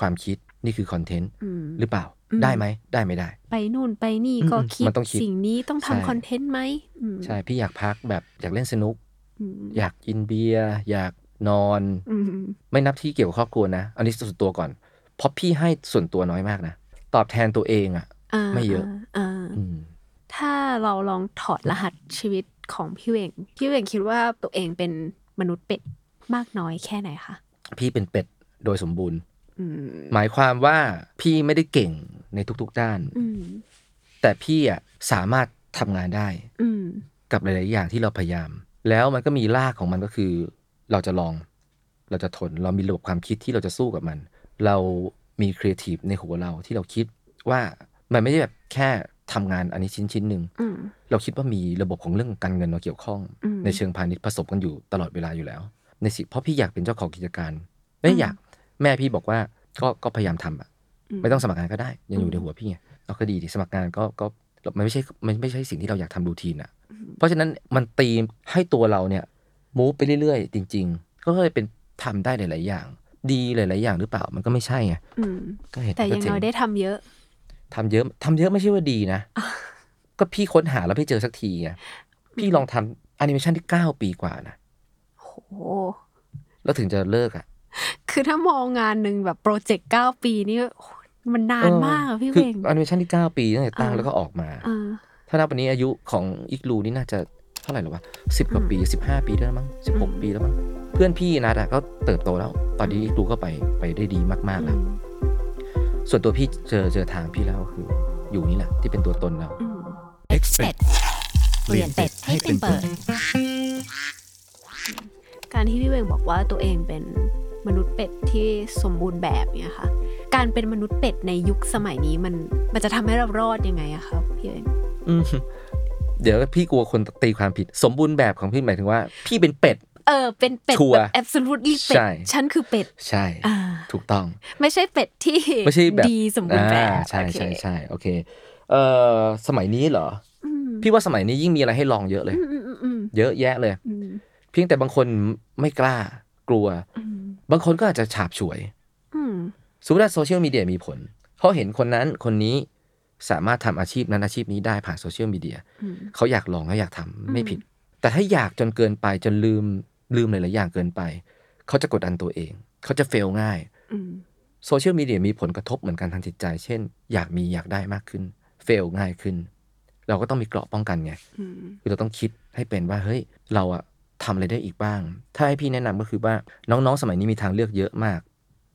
S5: ความคิดนี่คือคอนเทนต์
S4: อืม
S5: หรือเปล่า
S4: อืม
S5: ได้ไหมได้ไม่ได้
S4: ไปนู่นไปนี่
S5: อืม
S4: ก็
S5: อืม
S4: คิด
S5: มันต้องคิด
S4: สิ่งนี้ต้อง
S5: ใช่
S4: ทำคอนเทนต์ไหมอืม
S5: ใช่ พี่อยากพักแบบอยากเล่นสนุก
S4: อืม
S5: อยากกินเบียร์อยากนอน
S4: อืม
S5: ไม่นับที่เกี่ยวกับครอบครัวนะ อันนี้ส่วนตัวก่อนเพราะพี่ให้ส่วนตัวน้อยมากนะ ตอบแทนตัวเองอะ
S4: อ่า
S5: ไม่เยอะ
S4: อ่า
S5: อืม
S4: ถ้าเราลองถอดรหัสชีวิตของพี่เวง พี่เวงคิดว่าตัวเองเป็นมนุษย์เป็ดมากน้อยแค่ไหนคะ
S5: พี่เป็นเป็ดโดยสมบูรณ์
S4: อืม
S5: หมายความว่าพี่ไม่ได้เก่งในทุกๆด้าน
S4: อืม
S5: แต่พี่อะสามารถทำงานได้
S4: อืม
S5: กับหลาย ๆ อย่างที่เราพยายาม แล้วมันก็มีรากของมันก็คือ เราจะลอง เราจะทน เรามีระบบความคิดที่เราจะสู้กับมัน เรามีครีเอทีฟในหัวเราที่เราคิดว่ามันไม่ได้แบบแค่ทำงานอันนี้ชิ้นชิ้นๆหนึ่ง
S4: อืม
S5: เราคิดว่ามีระบบของเรื่องการเงินมาเกี่ยวข้อง
S4: อืม
S5: ในเชิงพาณิชย์ผสมกันอยู่ตลอดเวลาอยู่แล้ว ในสิเพราะพี่อยากเป็นเจ้าของกิจการไม่
S4: อืม
S5: อยากแม่พี่บอกว่าก็ก็พยายามทำอ่ะ
S4: อืม
S5: ไม่ต้องสมัครงานก็ได้ ยังอยู่ในหัวพี่ไงเราก็ดีดิสมัครงานก็ก็มันไม่ใช่มันไม่ใช่สิ่งที่เราอยากทำรูทีนอ่ะ
S4: อื
S5: เพราะฉะนั้นมันตีมให้ตัวเราเนี่ยมูฟไปเรื่อยๆ จริง ๆ ก็เลยเป็นทำได้หลาย ๆ อย่าง ดีหลาย ๆ อย่างหรือเปล่ามันก็ไม่ใช่ไง
S4: อืม
S5: ก็เห็น
S4: แต่อยังน้อยได้ทำเยอะ
S5: ทำเยอะทำเยอะไม่ใช่ว่าดีนะ ก็พี่ค้นหาแล้วไม่เจอสักทีไงพี่ลองทำแอนิเมชันที่ 9 ปีกว่านะ
S4: โอ้โห
S5: แล้วถึงจะเลิกอ่ะ
S4: คือถ้ามองงานหนึ่งแบบโปรเจกต์เก้าปีนี่โอ้โหมันนานมากอะพี่
S5: คื
S4: เว
S5: อง แอนิเมชันที่ 9 ปีตั้งแต่ตั้ง
S4: เออ
S5: แล้วก็ออกมา
S4: เออ
S5: ถ้านับวันนี้อายุของอีกลูนี่น่าจะเท่าไหร่หรอวะสิบกว่าปีสิบห้าปีได้แล้วมั้งสิบหก
S4: อืม
S5: ปีแล้วมั้งเพื่อนพี่นัดอะก็เติบโตแล้ว ตอนนี้อีกลูก็ไปไปได้ดีมาก
S4: อื
S5: ๆแล้ว
S4: ม
S5: ส่วนตัวพี่เจอเจอทางพี่แล้วก็คือ อยู่นี่แหละที่เป็นตัวตนเรา
S4: อืม
S3: expect เปลี่ยนเป็ดให้เป็นเปิด
S4: การที่พี่เวงบอกว่าตัวเองเป็นมนุษย์เป็ดที่สมบูรณ์แบบเนี่ยค่ะ การเป็นมนุษย์เป็ดในยุคสมัยนี้มันมันจะทำให้เรารอดยังไงอะครับพี่เวง
S5: อืมเดี๋ยวพี่กลัวคนตีความผิด สมบูรณ์แบบของพี่หมายถึงว่า พี่เป็นเป็ด
S4: เออเป็นเป็ด
S5: ชัวร์
S4: แบบ absolutely เป็ด
S5: ใช่
S4: ฉันคือเป็ด
S5: ใช่
S4: อ่า
S5: ถูกต้อง
S4: ไม่ใช่เป็ดที่
S5: ไม่ใช่แบบ
S4: ดีสมบูรณ์แบบ
S5: อ่าใช่
S4: โอเค
S5: ใช่ใช่โอเคเอ่อสมัยนี้เหรอ
S4: อืม
S5: พี่ว่าสมัยนี้ยิ่งมีอะไรให้ลองเยอะเลย
S4: อืมอืมอืม
S5: เยอะแยะเลย
S4: อืม
S5: เพียงแต่บางคนไม่กล้ากลัว
S4: อืม
S5: บางคนก็อาจจะฉาบฉวย
S4: อืม
S5: สมมติว่าโซเชียลมีเดียมีผล เพราะเห็นคนนั้นคนนี้สามารถทำอาชีพนั้นอาชีพนี้ได้ผ่านโซเชียลมีเดีย
S4: อืม
S5: เขาอยากลองเขาอยากทำไม่
S4: อืม
S5: ผิด แต่ถ้าอยากจนเกินไปจนลืมลืมหลายๆอย่างเกินไป เขาจะกดดันตัวเอง เขาจะเฟลง่าย
S4: อืม
S5: โซเชียลมีเดียมีผลกระทบเหมือนกันทางจิตใจ เช่น อยากมีอยากได้มากขึ้น เฟลง่ายขึ้น เราก็ต้องมีเกราะป้องกันไง
S4: อืม
S5: คือเราต้องคิดให้เป็นว่าเฮ้ยเราอะทำอะไรได้อีกบ้าง ถ้าให้พี่แนะนำก็คือว่าน้องๆ สมัยนี้มีทางเลือกเยอะมาก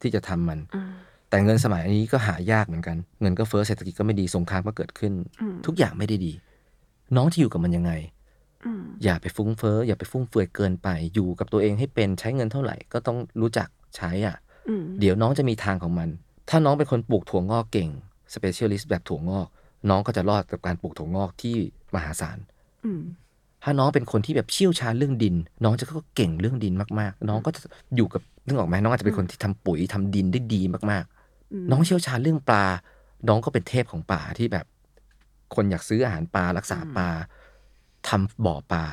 S5: ที่จะทำมัน
S4: อืม
S5: แต่เงินสมัยนี้ก็หายากเหมือนกัน เงินก็เฟ้อเศรษฐกิจก็ไม่ดีสงครามก็เกิดขึ้น
S4: อืม
S5: ทุกอย่างไม่ได้ดี น้องจะอยู่กับมันยังไง
S4: อืม
S5: อย่าไปฟุ้งเฟ้ออย่าไปฟุ่มเฟือยเกินไป อยู่กับตัวเองให้เป็นใช้เงินเท่าไหร่ ก็ต้องรู้จักใช้อ่ะ
S4: อืม
S5: เดี๋ยวน้องจะมีทางของมัน ถ้าน้องเป็นคนปลูกถั่วงอกเก่ง specialist แบบถั่วงอก น้องก็จะรอดกับการปลูกถั่วงอกที่มหาศาล
S4: อืม
S5: ถ้าน้องเป็นคนที่แบบเชี่ยวชาญเรื่องดิน น้องจะก็เก่งเรื่องดินมากๆ น้องก็จะอยู่กับนึกออกไหมน้องอาจจะเป็นคนที่ทำปุ๋ยทำดินได้ดีมาก
S4: ม
S5: ๆ น้องเชี่ยวชาญเรื่องปลา น้องก็เป็นเทพของป่าที่แบบ คนอยากซื้ออาหารปลารักษาปลาทำบ่อปลา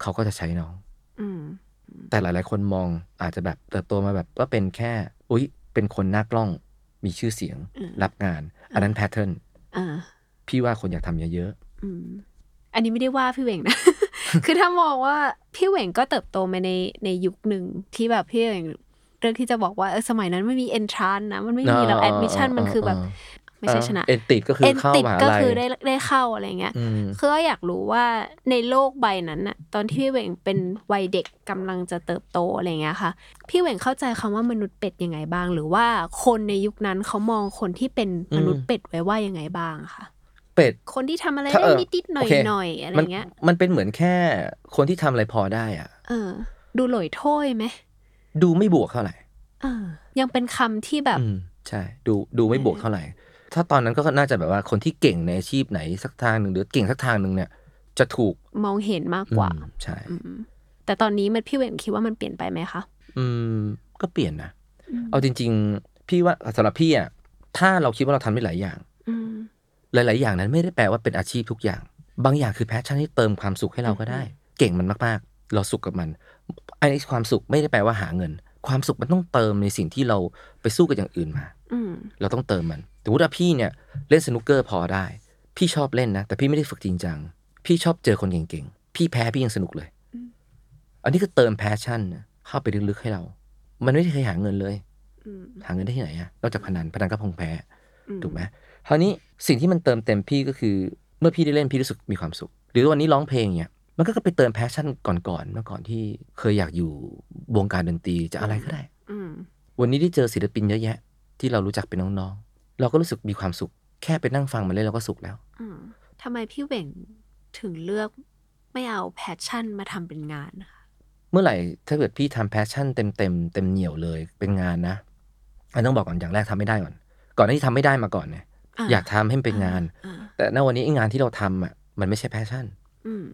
S5: เขาก็จะใช้น้อง
S4: อืม
S5: แต่หลาย ๆ คนมองอาจจะแบบเติบโตมาแบบว่าเป็นแค่ อุ๊ย เป็นคนหน้ากล้องมีชื่อเสียง รับงาน อันนั้นแพทเทิร์น
S4: อ่า
S5: พี่ว่าคนอยากทำเยอะ
S4: อืมอันนี้ไม่ได้ว่าพี่เหวงนะ คือถ้ามองว่าพี่เหวงก็เติบโตมาในในยุคหนึ่งที่แบบพี่เหวงเรื่องที่จะบอกว่าเออสมัยนั้นไม่มีเอนทรานนะ มัน
S5: ๆ
S4: ไม่มีเราแอดมิชชั่น
S5: เ
S4: มันคือแบบ ไม่ใช่ชนะ
S5: เอ็นติดก็คือ
S4: ด
S5: เข้า
S4: ติด
S5: มหา
S4: ก็
S5: ลัย
S4: คือได้ได้เข้าอะไรเงี้ย
S5: อืม
S4: คืออยากรู้ว่าในโลกใบนั้นน่ะ ตอนที่พี่เหวงเป็นวัยเด็กกำลังจะเติบโตอะไรเงี้ยค่ะ พี่เหวงเข้าใจคำว่ามนุษย์เป็ดยังไงบ้าง หรือว่าคนในยุคนั้นเขามองคนที่เป็นมนุษย์เป็ดไว้ว่ายังไงบ้างค่ะ
S5: เป็ด
S4: คนที่ทำอะไร
S5: ถ้าเอ
S4: ได้
S5: อ
S4: นิดๆหน่อย
S5: โอเค
S4: หน่อยอะไร
S5: มัน
S4: เงี้ย
S5: มันเป็นเหมือนแค่คนที่ทำอะไรพอได้อ่ะ
S4: เออ ดูหลอยโถ้ยไหม
S5: ดูไม่บวกเท่าไหร่
S4: เออ ยังเป็นคำที่แบบ
S5: อืมใช่ ดูดูไม่บวกเท่าไหร่ ถ้าตอนนั้นก็น่าจะแบบว่าคนที่เก่งในอาชีพไหนสักทางหนึ่งหรือเก่งสักทางหนึ่งเนี่ย จะถูก
S4: มองเห็นมากกว่า
S5: อืมใช่
S4: อืมแต่ตอนนี้มันพี่เวมคิดว่ามันเปลี่ยนไปไหมคะ
S5: อืมก็เปลี่ยนนะ
S4: อืม
S5: เอาจริง ๆ พี่ว่าสำหรับพี่อ่ะถ้าเราคิดว่าเราทำได้หลายอย่าง
S4: อืม
S5: หลาย ๆ อย่างนั้นไม่ได้แปลว่าเป็นอาชีพทุกอย่าง บางอย่างคือแพชชั่นที่เติมความสุขให้เราก็ได้ เก่งมันมาก ๆ เราสุขกับมันไอ้ความสุขไม่ได้แปลว่าหาเงิน ความสุขมันต้องเติมในสิ่งที่เราไปสู้กับอย่างอื่นมา
S4: อืม
S5: เราต้องเติมมันสมมติว่าพี่เนี่ยเล่นสนุกเกอร์พอได้ พี่ชอบเล่นนะ แต่พี่ไม่ได้ฝึกจริงจัง พี่ชอบเจอคนเก่ง ๆ พี่แพ้พี่ยังสนุกเลย
S4: อืม
S5: อันนี้คือเติมแพชชั่นเข้าไปลึก ๆ ให้เรา มันไม่ได้เคยหาเงินเลย
S4: อืม
S5: หาเงินได้ที่ไหนอะนอกจากพนันพนันก็พงแพ้
S4: อื
S5: ถูกไหมคราวนี้สิ่งที่มันเติมเต็มพี่ก็คือ เมื่อพี่ได้เล่นพี่รู้สึกมีความสุข หรือวันนี้ร้องเพลงเนี่ยมันก็ไปเติมแพชชั่นก่อนๆเมื่อก่อนที่เคยอยากอยู่วงการดนตรีจะอะไรก็ได้
S4: อืม
S5: วันนี้ได้เจอศิลปินเยอะแยะ ที่เรารู้จักเป็นน้องๆ เราก็รู้สึกมีความสุข แค่ไปนั่งฟังมันเล่นเราก็สุขแล้ว
S4: อืมทำไมพี่เวงถึงเลือกไม่เอาแพชชั่นมาทำเป็นงานนะคะ
S5: เมื่อไหร่ถ้าเกิดพี่ทำแพชชั่นเต็มเต็มๆเต็มเหนียวเลยเป็นงานนะอันต้องบอกก่อนอย่างแรกทำไม่ได้ก่อน ก่อนหน้าที่ทำไม่ได้มาก่อนเนี่ย
S4: ะ
S5: อยากทำให้มันเป็นงาน
S4: อ่ะ
S5: แต่ณวันนี้ไอ้งานที่เราทำอ่ะมันไม่ใช่แพชชั่น
S4: อืม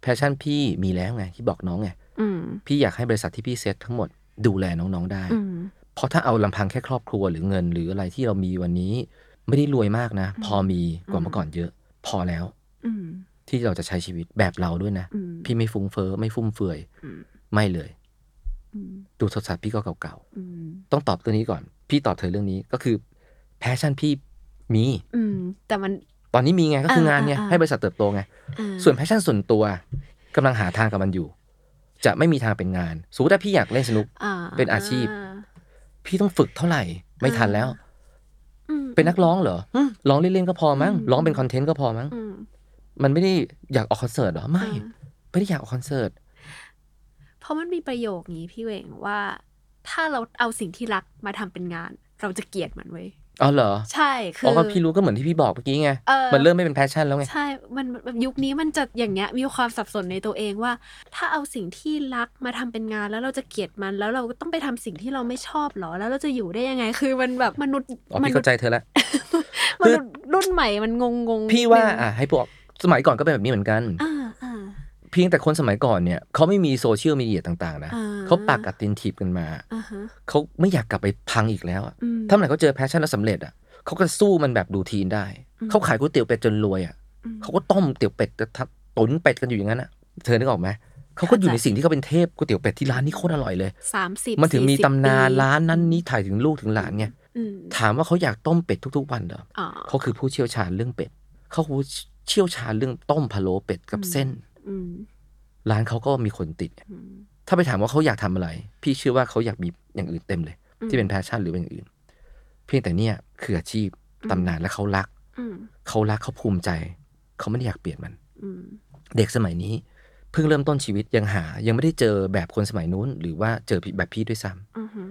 S5: แพชชั่นพี่มีแล้วไงที่บอกน้องไง
S4: อืม
S5: พี่อยากให้บริษัทที่พี่เซตทั้งหมดดูแลน้องๆได้
S4: อืม
S5: เพราะถ้าเอาลำพังแค่ครอบครัวหรือเงินหรืออะไรที่เรามีวันนี้ ไม่ได้รวยมากนะ พอมีกว่าเมื่อก่อนเยอะ พอแล้ว
S4: อืม
S5: ที่เราจะใช้ชีวิตแบบเราด้วยนะ
S4: อืม
S5: พี่ไม่ฟุ้งเฟ้อไม่ฟุ่มเฟือย
S4: อืม
S5: ไม่เลย
S4: อืม
S5: ดูโทรศัพท์พี่ก็เก่า
S4: อืม
S5: ๆต้องตอบตัวนี้ก่อน พี่ตอบเธอเรื่องนี้ก็คือแพชชั่นพี่มี
S4: อืมแต่มัน
S5: ตอนนี้มีไงก็คืองานไง
S4: อ่าๆๆ
S5: ให้บริษัทเติบโตไง
S4: อ่า
S5: ส่วนแพชชั่นส่วนตัวกำลังหาทางกับมันอยู่ จะไม่มีทางเป็นงาน สมมติถ้าพี่อยากเล่นสนุก
S4: อ่า
S5: เป็นอาชีพ พี่ต้องฝึกเท่าไหร่ ไม่ทันแล้ว
S4: อืม
S5: เป็นนักร้องเหรออืมร้องเล่นๆก็พอมั้ง
S4: อืม
S5: ร้องเป็นคอนเทนต์ก็พอมั้ง
S4: อืม
S5: มันไม่ได้อยากออกคอนเสิร์ตเหรอไม่
S4: อ่า
S5: ไม่ได้อยากออกคอนเสิร์ต
S4: เพราะมันมีประโยคนี้พี่เหวงว่า ถ้าเราเอาสิ่งที่รักมาทำเป็นงาน เราจะเกลียดมันเว้ย
S5: อ๋อเหรอ
S4: ใช่คือ
S5: อ๋อ
S4: อ
S5: ก็พี่รู้ก็เหมือนที่พี่บอกเมื่อกี้ไง
S4: เออ
S5: มันเริ่มไม่เป็นแพชชั่นแล้วไง
S4: ใช่มันแบบยุคนี้มันจะอย่างเงี้ยมีความสับสนในตัวเองว่า ถ้าเอาสิ่งที่รักมาทำเป็นงานแล้วเราจะเกลียดมันแล้วเราก็ต้องไปทำสิ่งที่เราไม่ชอบเหรอ แล้วเราจะอยู่ได้ยังไง คือมันแบบมนุษย์
S5: อ๋อ
S4: มนุษ
S5: พี่เข้า
S4: ย์
S5: ใจเธอละ
S4: มนุษย์รุ่นใหม่มันงงงง
S5: พี่
S4: นิ
S5: ว่า
S4: ดนึง
S5: อ่ะให้พวกสมัยก่อนก็เป็นแบบนี้เหมือนกัน
S4: อ่าอ่า
S5: เพียงแต่คนสมัยก่อนเนี่ยเขาไม่มีโซเชียลมีเดียต่างๆนะ
S4: อ่า
S5: เขาปักอัดตินทีบกันมา
S4: อ่าฮะ
S5: เขาไม่อยากกลับไปพังอีกแล้วอะ
S4: อืม
S5: ถ้าเมื่อไหร่เขาเจอแพชชั่นแล้วสำเร็จอ่ะเขาก็สู้มันแบบดูทีนได้
S4: อืม
S5: เขาขายก๋วยเตี๋ยวเป็ดจนรวยอ่ะ
S4: อืม
S5: เขาก็ต้มเตี๋ยวเป็ดกระทะตุ๋นเป็ดกันอยู่อย่างนั้นอ่ะ เธอนึกออกไหมเขาก็อยู่ใน
S4: เข้าใจ
S5: สิ่งที่เขาเป็นเทพก๋วยเตี๋ยวเป็ดที่ร้านนี้โคตรอร่อยเลย
S4: สามสิบ
S5: มันถึงมี
S4: สี่สิบ
S5: ตำนาน
S4: ปี
S5: ร้านนั้นนี้ถ่ายถึงลูกถึงหลานไง
S4: อืม
S5: ถามว่าเขาอยากต้มเป็ดทุกๆวันเหรอ
S4: อ๋อ
S5: เขาคือผู้เชี่ยวชาญเรื่องเป็ดเขาคือผู้เชี่ยวชาญเรื่องต้มพะโล้เป็ดกับเส้น
S4: อืม
S5: ร้านเขาก็มีคนติด
S4: อืม
S5: ถ้าไปถามว่าเขาอยากทำอะไร พี่เชื่อว่าเขาอยากมีอย่างอื่นเต็มเลย
S4: อืม
S5: ที่เป็นแพชชั่นหรือเป็นอย่างอื่น เพียงแต่เนี่ยคืออาชีพตำนานและเขารัก
S4: อืม
S5: เขารักเขาภูมิใจ เขาไม่ได้อยากเปลี่ยนมัน
S4: อืม
S5: เด็กสมัยนี้ เพิ่งเริ่มต้นชีวิตยังหา ยังไม่ได้เจอแบบคนสมัยนู้น หรือว่าเจอแบบพี่ด้วยซ้ำ
S4: อือฮึ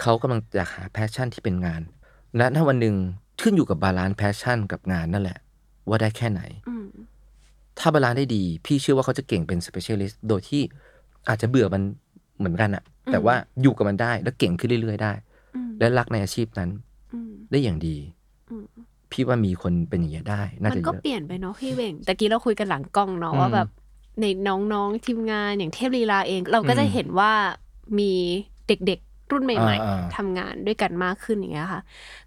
S5: เขากำลังอยากหาแพชชั่นที่เป็นงาน และถ้าวันหนึ่งขึ้นอยู่กับบาลานซ์แพชชั่นกับงานนั่นแหละ ว่าได้แค่ไหน
S4: อืม
S5: ถ้าบาลานซ์ได้ดี พี่เชื่อว่าเขาจะเก่งเป็น specialist โดยที่อาจจะเบื่อมันเหมือนกันอะแต่ว่าอยู่กับมันได้แล้วเก่งขึ้นเรื่อยๆได้
S4: อืม
S5: และรักในอาชีพนั้น
S4: อืม
S5: ได้อย่างดี
S4: อืม
S5: พี่ว่ามีคนเป็นอย่างนี้ยได้ น่า
S4: มัน
S5: จะเย
S4: ก็
S5: อะ
S4: เปลี่ยนไปเนาะพี่เวงแต่กี้เราคุยกันหลังกล้องเนาะ
S5: อืม
S4: ว่าแบบในน้องๆทีมงานอย่างเทพลีลาเอง เราก็จะ
S5: อืม
S4: เห็นว่ามีเด็กๆรุ่นใหม่
S5: อ่า
S4: ๆ
S5: ๆ
S4: ทำงานด้วยกันมากขึ้นอย่างเงี้ยค่ะ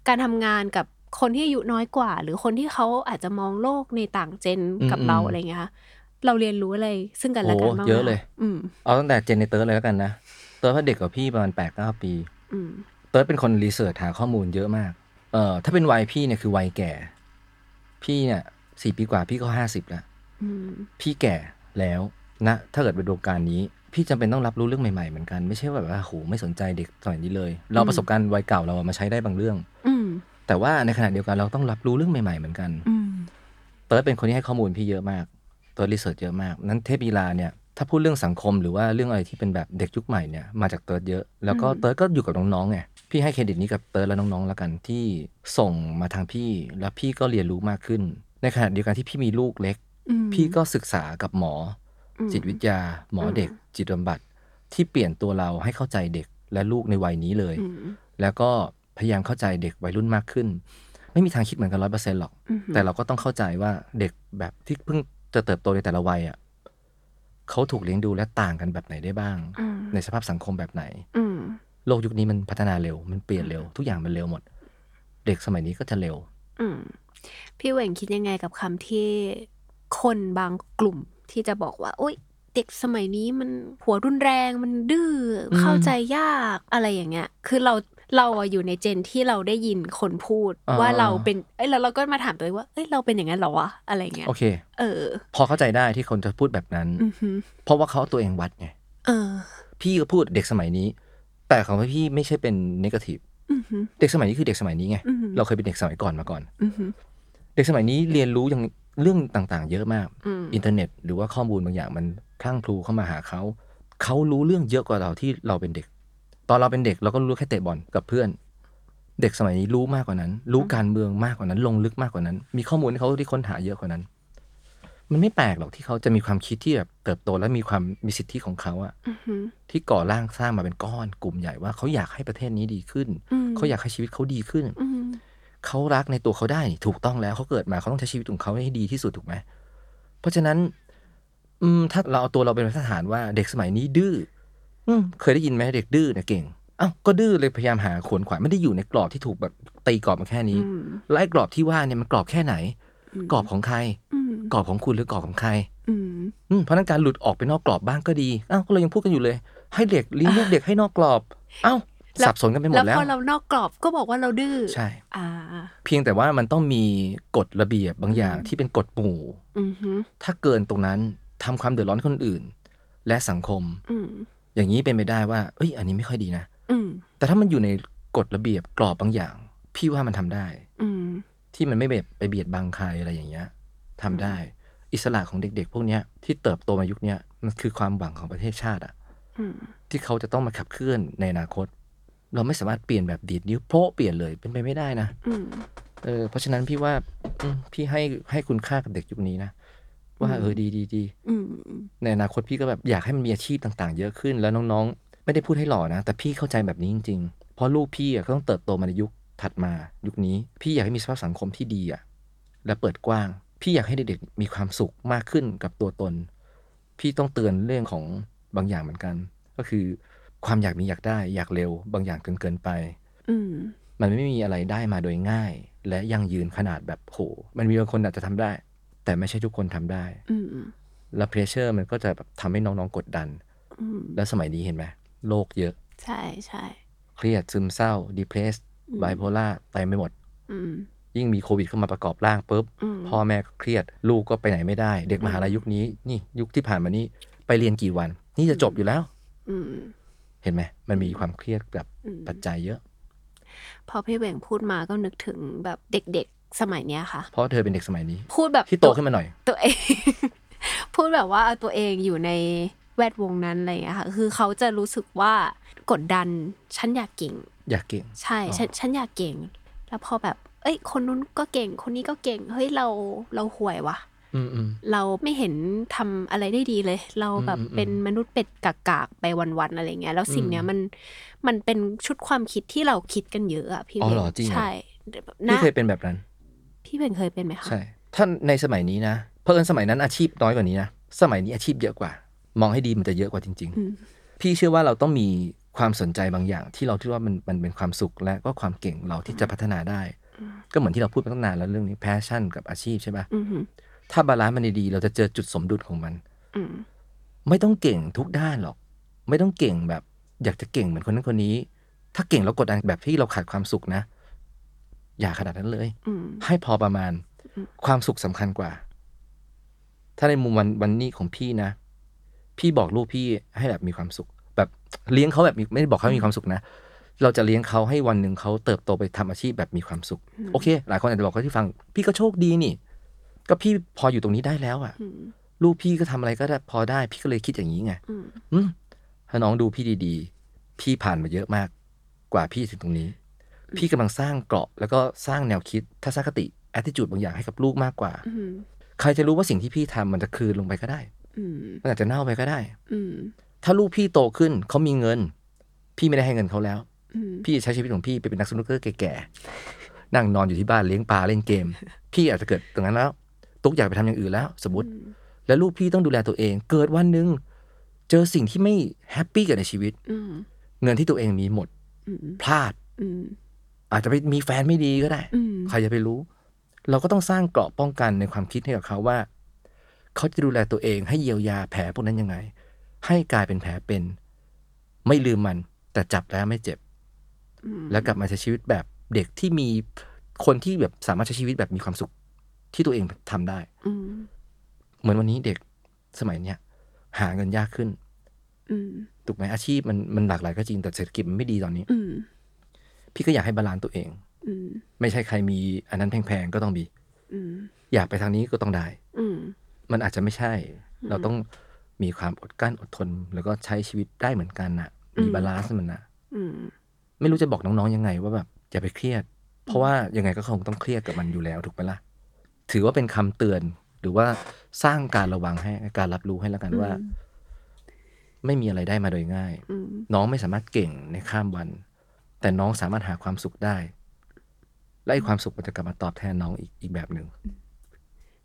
S4: การทำงานกับคนที่อายุน้อยกว่า หรือคนที่เขาอาจจะมองโลกในต่างเจนกับเราอะไรเงี้ยค่ะเราเรียนรู้อะไรซึ่งกันและ
S5: โอ้
S4: กันบ้างไหม
S5: เยอะเลย
S4: อืม
S5: เอาตั้งแต่เจนในเติร์ดเลยแล้วกันนะ เติร์ดว่าเด็กกว่าพี่ประมาณ8ปดปี
S4: อืม
S5: เติร์ดเป็นคนรีเสิร์ชหาข้อมูลเยอะมาก เอ่อถ้าเป็นวัยพี่เนี่ยคือวัยแก่ พี่เนี่ยสี่ปีกว่าพี่ก็ห้าสิบแล้ว
S4: อืม
S5: พี่แก่แล้วนะ ถ้าเกิดเป็นวงการนี้ พี่จำเป็นต้องรับรู้เรื่องใหม่ๆเหมือนกัน ไม่ใช่ว่าแบบว่าโหไม่สนใจเด็กสมัยนี้เลย เราประสบการณ์วัยเก่าเราเอามาใช้ได้บางเรื่อง
S4: อืม
S5: แต่ว่าในขณะเดียวกันเราต้องรับรู้เรื่องใหม่ ๆเหมือนกัน
S4: อืม
S5: เติร์ดเป็นคนที่ให้ข้อมูลพี่เยอะมาก เติร์ดรีเสิร์ชเยอะมาก นั้นเทพอีลาเนี่ย ถ้าพูดเรื่องสังคมหรือว่าเรื่องอะไรที่เป็นแบบเด็กยุคใหม่เนี่ย มาจากเติร์ดเยอะ แล้วก็เติร์ดก็อยู่กับน้องๆไง พี่ให้เครดิตนี้กับเติร์ดและน้องๆแล้วกันที่ส่งมาทางพี่ แล้วพี่ก็เรียนรู้มากขึ้น ในขณะเดียวกันที่พี่มีลูกเล็ก
S4: อืม
S5: พี่ก็ศึกษากับหมออ
S4: ม
S5: จิตวิทยา หมอเด็ก จิตบำบัดที่เปลี่ยนตัวเราให้เข้าใจเด็กและลูกในวัยนี้เลย
S4: อืม
S5: แล้วก็พยายามเข้าใจเด็กวัยรุ่นมากขึ้น ไม่มีทางคิดเหมือนกันร้อยเปอร์เซ็นต์หรอก
S4: อืม
S5: แต่เราก็ต้องเข้าใจว่าเด็กแบบที่เพิ่งจะเติบโตในแต่ละวัยอ่ะเขาถูกเลี้ยงดูและต่างกันแบบไหนได้บ้าง
S4: อืม
S5: ในสภาพสังคมแบบไหน
S4: อืม
S5: โลกยุคนี้มันพัฒนาเร็ว มันเปลี่ยนเร็ว ทุกอย่างมันเร็วหมด เด็กสมัยนี้ก็จะเร็ว
S4: อืมพี่เหวงคิดยังไงกับคำที่คนบางกลุ่มที่จะบอกว่า โอ๊ย เด็กสมัยนี้มันหัวรุนแรงมันดื้ออ
S5: ม
S4: เข้าใจยากอะไรอย่างเงี้ย คือเราเราอะอยู่ในเจนที่เราได้ยินคนพูด ว่าเราเป็นเอ้ยแล้วเราก็มาถามตัวเองว่าเอ้ยเราเป็นอย่างนั้นเหรอวะอะไรเงี้ย
S5: โอเค
S4: เออ
S5: พอเข้าใจได้ที่คนจะพูดแบบนั้น
S4: อือหือ
S5: เพราะว่าเขาเอาตัวเองวัดไง
S4: เออ
S5: พี่ก็พูดเด็กสมัยนี้ แต่ของพี่ไม่ใช่เป็นนกาทีฟ
S4: อือหือ
S5: เด็กสมัยนี้คือเด็กสมัยนี้ไง
S4: อืม
S5: เราเคยเป็นเด็กสมัยก่อนมาก่อน
S4: อือหือ
S5: เด็กสมัยนี้เรียนรู้อย่างเรื่องต่างๆ เยอะมาก
S4: อืม
S5: อินเทอร์เน็ต หรือว่าข้อมูลบางอย่างมันพลั่งพลูเข้ามาหาเขา เขารู้เรื่องเยอะกว่าเราที่เราเป็นเด็ก ตอนเราเป็นเด็กเราก็รู้แค่เตะบอลกับเพื่อน เด็กสมัยนี้รู้มากกว่านั้น รู้การเมืองมากกว่านั้น ลงลึกมากกว่านั้น มีข้อมูลที่เขาที่ค้นหาเยอะกว่านั้น มันไม่แปลกหรอกที่เขาจะมีความคิดที่แบบเติบโตและมีความมีสิทธิของเขาอะ
S4: อือหือ
S5: ที่ก่อร่างสร้างมาเป็นก้อนกลุ่มใหญ่ว่าเขาอยากให้ประเทศนี้ดีขึ้น
S4: อืม
S5: เขาอยากให้ชีวิตเขาดีขึ้น
S4: อือหือ
S5: เขารักในตัวเขาได้นี่ถูกต้องแล้วเขาเกิดมาเขาต้องใช้ชีวิตของเขาให้ดีที่สุดถูกไหมเพราะฉะนั้น อืมถ้าเราเอาตัวเราเป็นมาตรฐานว่าเด็กสมัยนี้ดื้ออืมเคยได้ยินไหมเด็กดื้อเนี่ยเก่งอ้าวก็ดื้อเลยพยายามหาขวนขวายไม่ได้อยู่ในกรอบที่ถูกแบบตีกรอบมาแค่นี้
S4: อืม
S5: และไอ้กรอบที่ว่าเนี่ยมันกรอบแค่ไหน
S4: อืม
S5: กรอบของใคร
S4: อืม
S5: กรอบของคุณหรือกรอบของใคร
S4: อืม
S5: อืมเพราะฉะนั้นการหลุดออกไปนอกกรอบบ้างก็ดีอ้าวก็เรายังพูดกันอยู่เลย ให้เด็กเลี้ยงลูกเด็กให้นอกกรอบอ้าว
S4: แล้ว
S5: สับสนกันไปหม
S4: แล้
S5: ด
S4: ว
S5: แล้ว
S4: พอเรานอกกรอบก็บอกว่าเราดื้อ
S5: ใช่
S4: อ่า
S5: เพียงแต่ว่ามันต้องมีกฎระเบียบบางอย่าง
S4: อืม
S5: ที่เป็นกฎหมู่
S4: อืมฮึ
S5: ถ้าเกินตรงนั้นทำความเดือดร้อนคนอื่น และสังคม
S4: อืม
S5: อย่างนี้เป็นไปได้ว่าเอ้ย อันนี้ไม่ค่อยดีนะ
S4: อืม
S5: แต่ถ้ามันอยู่ในกฎระเบียบกรอบบางอย่าง พี่ว่ามันทำได้
S4: อืม
S5: ที่มันไม่แบบไปเบียดบังใครอะไรอย่างเงี้ยทำได้ อิสระของเด็ก ๆ พวกเนี้ยที่เติบโตมายุคเนี้ยมันคือความหวังของประเทศชาติอะ
S4: อืม
S5: ที่เขาจะต้องมาขับเคลื่อนในอนาคต เราไม่สามารถเปลี่ยนแบบดีดนิ้วโพะเปลี่ยนเลยเป็นไปไม่ได้นะ
S4: อืม
S5: เออเพราะฉะนั้นพี่ว่าอืมพี่ให้ให้คุณค่ากับเด็กยุคนี้นะ ว่า
S4: อืม
S5: เออดีดีดี
S4: อืมอืม
S5: ในอนาคตพี่ก็แบบอยากให้มันมีอาชีพต่างๆ เยอะขึ้นแล้วน้องๆ ไม่ได้พูดให้หล่อนะ แต่พี่เข้าใจแบบนี้จริงๆ เพราะลูกพี่อะก็ต้องเติบโตมาในยุคถัดมายุคนี้ พี่อยากให้มีสภาพสังคมที่ดีอะและเปิดกว้าง พี่อยากให้เด็กๆมีความสุขมากขึ้นกับตัวตน พี่ต้องเตือนเรื่องของบางอย่างเหมือนกัน ก็คือความอยากมีอยากได้อยากเร็ว บางอย่างเกินเกินไป
S4: อืม
S5: มันไม่มีอะไรได้มาโดยง่าย และยั่งยืนขนาดแบบโห มันมีบางคนอาจจะทำได้ แต่ไม่ใช่ทุกคนทำได้
S4: อืมอืม
S5: แล้วเพรสเชอร์มันก็จะแบบทำให้น้องๆกดดัน
S4: อืม
S5: แล้วสมัยนี้เห็นไหมโรคเยอะ
S4: ใช่ใช่
S5: เครียดซึมเศร้าดิเพรสไบโพล่าเต็มไปหมด
S4: อืม
S5: ยิ่งมีโควิดเข้ามาประกอบร่างปุ๊บ
S4: อืม
S5: พ่อแม่ก็เครียด ลูกก็ไปไหนไม่ได้ เด็กมหาลัยยุคนี้ นี่ยุคที่ผ่านมานี่ไปเรียนกี่วัน นี่จะจบอยู่แล้ว
S4: อืม
S5: เห็นไหมมันมีความเครียดแบบ
S4: อืม
S5: ปัจจัยเยอะ
S4: พอพี่เบ่งพูดมาก็นึกถึงแบบเด็กๆสมัยเนี้ยค่ะ
S5: เพราะเธอเป็นเด็กสมัยนี้
S4: พูดแบบ
S5: ที่โตขึ้นมาหน่อย
S4: ตัวเอง พูดแบบว่าเอาตัวเองอยู่ในแวดวงนั้นอะไรอย่างเงี้ยค่ะคือเขาจะรู้สึกว่ากดดันฉันอยากเก่ง
S5: อยากเก่ง
S4: ใช่
S5: อ๋อ
S4: ฉันฉันอยากเก่ง แล้วพอแบบ เอ้ย คนนู้นก็เก่ง คนนี้ก็เก่ง เฮ้ย เรา เราห่วยวะ
S5: อืมอืม
S4: เราไม่เห็นทำอะไรได้ดีเลย เราแบบ
S5: อืมอืม
S4: เป็นมนุษย์เป็ดกากๆไปวันๆอะไรเงี้ย แล้วสิ่งเนี้ย
S5: อืม
S4: มัน มันเป็นชุดความคิดที่เราคิดกันเยอะอะพี่
S5: อ๋อ
S4: เบ
S5: เหรอจริงเหรอ
S4: ใช่
S5: พี่
S4: นะ
S5: เคยเป็นแบบนั้น
S4: พี่เบนเคยเป็นไหมคะ
S5: ใช่ ถ้าในสมัยนี้นะ เพราะเอิญสมัยนั้นอาชีพน้อยกว่านี้นะ สมัยนี้อาชีพเยอะกว่า มองให้ดีมันจะเยอะกว่าจริง
S4: อืม
S5: ๆ พี่เชื่อว่าเราต้องมีความสนใจบางอย่าง ที่เราคิดว่ามันมันเป็นความสุขและก็ความเก่งเราที่จะพัฒนาได้ ก็เหมือนที่เราพูดมาตั้งนานแล้วเรื่องนี้ passion กับอาชีพใช่ปะ
S4: อืม
S5: ถ้าบาลานซ์มันดีๆเราจะเจอจุดสมดุลของมัน
S4: อืม
S5: ไม่ต้องเก่งทุกด้านหรอก ไม่ต้องเก่งแบบ อยากจะเก่งเหมือนคนนั้นคนนี้ ถ้าเก่งแล้วกดดันแบบที่เราขาดความสุขนะ อย่าขนาดนั้นเลย
S4: อืม
S5: ให้พอประมาณ
S4: อืม
S5: ความสุขสำคัญกว่า ถ้าในมุมวันวันนี้ของพี่นะ พี่บอกลูกพี่ให้แบบมีความสุข แบบเลี้ยงเขาแบบมีไม่ได้บอกเขาให้มีความสุขนะ เราจะเลี้ยงเขาให้วันหนึ่งเขาเติบโตไปทำอาชีพแบบมีความสุข โอเค หลายคนอาจจะบอกเขาที่ฟัง พี่ก็โชคดีนี่ ก็พี่พออยู่ตรงนี้ได้แล้วอะ
S4: อืม
S5: ลูกพี่ก็ทำอะไรก็ได้พอได้ พี่ก็เลยคิดอย่างนี้ไง
S4: อืม
S5: อืมถ้าน้องดูพี่ดีๆ พี่ผ่านมาเยอะมากกว่าพี่ถึงตรงนี้ พี่กำลังสร้างเกราะแล้วก็สร้างแนวคิดทัศนคติ attitude บางอย่างให้กับลูกมากกว่า
S4: อืม
S5: ใครจะรู้ว่าสิ่งที่พี่ทำมันจะคืนลงไปก็ได้
S4: อืม
S5: มันอาจจะเน่าไปก็ได้
S4: อืม
S5: ถ้าลูกพี่โตขึ้นเขามีเงิน พี่ไม่ได้ให้เงินเขาแล้ว
S4: อืม
S5: พี่จะใช้ชีวิตของพี่ไปเป็นนักสนุกเกอร์แก่ๆ นั่งนอนอยู่ที่บ้านเลี้ยงปลาเล่นเกม พี่อาจจะเกิดตรงนั้นแล้ว ตุ๊กอยากไปทำอย่างอื่นแล้ว สมมติ แล้วลูกพี่ต้องดูแลตัวเอง เกิดวันหนึ่งเจอสิ่งที่ไม่แฮปปี้กับในชีวิต
S4: อืม
S5: เงินที่ตัวเองมีหมด
S4: อืม
S5: พลาด
S4: อืม
S5: อาจจะไปมีแฟนไม่ดีก็ได้
S4: อืม
S5: ใครจะไปรู้ เราก็ต้องสร้างเกราะป้องกันในความคิดให้กับเขาว่า เขาจะดูแลตัวเองให้เยียวยาแผลพวกนั้นยังไง ให้กลายเป็นแผลเป็น ไม่ลืมมัน แต่จับแล้วไม่เจ็บ
S4: อืม
S5: แล้วกลับมาใช้ชีวิตแบบเด็กที่มีคนที่แบบสามารถใช้ชีวิตแบบมีความสุขที่ตัวเองทำได้
S4: อืม
S5: เหมือนวันนี้เด็กสมัยเนี้ยหาเงินยากขึ้น
S4: อืม
S5: ถูกไหมอาชีพมันมันหลากหลายก็จริงแต่เศรษฐกิจมันไม่ดีตอนนี้
S4: อืม
S5: พี่ก็อยากให้บาลานซ์ตัวเอง
S4: อืม
S5: ไม่ใช่ใครมีอันนั้นแพงๆก็ต้องมี
S4: อืม
S5: อยากไปทางนี้ก็ต้องได้
S4: อืม
S5: มันอาจจะไม่ใช่ เราต้องมีความอดกลั้นอดทน แล้วก็ใช้ชีวิตได้เหมือนกันน่ะ มี
S4: อืม
S5: บาลานซ์มันน่ะ
S4: อืม
S5: ไม่รู้จะบอกน้องๆยังไงว่าแบบอย่าไปเครียด เพราะว่ายังไงก็คงต้องเครียดกับมันอยู่แล้วถูกไหมล่ะ ถือว่าเป็นคำเตือนหรือว่าสร้างการระวังให้การรับรู้ให้แล้วกันว่า
S4: อืม
S5: ไม่มีอะไรได้มาโดยง่าย
S4: อืม
S5: น้องไม่สามารถเก่งในข้ามวัน แต่น้องสามารถหาความสุขได้ และไอ้ความสุขมันจะกลับมาตอบแทนน้องอีกอีกแบบหนึ่ง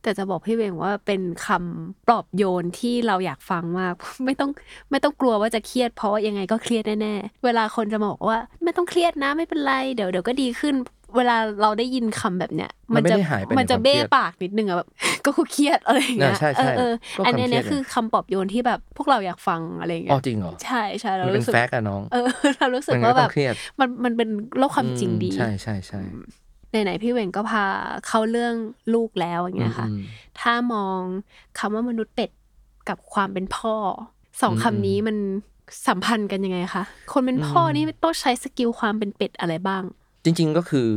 S4: แต่จะบอกพี่เวงว่าเป็นคำปลอบโยนที่เราอยากฟังมาก ไม่ต้องไม่ต้องกลัวว่าจะเครียด เพราะว่ายังไงก็เครียดแน่ๆเวลาคนจะมาบอกว่า ไม่ต้องเครียดนะไม่เป็นไร เดี๋ยวเดี๋ยวก็ดีขึ้น เวลาเราได้ยินคำแบบเนี้ย
S5: มันไม่
S4: จะ
S5: ได้หายไปใน
S4: มันจะ
S5: ความเครี
S4: เบ้
S5: ยด
S4: ปากนิดนึงอะแบบ ก็กูเครียดอะไรอย่างเงี้ย
S5: น่ะใช่ใช่
S4: เออเออ
S5: ก็ความ
S4: อันเนี้ย
S5: เครียด
S4: เนี่ยคือคำปลอบโยนที่แบบพวกเราอยากฟังอะไรอย่าง
S5: อ๋อ
S4: เงี้ย
S5: จริงเหรอ
S4: ใช่ใช่เรา
S5: มันเป็น
S4: รู้สึก
S5: แฟกต์อะน้อง
S4: เออ เรารู้สึก
S5: มันก็
S4: ว่า
S5: ต้
S4: แบ
S5: อบ งเครียด
S4: มันมันเป็นโลกความจริงดี
S5: อืมใช่ใช่ใช่
S4: ไหนๆพี่เวงก็พาเข้าเรื่องลูกแล้วอย่างเงี้ยค่ะ
S5: อืม
S4: ถ้ามองคำว่ามนุษย์เป็ดกับความเป็นพ่อสอง
S5: อืม
S4: คำนี้มันสัมพันธ์กันยังไงคะคนเป็นพ่ออ
S5: ม
S4: นี่ต้องใช้สกิลความเป็นเป็ดอะไรบ้าง
S5: จริง ๆ ก็คือ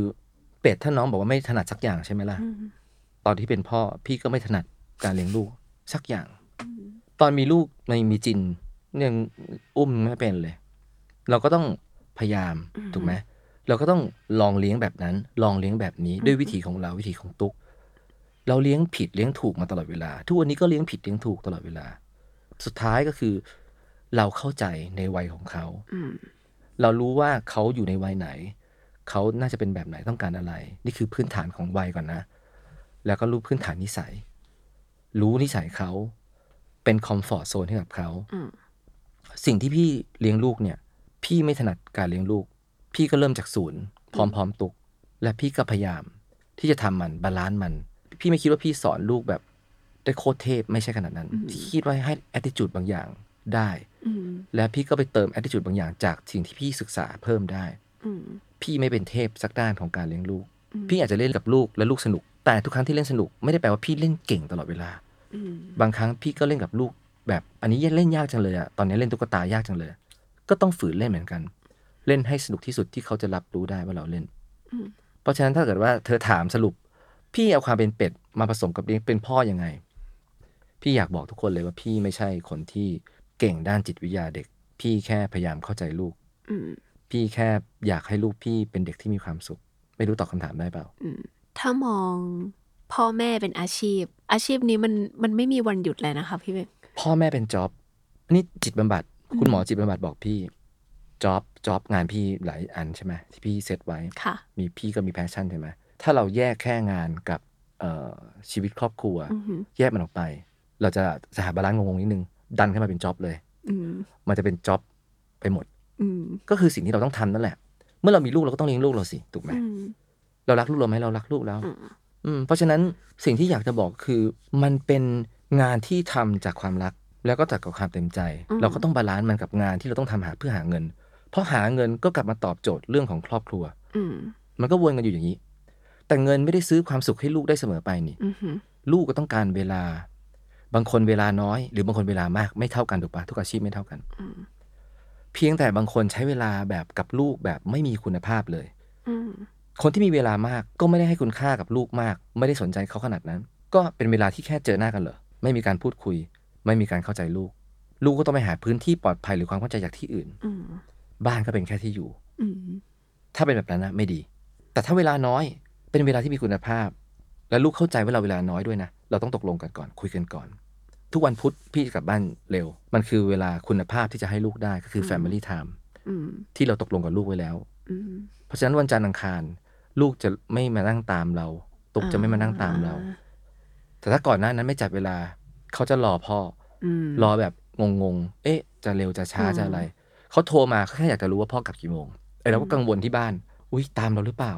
S5: เป็ดถ้าน้องบอกว่าไม่ถนัดสักอย่างใช่ไหมล่ะ
S4: อืม
S5: ตอนที่เป็นพ่อพี่ก็ไม่ถนัดการเลี้ยงลูกสักอย่าง ตอนมีลูกไม่มีจินยังอุ้มไม่เป็นเลย เราก็ต้องพยายาม
S4: อืม
S5: ถูกไหมเราก็ต้องลองเลี้ยงแบบนั้น ลองเลี้ยงแบบนี้ด้วยวิธีของเราวิธีของตุ๊ก เราเลี้ยงผิดเลี้ยงถูกมาตลอดเวลา ทุกวันนี้ก็เลี้ยงผิดเลี้ยงถูกตลอดเวลา สุดท้ายก็คือ เราเข้าใจในวัยของเขา
S4: อืม
S5: เรารู้ว่าเขาอยู่ในวัยไหน เขาน่าจะเป็นแบบไหนต้องการอะไร นี่คือพื้นฐานของวัยก่อนนะ แล้วก็รู้พื้นฐานนิสัย รู้นิสัยเขา เป็นคอมฟอร์ตโซนให้กับเขา
S4: อืม
S5: สิ่งที่พี่เลี้ยงลูกเนี่ย พี่ไม่ถนัดการเลี้ยงลูก พี่ก็เริ่มจากศูนย์ พร้อมๆตุก และพี่ก็พยายาม ที่จะทำมันบาลานซ์มัน พี่ไม่คิดว่าพี่สอนลูกแบบได้โคตรเทพไม่ใช่ขนาดนั้นพี่คิดว่าให้ attitude บางอย่างได้
S4: อืม
S5: และพี่ก็ไปเติม attitude บางอย่างจากสิ่งที่พี่ศึกษาเพิ่มได้
S4: อืม
S5: พี่ไม่เป็นเทพสักด้านของการเลี้ยงลูก
S4: อืม
S5: พี่อาจจะเล่นกับลูกและลูกสนุก แต่ทุกครั้งที่เล่นสนุกไม่ได้แปลว่าพี่เล่นเก่งตลอดเวลา
S4: อืม
S5: บางครั้งพี่ก็เล่นกับลูก แบบอันนี้เล่นยากจังเลยอะตอนนี้เล่นตุ๊กตายากจังเลย ก็ต้องฝืนเล่นเหมือนกัน เล่นให้สนุกที่สุดที่เขาจะรับรู้ได้ว่าเราเล่น เพราะฉะนั้นถ้าเกิดว่าเธอถามสรุป พี่เอาความเป็นเป็ดมาผสมกับเลี้ยงเป็นพ่อยังไง พี่อยากบอกทุกคนเลยว่าพี่ไม่ใช่คนที่เก่งด้านจิตวิทยาเด็ก พี่แค่พยายามเข้าใจลูก
S4: อืม
S5: พี่แค่อยากให้ลูกพี่เป็นเด็กที่มีความสุข ไม่รู้ตอบคำถามได้เปล่า
S4: อืมถ้ามองพ่อแม่เป็นอาชีพ อาชีพนี้มันมันไม่มีวันหยุดเลยนะคะพี่เวง
S5: พ่อแม่เป็นจ็อบอันนี้จิตบำบัด คุณหมอจิตบำบัดบอกพี่จ็อบจ็อบงานพี่หลายอันใช่ไหมที่พี่เซตไว้
S4: ค่ะ
S5: มีพี่ก็มีแพชชั่นใช่ไหมถ้าเราแยกแค่งานกับเอ่อชีวิตครอบครัว
S4: อือหือ
S5: แยกมันออกไป เราจะจะหาบาลานซ์งงๆนิดนึง ดันขึ้นมาเป็นจ็อบเลย
S4: อืม
S5: มันจะเป็นจ็อบไปหมด
S4: อืม
S5: ก็คือสิ่งที่เราต้องทำนั่นแหละ เมื่อเรามีลูกเราก็ต้องเลี้ยงลูกเราสิถูกไหม
S4: อืม
S5: เรารักลูกเราไหมเรารักลูกเรา
S4: อืม
S5: อืมเพราะฉะนั้นสิ่งที่อยากจะบอกคือมันเป็นงานที่ทำจากความรัก แล้วก็จากกับความเต็มใจ เราก็ต้องบาลานซ์มันกับงานที่เราต้องทำหาเพื่อหาเงิน เพราะหาเงินก็กลับมาตอบโจทย์เรื่องของครอบครัว
S4: อืม
S5: มันก็วนกันอยู่อย่างนี้ แต่เงินไม่ได้ซื้อความสุขให้ลูกได้เสมอไปนี่
S4: อืมอืม
S5: ลูกก็ต้องการเวลา บางคนเวลาน้อย หรือบางคนเวลามากไม่เท่ากันถูกปะทุกอาชีพไม่เท่ากัน เพียงแต่บางคนใช้เวลาแบบกับลูกแบบไม่มีคุณภาพเลย
S4: อืม
S5: คนที่มีเวลามากก็ไม่ได้ให้คุณค่ากับลูกมาก ไม่ได้สนใจเขาขนาดนั้น ก็เป็นเวลาที่แค่เจอหน้ากันเหรอไม่มีการพูดคุย ไม่มีการเข้าใจลูก ลูกก็ต้องไปหาพื้นที่ปลอดภัยหรือความเข้าใจจากที่อื่น
S4: อืม
S5: บ้านก็เป็นแค่ที่อยู่
S4: อืม
S5: ถ้าเป็นแบบนั้นนะไม่ดี แต่ถ้าเวลาน้อยเป็นเวลาที่มีคุณภาพ และลูกเข้าใจว่าเราเวลาน้อยด้วยนะ เราต้องตกลงกันก่อนคุยกันก่อน ทุกวันพุธพี่จะกลับบ้านเร็ว มันคือเวลาคุณภาพที่จะให้ลูกได้ก็คือ Family Time
S4: อืม
S5: ที่เราตกลงกับลูกไว้แล้ว
S4: อืม
S5: เพราะฉะนั้นวันจันทร์อังคาร ลูกจะไม่มานั่งตามเรา ตุกจะไม่มานั่งตามเรา แต่ถ้าก่อนหน้านั้นไม่จัดเวลา เขาจะรอพ่อ
S4: อืม
S5: รอแบบงงๆ เอ๊ะ จะเร็วจะช้า
S4: อืม
S5: จะอะไร เขาโทรมาเขาแค่อยากจะรู้ว่าพ่อกลับกี่โมงไอ้เราก็กังวลที่บ้าน อุ้ยตามเราหรือเปล่า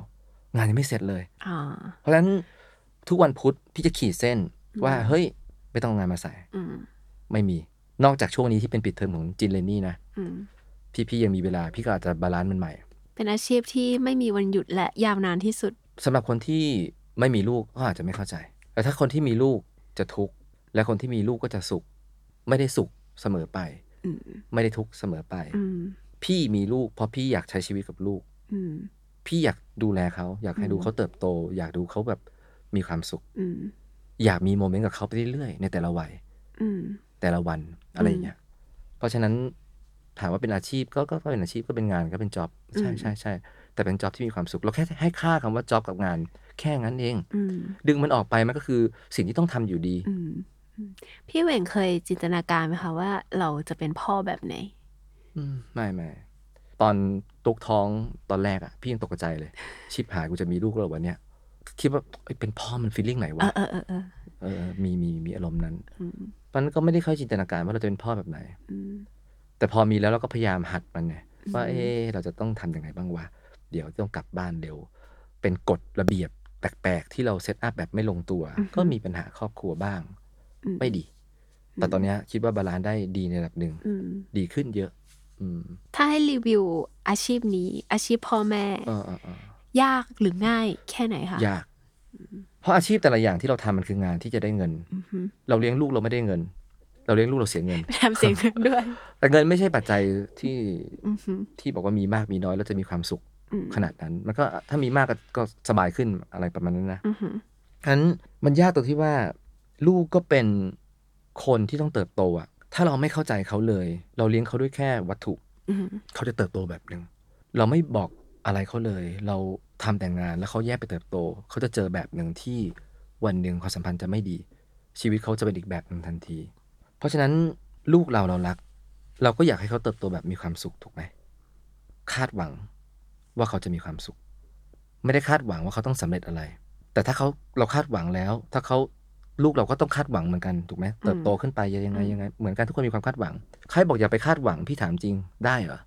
S5: งานยังไม่เสร็จเลย
S4: อ่า
S5: เพราะฉะนั้นทุกวันพุธพี่จะขีดเส้นว่าเฮ้ย ไม่ต้องเอางานมาใส่
S4: อืม
S5: ไม่มีนอกจากช่วงนี้ที่เป็นปิดเทอมของจินเลนนี่นะ
S4: อืม
S5: พี่พี่ยังมีเวลาพี่ก็อาจจะบาลานซ์มันใหม่
S4: เป็นอาชีพที่ไม่มีวันหยุดและยาวนานที่สุด
S5: สำหรับคนที่ไม่มีลูกก็อาจจะไม่เข้าใจ แต่ถ้าคนที่มีลูกจะทุกข์ และคนที่มีลูกก็จะสุข ไม่ได้สุขเสมอไป
S4: อืม
S5: ไม่ได้ทุกข์เสมอไป
S4: อืม
S5: พี่มีลูกเพราะพี่อยากใช้ชีวิตกับลูก
S4: อืม
S5: พี่อยากดูแลเขา อยากให้
S4: อืม
S5: ดูเขาเติบโต อยากดูเขาแบบมีความสุข
S4: อืม
S5: อยากมีโมเมนต์กับเขาไปเรื่อยๆ ในแต่ละวัย
S4: อืม
S5: แต่ละวันอะไรอย่างเงี้ย เพราะฉะนั้นถามว่าเป็นอาชีพก็ก็ก็เป็นอาชีพก็เป็นงานก็เป็นจ็อบใช่
S4: อืม
S5: ใช่ใช่แต่เป็นจ็อบที่มีความสุข เราแค่ให้ค่าคำว่าจ็อบกับงาน แค่นั้นเอง
S4: อืม
S5: ดึงมันออกไปมันก็คือสิ่งที่ต้องทำอยู่ดี
S4: อืมอืมพี่เหว่งเคยจินตนาการไหมคะว่าเราจะเป็นพ่อแบบไหน
S5: อืมไม่ไม่ตอนตกท้องตอนแรกอะพี่ยังตกใจเลย ชิบหายกูจะมีลูกแล้ววันเนี้ยคิดว่าเอ้ยเป็นพ่อมันฟีลลิ่งไหน
S4: เอ
S5: วะ
S4: อเออเออเออ
S5: เออเออมีมีมีอารมณ์นั้น
S4: อืม
S5: มันก็ไม่ได้ค่อยจินตนาการว่าเราจะเป็นพ่อแบบไหน
S4: อืม
S5: แต่พอมีแล้วเราก็พยายามหัดมันไงว่า
S4: อืม
S5: เออเราจะต้องทำยังไงบ้างวะเดี๋ยวต้องกลับบ้านเร็ว เป็นกฎระเบียบแปลกๆ ที่เราเซตอัพแบบไม่ลงตัว
S4: อือฮึ
S5: ก็มีปัญหาครอบครัวบ้าง
S4: อืม
S5: ไม่ดี แต่ตอนเนี้ยคิดว่าบาลานซ์ได้ดีในระดับหนึ่ง
S4: อืม
S5: ดีขึ้นเยอะ อืม
S4: ถ้าให้รีวิวอาชีพนี้ อาชีพพ่อแม่
S5: เออเออเออย
S4: ากหรือง่ายแค่ไหนคะ
S5: ยาก เพราะอาชีพแต่ละอย่างที่เราทำมันคืองานที่จะได้เงิน
S4: อือฮึ
S5: เราเลี้ยงลูกเราไม่ได้เงิน เราเลี้ยงลูกเราเสียเงิน
S4: ทำเสียงเพื่อนด้วย
S5: แต่เงินไม่ใช่ปัจจัยที่
S4: อือฮึ
S5: ที่บอกว่ามีมากมีน้อยแล้วจะมีความสุข
S4: อืม
S5: ขนาดนั้น มันก็ถ้ามีมากก็ก็สบายขึ้นอะไรประมาณนั้นนะ
S4: อือฮึ
S5: ฉะนั้นมันยากตรงที่ว่า ลูกก็เป็นคนที่ต้องเติบโตอะถ้าเราไม่เข้าใจเขาเลย เราเลี้ยงเขาด้วยแค่วัตถุ
S4: อือฮึ
S5: เขาจะเติบโตแบบหนึ่งเราไม่บอกอะไรเขาเลย เราทำแต่งงานแล้วเขาแยกไปเติบโต เขาจะเจอแบบหนึ่งที่วันหนึ่งความสัมพันธ์จะไม่ดี ชีวิตเขาจะเป็นอีกแบบหนึ่งทันที เพราะฉะนั้นลูกเราเรารัก เราก็อยากให้เขาเติบโตแบบมีความสุขถูกไหมคาดหวังว่าเขาจะมีความสุข ไม่ได้คาดหวังว่าเขาต้องสำเร็จอะไร แต่ถ้าเขาเราคาดหวังแล้ว ถ้าเขาลูกเราก็ต้องคาดหวังเหมือนกันถูกไหมเติบโตขึ้นไปยังไงยังไงเหมือนกันทุกคนมีความคาดหวัง ใครบอกอย่าไปคาดหวังพี่ถามจริงได้เหรอ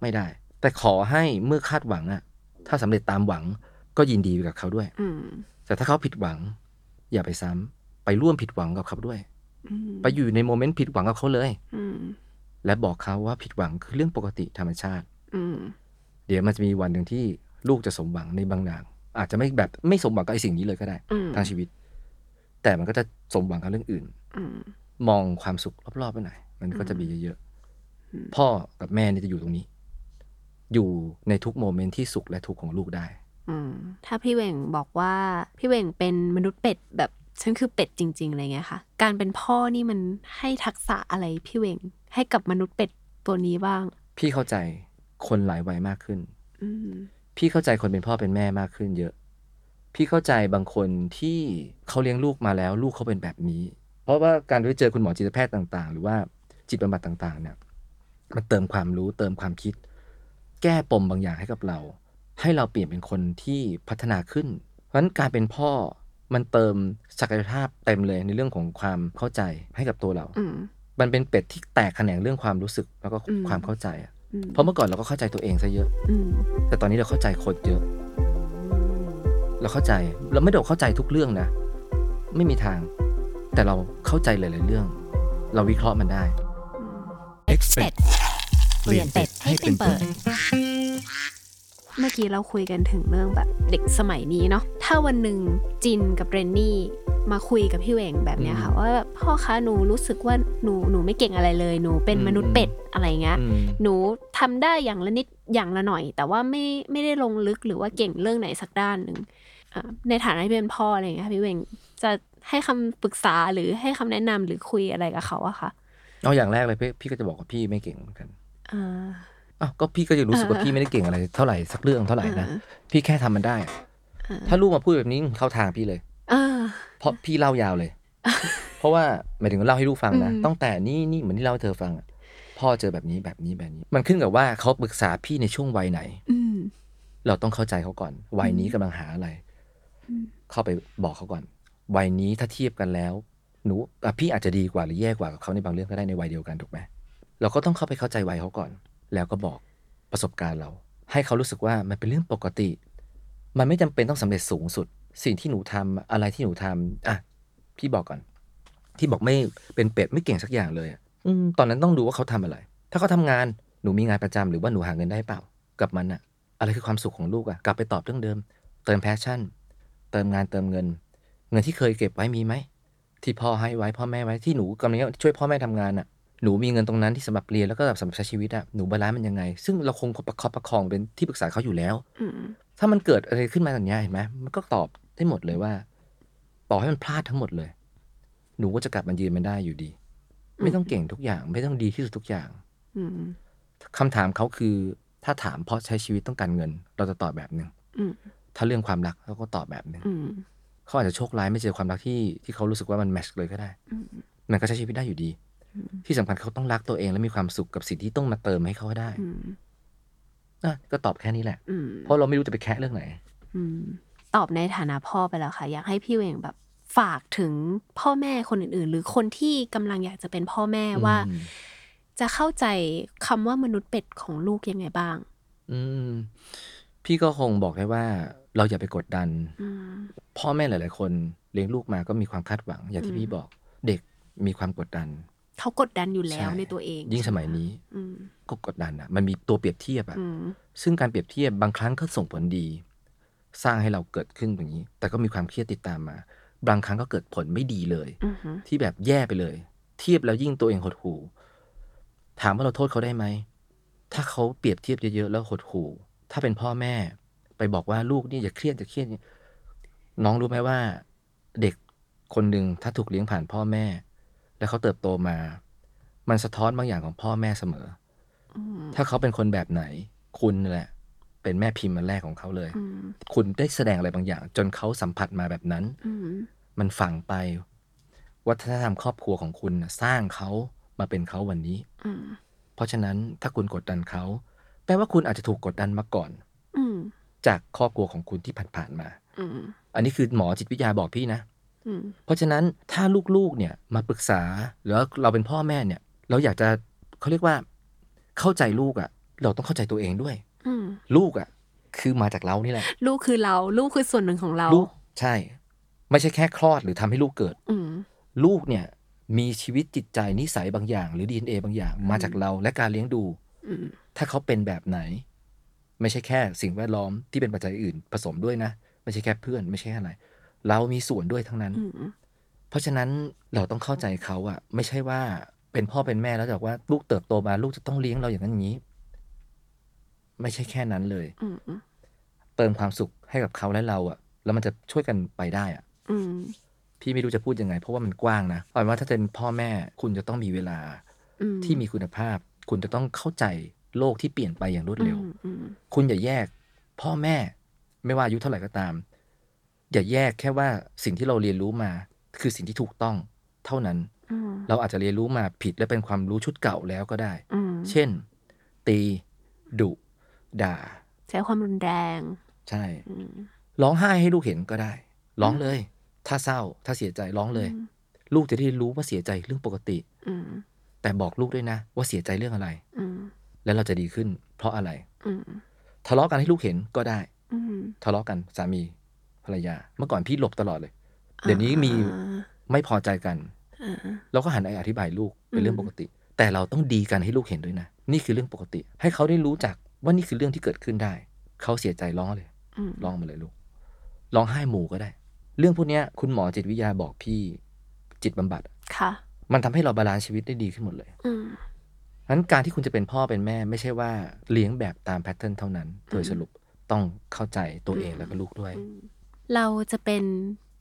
S5: ไม่ได้ แต่ขอให้เมื่อคาดหวังอะถ้าสำเร็จตามหวังก็ยินดีกับเขาด้วย
S4: อืม
S5: แต่ถ้าเขาผิดหวัง อย่าไปซ้ำไปร่วมผิดหวังกับเขาด้วย
S4: อืม
S5: ไปอยู่ในโมเมนต์ผิดหวังกับเขาเลย
S4: อืม
S5: และบอกเขาว่าผิดหวังคือเรื่องปกติธรรมชาติ
S4: อืม
S5: เดี๋ยวมันจะมีวันหนึ่งที่ลูกจะสมหวังในบางอย่างอาจจะไม่แบบไม่สมหวังกับไอ้สิ่งนี้เลยก็ได้
S4: อืม
S5: ทางชีวิต แต่มันก็จะสมหวังกับเรื่องอื่น
S4: อืม
S5: มองความสุขรอบๆไปหน่อยมันก็จะมีเยอะ
S4: อืม
S5: ๆ พ่อกับแม่เนี่ยจะอยู่ตรงนี้ อยู่ในทุกโมเมนต์ที่สุขและทุกข์ของลูกได้
S4: อืมถ้าพี่เหวงบอกว่าพี่เหวงเป็นมนุษย์เป็ดแบบฉันคือเป็ดจริงๆอะไรเงี้ยค่ะ การเป็นพ่อนี่มันให้ทักษะอะไรพี่เหวงให้กับมนุษย์เป็ดตัวนี้บ้าง
S5: พี่เข้าใจคนหลายวัยมากขึ้น
S4: อืม
S5: พี่เข้าใจคนเป็นพ่อเป็นแม่มากขึ้นเยอะ พี่เข้าใจบางคนที่เขาเลี้ยงลูกมาแล้ว ลูกเขาเป็นแบบนี้ เพราะว่าการได้เจอคุณหมอจิตแพทย์ต่างๆ หรือว่าจิตบำบัดต่างๆ เนี่ยมันเติมความรู้เติมความคิด แก้ปมบางอย่างให้กับเรา ให้เราเปลี่ยนเป็นคนที่พัฒนาขึ้น เพราะฉะนั้นการเป็นพ่อมันเติมศักยภาพเต็มเลยในเรื่องของความเข้าใจให้กับตัวเรา
S4: อืม
S5: มันเป็นเป็ดที่แตกแขนงเรื่องความรู้สึกแล้วก็
S4: อืม
S5: ความเข้าใจอะ
S4: อืม
S5: เพราะเมื่อก่อนเราก็เข้าใจตัวเองซะเยอะ
S4: อืม
S5: แต่ตอนนี้เราเข้าใจคนเยอะ เราเข้าใจ เราไม่ได้เข้าใจทุกเรื่องนะ ไม่มีทาง แต่เราเข้าใจหลาย ๆ เรื่อง เราวิเคราะห์มันได้
S3: Expect เปลี่ยนเป็ดให้เป็นเปิด
S4: เมื่อกี้เราคุยกันถึงเรื่องแบบเด็กสมัยนี้เนาะถ้าวันหนึ่งจินกับเรนนี่มาคุยกับพี่เหวงแบบเนี้ยค่ะ ว่าแบบพ่อคะหนูรู้สึกว่าหนูหนูไม่เก่งอะไรเลยหนูเป็นมนุษย์เป็ดอะไรเงี้ย หนูทำได้อย่างละนิดอย่างละหน่อย แต่ว่าไม่ไม่ได้ลงลึกหรือว่าเก่งเรื่องไหนสักด้านหนึ่งอ่าในฐานะที่เป็นพ่ออะไรอย่างเงี้ยค่ะพี่เวงจะให้คำปรึกษาหรือให้คำแนะนำหรือคุยอะไรกับเขาอะคะ
S5: เอาอย่างแรกเลยพี่พี่ก็จะบอกว่าพี่ไม่เก่งเหมือนกัน
S4: อ่า
S5: อ้าวก็พี่ก็จะรู้สึกว่า
S4: เออ
S5: พี่ไม่ได้เก่งอะไรเท่าไหร่สักเรื่องเท่าไหร่นะ พี่แค่ทำมันได้
S4: อ่า
S5: ถ้าลูกมาพูดแบบนี้เข้าทางพี่เลย
S4: อ่า
S5: เพราะพี่เล่ายาวเลย เพราะว่าหมายถึงเล่าให้ลูกฟังนะ
S4: อืม
S5: ตั้งแต่นี่นี่เหมือนที่เล่าให้เธอฟังอะพ่อเจอแบบนี้แบบนี้แบบนี้ มันขึ้นกับว่าเขาปรึกษาพี่ในช่วงวัยไหน
S4: อืม
S5: เราต้องเข้าใจเขาก่อน วัยนี้กำลังหาอะไร
S4: อืม
S5: เข้าไปบอกเขาก่อน วัยนี้ถ้าเทียบกันแล้ว หนูอ่ะพี่อาจจะดีกว่าหรือแย่กว่ากับเขาในบางเรื่องก็ได้ในวัยเดียวกันถูกไหมเราก็ต้องเข้าไปเข้าใจวัยเขาก่อน แล้วก็บอกประสบการณ์เรา ให้เขารู้สึกว่ามันเป็นเรื่องปกติ มันไม่จำเป็นต้องสำเร็จสูงสุด สิ่งที่หนูทำอะไรที่หนูทำอ่ะพี่บอกก่อน ที่บอกไม่เป็นเป็ดไม่เก่งสักอย่างเลยอะอืมตอนนั้นต้องดูว่าเขาทำอะไร ถ้าเขาทำงานหนูมีงานประจำหรือว่าหนูหาเงินได้เปล่ากับมันอะอะไรคือความสุขของลูกอะกลับไปตอบเรื่องเดิม เติมแพชชั่น เติมงานเติมเงิน เงินที่เคยเก็บไว้มีไหมที่พ่อให้ไว้พ่อแม่ไว้ที่หนูกำลังช่วยพ่อแม่ทำงานอะหนูมีเงินตรงนั้นที่สำหรับเรียนแล้วก็สำหรับใช้ชีวิตอะหนูบาลานซ์มันยังไง ซึ่งเราคงประคับประคองเป็นที่ปรึกษาเขาอยู่แล้ว
S4: อืม
S5: ถ้ามันเกิดอะไรขึ้นมาอย่างเงี้ยเห็นไหมมันก็ตอบได้หมดเลยว่า ต่อให้มันพลาดทั้งหมดเลย หนูก็จะกลับมายืนมันได้อยู่ดี ไม่ต้องเก่งทุกอย่าง ไม่ต้องดีที่สุดทุกอย่าง
S4: อืม
S5: คำถามเขาคือ ถ้าถามเพราะใช้ชีวิตต้องการเงิน เราจะตอบแบบหนึ่ง
S4: อืม
S5: ถ้าเรื่องความรักเราก็ตอบแบบหนึ่ง
S4: อืม
S5: เขาอาจจะโชคร้ายไม่เจอความรักที่ที่เขารู้สึกว่ามันแมชเลยก็ได้
S4: อืม
S5: มันก็ใช้ชีวิตได้อยู่ดี ที่สำคัญเขาต้องรักตัวเองและมีความสุขกับสิ่งที่ต้องมาเติมให้เขาได้
S4: อืม
S5: อ่ะก็ตอบแค่นี้แหละ
S4: อืม
S5: เพราะเราไม่รู้จะไปแคะเรื่องไหน
S4: อืมตอบในฐานะพ่อไปแล้วค่ะ อยากให้พี่เหวงแบบฝากถึงพ่อแม่คนอื่น ๆ หรือคนที่กำลังอยากจะเป็นพ่อแม่ว่า
S5: อืม
S4: จะเข้าใจคำว่ามนุษย์เป็ดของลูกยังไงบ้าง
S5: อืมพี่ก็คงบอกได้ว่า เราอย่าไปกดดัน
S4: อืม
S5: พ่อแม่หลาย ๆ คนเลี้ยงลูกมาก็มีความคาดหวัง อย่าง
S4: อื
S5: ที่
S4: ม
S5: พี่บอกเด็กมีความกดดัน
S4: เขากดดันอยู่แล้ว
S5: ใช่
S4: ในตัวเอง
S5: ยิ่งสมัยนี้
S4: อืม
S5: ก็กดดันอ่ะมันมีตัวเปรียบเทียบอ่ะ
S4: อืม
S5: ซึ่งการเปรียบเทียบบางครั้งก็ส่งผลดี สร้างให้เราเกิดขึ้นอย่างนี้ แต่ก็มีความเครียดติดตามมา บางครั้งก็เกิดผลไม่ดีเลย
S4: อือหือ
S5: ที่แบบแย่ไปเลย เทียบแล้วยิ่งตัวเองหดหู่ถามว่าเราโทษเขาได้ไหม ถ้าเขาเปรียบเทียบเยอะๆแล้วหดหู่ถ้าเป็นพ่อแม่ ไปบอกว่าลูกนี่อย่าเครียดอย่าเครียดน้องรู้ไหมว่า เด็กคนหนึ่งถ้าถูกเลี้ยงผ่านพ่อแม่ แล้วเขาเติบโตมา มันสะท้อนบางอย่างของพ่อแม่เสมอ
S4: อืม
S5: ถ้าเขาเป็นคนแบบไหน คุณนั่นแหละ เป็นแม่พิมพ์มันแรกของเขาเลย
S4: อืม
S5: คุณได้แสดงอะไรบางอย่าง จนเขาสัมผัสมาแบบนั้น
S4: อืม
S5: มันฝังไป วัฒนธรรมครอบครัวของคุณน่ะสร้างเขามาเป็นเขาวันนี้
S4: อืม
S5: เพราะฉะนั้นถ้าคุณกดดันเขาแปลว่าคุณอาจจะถูกกดดันมาก่อน
S4: อืม
S5: จากครอบครัวของคุณที่ผ่านๆมา
S4: อืม
S5: อันนี้คือหมอจิตวิทยาบอกพี่นะ
S4: อืม
S5: เพราะฉะนั้นถ้าลูกๆเนี่ยมาปรึกษาหรือเราเป็นพ่อแม่เนี่ย เราอยากจะเขาเรียกว่า เข้าใจลูกอะ่ะ เราต้องเข้าใจตัวเองด้วย
S4: อืม
S5: ลูกอะ่ะ คือมาจากเรานี่แหละ
S4: ลูกคือเราลูกคือส่วนหนึ่งของเรา
S5: ลูกใช่ ไม่ใช่แค่คลอดหรือทำให้ลูกเกิด
S4: อืม
S5: ลูกเนี่ยมีชีวิตจิตใจนิสัยบางอย่าง หรือ DNA บางอย่าง มาจากเราและการเลี้ยงดู
S4: อืม
S5: ถ้าเขาเป็นแบบไหน ไม่ใช่แค่สิ่งแวดล้อมที่เป็นปัจจัยอื่น ผสมด้วยนะ ไม่ใช่แค่เพื่อน ไม่ใช่แค่อะไร เรามีส่วนด้วยทั้งนั้น
S4: อืม
S5: เพราะฉะนั้นเราต้องเข้าใจเขาอะไม่ใช่ว่าเป็นพ่อเป็นแม่แล้วจะบอกว่าลูกเติบโตมาลูกจะต้องเลี้ยงเราอย่างนั้นอย่างนี้ ไม่ใช่แค่นั้นเลย
S4: อืมอืม
S5: เติมความสุขให้กับเขาและเราอะแล้วมันจะช่วยกันไปได้อะ
S4: อืม
S5: พี่ไม่รู้จะพูดยังไง เพราะว่ามันกว้างนะเอาเป็นว่าถ้าเป็นพ่อแม่คุณจะต้องมีเวลา
S4: อืม
S5: ที่มีคุณภาพ คุณจะต้องเข้าใจโลกที่เปลี่ยนไปอย่างรวดเร็ว
S4: อืมอืม
S5: คุณอย่าแยก พ่อแม่ ไม่ว่าอายุเท่าไหร่ก็ตาม อย่าแยกแค่ว่าสิ่งที่เราเรียนรู้มา คือสิ่งที่ถูกต้องเท่านั้น
S4: อืม
S5: เราอาจจะเรียนรู้มาผิดและเป็นความรู้ชุดเก่าแล้วก็ได้
S4: อืม
S5: เช่น ตี ดุ ด่า
S4: ใช้ความรุนแรง
S5: ใช่
S4: อืม
S5: ร้องไห้ให้ลูกเห็นก็ได้ ร้องเลย ถ้าเศร้า ถ้าเสียใจร้องเลย
S4: อืม
S5: ลูกจะได้รู้ว่าเสียใจเรื่องปกติ
S4: อืม
S5: แต่บอกลูกด้วยนะ ว่าเสียใจเรื่องอะไร
S4: อืม
S5: แล้วเราจะดีขึ้น เพราะอะไร
S4: อืม
S5: ทะเลาะกันให้ลูกเห็นก็ได้
S4: อืม
S5: ทะเลาะกันสามีภรรยา เมื่อก่อนพี่หลบตลอดเลย เดี๋ยวนี้มี
S4: อ่า
S5: ไม่พอใจกัน
S4: อ่า
S5: เราก็หันไปอธิบายลูกเป็นเรื่องปกติ แต่เราต้องดีกันให้ลูกเห็นด้วยนะ นี่คือเรื่องปกติ ให้เขาได้รู้จักว่านี่คือเรื่องที่เกิดขึ้นได้ เขาเสียใจร้องเลย
S4: อืม
S5: ร้องมาเลยลูก ร้องไห้หมู่ก็ได้ เรื่องพวกเนี้ยคุณหมอจิตวิทยาบอกพี่จิตบำบัด
S4: ค่ะ
S5: มันทำให้เราบาลานซ์ชีวิตได้ดีขึ้นหมดเลย
S4: อืม
S5: นั้นการที่คุณจะเป็นพ่อเป็นแม่ ไม่ใช่ว่าเลี้ยงแบบตามแพทเทิร์นเท่านั้นโดยสรุปต้องเข้าใจตัวเองแล้วก็ลูกด้วย
S4: เราจะเป็น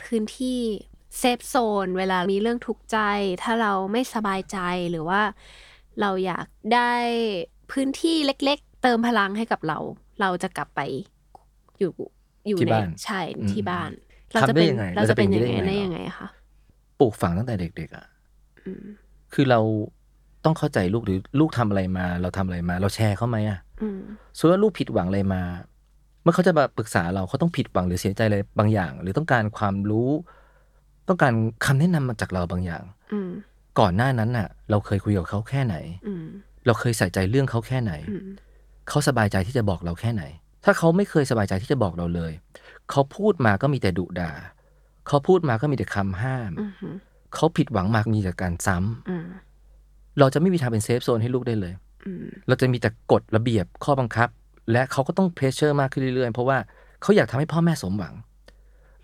S4: พื้นที่เซฟโซนเวลามีเรื่องทุกข์ใจ ถ้าเราไม่สบายใจหรือว่า เราอยากได้พื้นที่เล็กๆ เติมพลังให้กับเรา เราจะกลับไปอยู่อยู่
S5: ที่
S4: ใน
S5: บ้าน
S4: ใช่
S5: อืม
S4: ที่บ้าน
S5: ทำได้ยังไง
S4: เราจะเป็น
S5: เราจะเป็น
S4: ยังไง
S5: ได้ยังไง
S4: ได้
S5: เหรอ
S4: ยังไงคะ
S5: ปลูกฝังตั้งแต่เด็กๆอ่ะ
S4: อืม
S5: คือเราต้องเข้าใจลูกหรือลูกทำอะไรมา เราทำอะไรมา เราแชร์เขาไหมอ่ะ
S4: อืม
S5: ส่วนว่าลูกผิดหวังอะไรมา เมื่อเขาจะมาปรึกษาเราเขาต้องผิดหวังหรือเสียใจอะไรบางอย่าง หรือต้องการความรู้ ต้องการคำแนะนำมาจากเราบางอย่าง
S4: อืม
S5: ก่อนหน้านั้นน่ะ เราเคยคุยกับเขาแค่ไหน
S4: อืม
S5: เราเคยใส่ใจเรื่องเขาแค่ไหน
S4: อืม
S5: เขาสบายใจที่จะบอกเราแค่ไหน ถ้าเขาไม่เคยสบายใจที่จะบอกเราเลย เขาพูดมาก็มีแต่ดุด่า เขาพูดมาก็มีแต่คำห้าม
S4: อืมอืม
S5: เขาผิดหวังมากมีแต่การซ้ำ
S4: อืม
S5: เราจะไม่มีทางเป็นเซฟโซนให้ลูกได้เลย
S4: อืม
S5: เราจะมีแต่กฎระเบียบข้อบังคับ และเขาก็ต้องเพรสเชอร์มากขึ้นเรื่อยๆ เพราะว่าเขาอยากทำให้พ่อแม่สมหวัง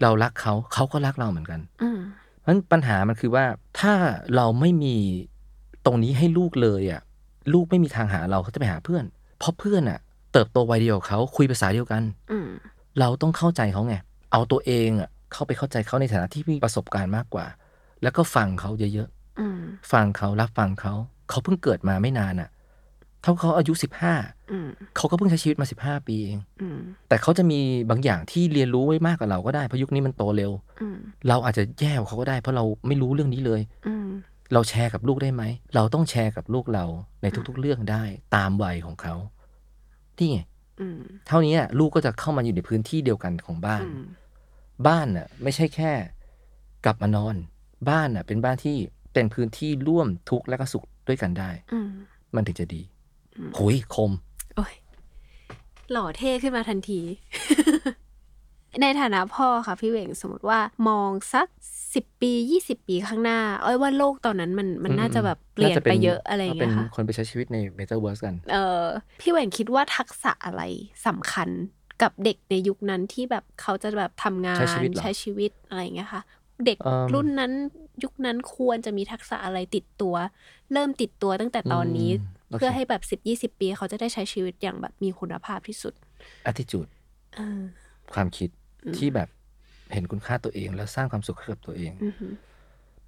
S5: เรารักเขาเขาก็รักเราเหมือนกัน
S4: อืม
S5: เพราะฉะนั้นปัญหามันคือว่าถ้าเราไม่มีตรงนี้ให้ลูกเลยอ่ะลูกไม่มีทางหาเราเขาจะไปหาเพื่อน เพราะเพื่อนอ่ะ เติบโตวัยเดียวกับเขาคุยภาษาเดียวกัน
S4: อืม
S5: เราต้องเข้าใจเขาไง เอาตัวเองอ่ะเข้าไปเข้าใจเขาในฐานะที่มีประสบการณ์มากกว่า แล้วก็ฟังเขาเยอะ
S4: อืม
S5: ๆฟังเขารับฟังเขา เขาเพิ่งเกิดมาไม่นานอ่ะเท่าเขาอายุสิบห้า
S4: อืม
S5: เขาก็เพิ่งใช้ชีวิตมาสิบห้าปีเอง
S4: อืม
S5: แต่เขาจะมีบางอย่างที่เรียนรู้ไว้มากกว่าเราก็ได้เพราะยุคนี้มันโตเร็ว
S4: อืม
S5: เราอาจจะแย่กว่าเขาก็ได้ เพราะเราไม่รู้เรื่องนี้เลย
S4: อืม
S5: เราแชร์กับลูกได้ไหม เราต้องแชร์กับลูกเราในทุกๆ เรื่องได้ตามวัยของเขา นี่ไง
S4: อืม
S5: เท่านี้ลูกก็จะเข้ามาอยู่ในพื้นที่เดียวกันของบ้าน บ้านน่ะไม่ใช่แค่กลับมานอน บ้านน่ะเป็นบ้านที่เป็นพื้นที่ร่วมทุกข์และก็สุขด้วยกันได้
S4: อืม
S5: มันถึงจะดีหุยคม
S4: โอ้ยหล่อเท่ขึ้นมาทันที ในฐานะพ่อค่ะพี่เหวงสมมติว่ามองสัก 10 ปี 20 ปีข้างหน้า เอ้ยว่าโลกตอนนั้นมันมันน่าจะแบบเปลี่ยนไปเยอะอะไรอย่าง
S5: เป็
S4: เงี้ย
S5: น
S4: ค่ะ
S5: คนไปใช้ชีวิตในเมตาเวิร์สกัน
S4: เออพี่เหวงคิดว่าทักษะอะไรสำคัญกับเด็กในยุคนั้นที่แบบเขาจะแบบทำงาน
S5: ใช้ชีวิตเหรอ
S4: ใช้ชีวิตอะไรอย่างเงี้ยค่ะ เด็ก
S5: เอิ่ม
S4: รุ่นนั้นยุคนั้นควรจะมีทักษะอะไรติดตัว เริ่มติดตัวตั้งแต่ตอนนี้
S5: โอเค
S4: เพื่อให้แบบสิบยี่สิบปีเขาจะได้ใช้ชีวิตอย่างแบบมีคุณภาพที่สุด
S5: attitude
S4: เออ
S5: ความคิด
S4: อืม
S5: ที่แบบเห็นคุณค่าตัวเอง แล้วสร้างความสุขให้กับตัวเอง
S4: อือหือ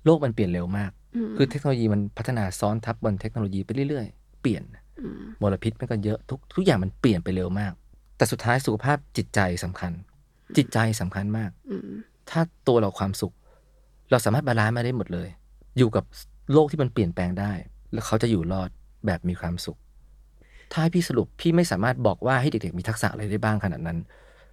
S5: โลกมันเปลี่ยนเร็วมาก
S4: ม
S5: คือเทคโนโลยีมันพัฒนาซ้อนทับบนเทคโนโลยีไปเรื่อยๆ เปลี่ยน
S4: ม
S5: มลพิษมันก็เยอะทุกทุกอย่างมันเปลี่ยนไปเร็วมาก แต่สุดท้ายสุขภาพจิตใจสำคัญ จิตใจสำคัญมาก
S4: อืม
S5: ถ้าตัวเราความสุข เราสามารถบาลานซ์มาได้หมดเลย อยู่กับโลกที่มันเปลี่ยนแปลงได้ แล้วเขาจะอยู่รอดแบบมีความสุข ถ้าให้พี่สรุปพี่ไม่สามารถบอกว่าให้เด็กๆมีทักษะอะไรได้บ้างขนาดนั้น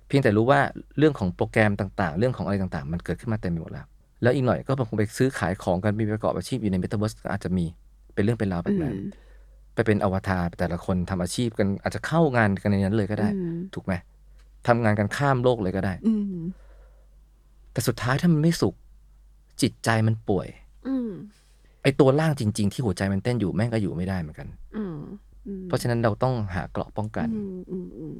S5: เพียงแต่รู้ว่าเรื่องของโปรแกรมต่างๆ เรื่องของอะไรต่างๆ มันเกิดขึ้นมาเต็มไปหมดแล้ว แล้วอีกหน่อยก็คงไปซื้อขายของกันมีประกอบอาชีพอยู่ในเมตาเวิร์สอาจจะมีเป็นเรื่องเป็นราวแบบนั้น
S4: อืม
S5: ไปเป็นอวตารแต่ละคนทำอาชีพกันอาจจะเข้างานกันในนั้นเลยก็ได้
S4: อืม
S5: ถูกไหมทำงานกันข้ามโลกเลยก็ได้
S4: อืม
S5: แต่สุดท้ายถ้ามันไม่สุข จิตใจมันป่วย
S4: อืม
S5: ไอตัวล่างจริง ๆ ที่หัวใจมันเต้นอยู่แม่งก็อยู่ไม่ได้เหมือนกัน
S4: อืมอืม
S5: เพราะฉะนั้นเราต้องหาเกราะป้องกัน
S4: อืมอืมอืม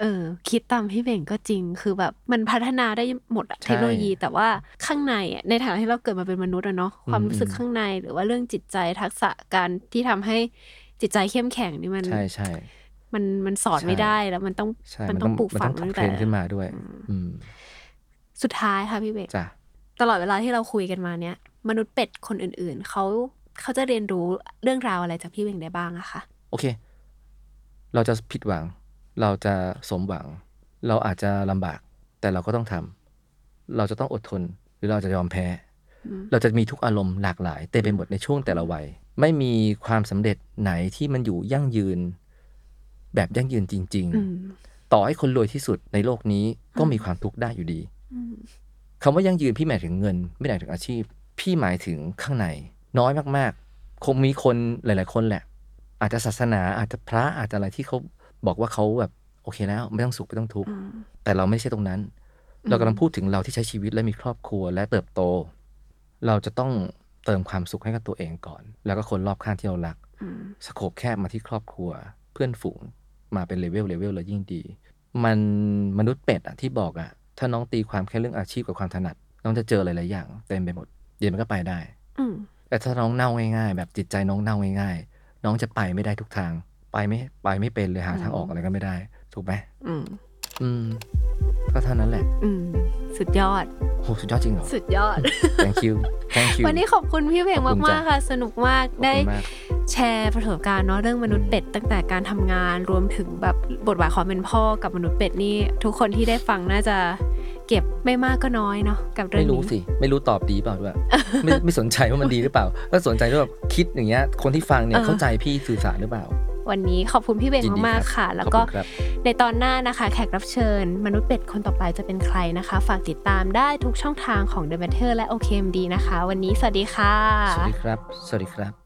S4: เออ คิดตามพี่เบ่งก็จริง คือแบบมันพัฒนาได้หมดอะ
S5: ใช่
S4: เทคโนโลยี แต่ว่าข้างในอะในฐานะที่เราเกิดมาเป็นมนุษย์อะเนาะ ความ
S5: อืม
S4: รู้สึก
S5: อืม
S4: ข้างในหรือว่าเรื่องจิตใจทักษะการที่ทำให้จิตใจเข้มแข็งนี่มัน
S5: ใช่ใช่
S4: มันมันสอน
S5: ใช่
S4: ไม่ได้แล้วมันต้อง
S5: ใช่
S4: มันต้องปลูกฝัง
S5: มันต้อ
S4: ตั้
S5: ง
S4: ง
S5: เท
S4: แต่
S5: รนขึ้นมาด้วย อืม
S4: สุดท้ายค่ะพี่เบ่ง
S5: จ้ะ
S4: ตลอดเวลาที่เราคุยกันมาเนี่ยมนุษย์เป็ดคนอื่นๆ เขาเขาจะเรียนรู้เรื่องราวอะไรจากพี่เวงได้บ้างอะคะ
S5: โอเค เราจะผิดหวัง เราจะสมหวัง เราอาจจะลำบาก แต่เราก็ต้องทำเราจะต้องอดทน หรือเราจะยอมแพ้
S4: อืม
S5: เราจะมีทุกอารมณ์หลากหลายเต็มไปหมดในช่วงแต่ละวัย ไม่มีความสำเร็จไหนที่มันอยู่ยั่งยืน แบบยั่งยืนจริง
S4: อื
S5: ๆ
S4: ม
S5: ต่อให้คนรวยที่สุดในโลกนี้ก็มีความทุกข์ได้อยู่ดี
S4: อืม
S5: คำว่ายั่งยืนพี่หมายถึงเงิน ไม่ได้หมายถึงอาชีพ พี่หมายถึงข้างใน น้อยมากๆ คงมีคนหลาย ๆ คนแหละ อาจจะศาสนาอาจจะพระอาจจะอะไรที่เขาบอกว่าเขาแบบโอเคแล้ว ไม่ต้องสุขไม่ต้องทุกข์
S4: อืม
S5: แต่เราไม่ใช่ตรงนั้น
S4: อืม
S5: เรากำลังพูดถึงเราที่ใช้ชีวิตและมีครอบครัวและเติบโต เราจะต้องเติมความสุขให้กับตัวเองก่อน แล้วก็คนรอบข้างที่เรารัก
S4: อืม
S5: สโคบแคบมาที่ครอบครัว เพื่อนฝูงมาเป็นเลเวลเลเวลแล้วยิ่งดี มันมนุษย์เป็ดอะที่บอกอะถ้าน้องตีความแค่เรื่องอาชีพกับความถนัด น้องจะเจอหลาย ๆ อย่างเต็มไปหมด เดี๋ยวมันก็ไปได้
S4: อืม
S5: แต่ถ้าน้องเน่าง่าย ๆ แบบจิตใจน้องเน่าง่าย ๆ น้องจะไปไม่ได้ทุกทาง ไปไม่ไปไม่เป็นเลยหาทางออกอะไรก็ไม่ได้ ถูกไหม
S4: อืม
S5: อืม ก็เท่านั้นแหละ
S4: อืมสุดยอด
S5: โหสุดยอดจริงเหรอ
S4: สุดยอด
S5: thank you thank you
S4: วันนี้ขอบคุณพี่เวง
S5: ขอบคุณ
S4: มากๆ
S5: จ้ะ
S4: ค่ะ สนุกมาก
S5: ขอบ
S4: ได้
S5: คุณมาก
S4: แชร์ประสบการณ์เนาะเรื่องมนุษย์เป็ด ตั้งแต่การทำงานรวมถึงแบบบทบาทความเป็นพ่อกับมนุษย์เป็ดนี่ทุกคนที่ได้ฟังน่าจะเก็บไม่มากก็น้อยเนาะกับเรื่อ
S5: ไม่
S4: ง
S5: รู้
S4: นี้
S5: สิ ไม่รู้ตอบดีเปล่าด้วย ไม่ไม่สนใจว่ามันดีหรือเปล่าก็สนใจว่าแบบคิดอย่างเงี้ย คนที่ฟังเนี่ย
S4: เออ
S5: เข้าใจพี่สื่อสารหรือเปล่า
S4: วันนี้ขอบคุณพี่เวง
S5: ยินดี
S4: มากๆ
S5: ครับ
S4: ค่ะ แล้ว
S5: ขอบ
S4: ก็
S5: คุณครับ
S4: ในตอนหน้านะคะ แขกรับเชิญ มนุษย์เป็ดคนต่อไปจะเป็นใครนะคะ ฝากติดตามได้ทุกช่องทางของ The Matter และ OKMD นะคะ วันนี้สวัสดีค่ะ
S5: สวัสดีครับ สวัสดีครับ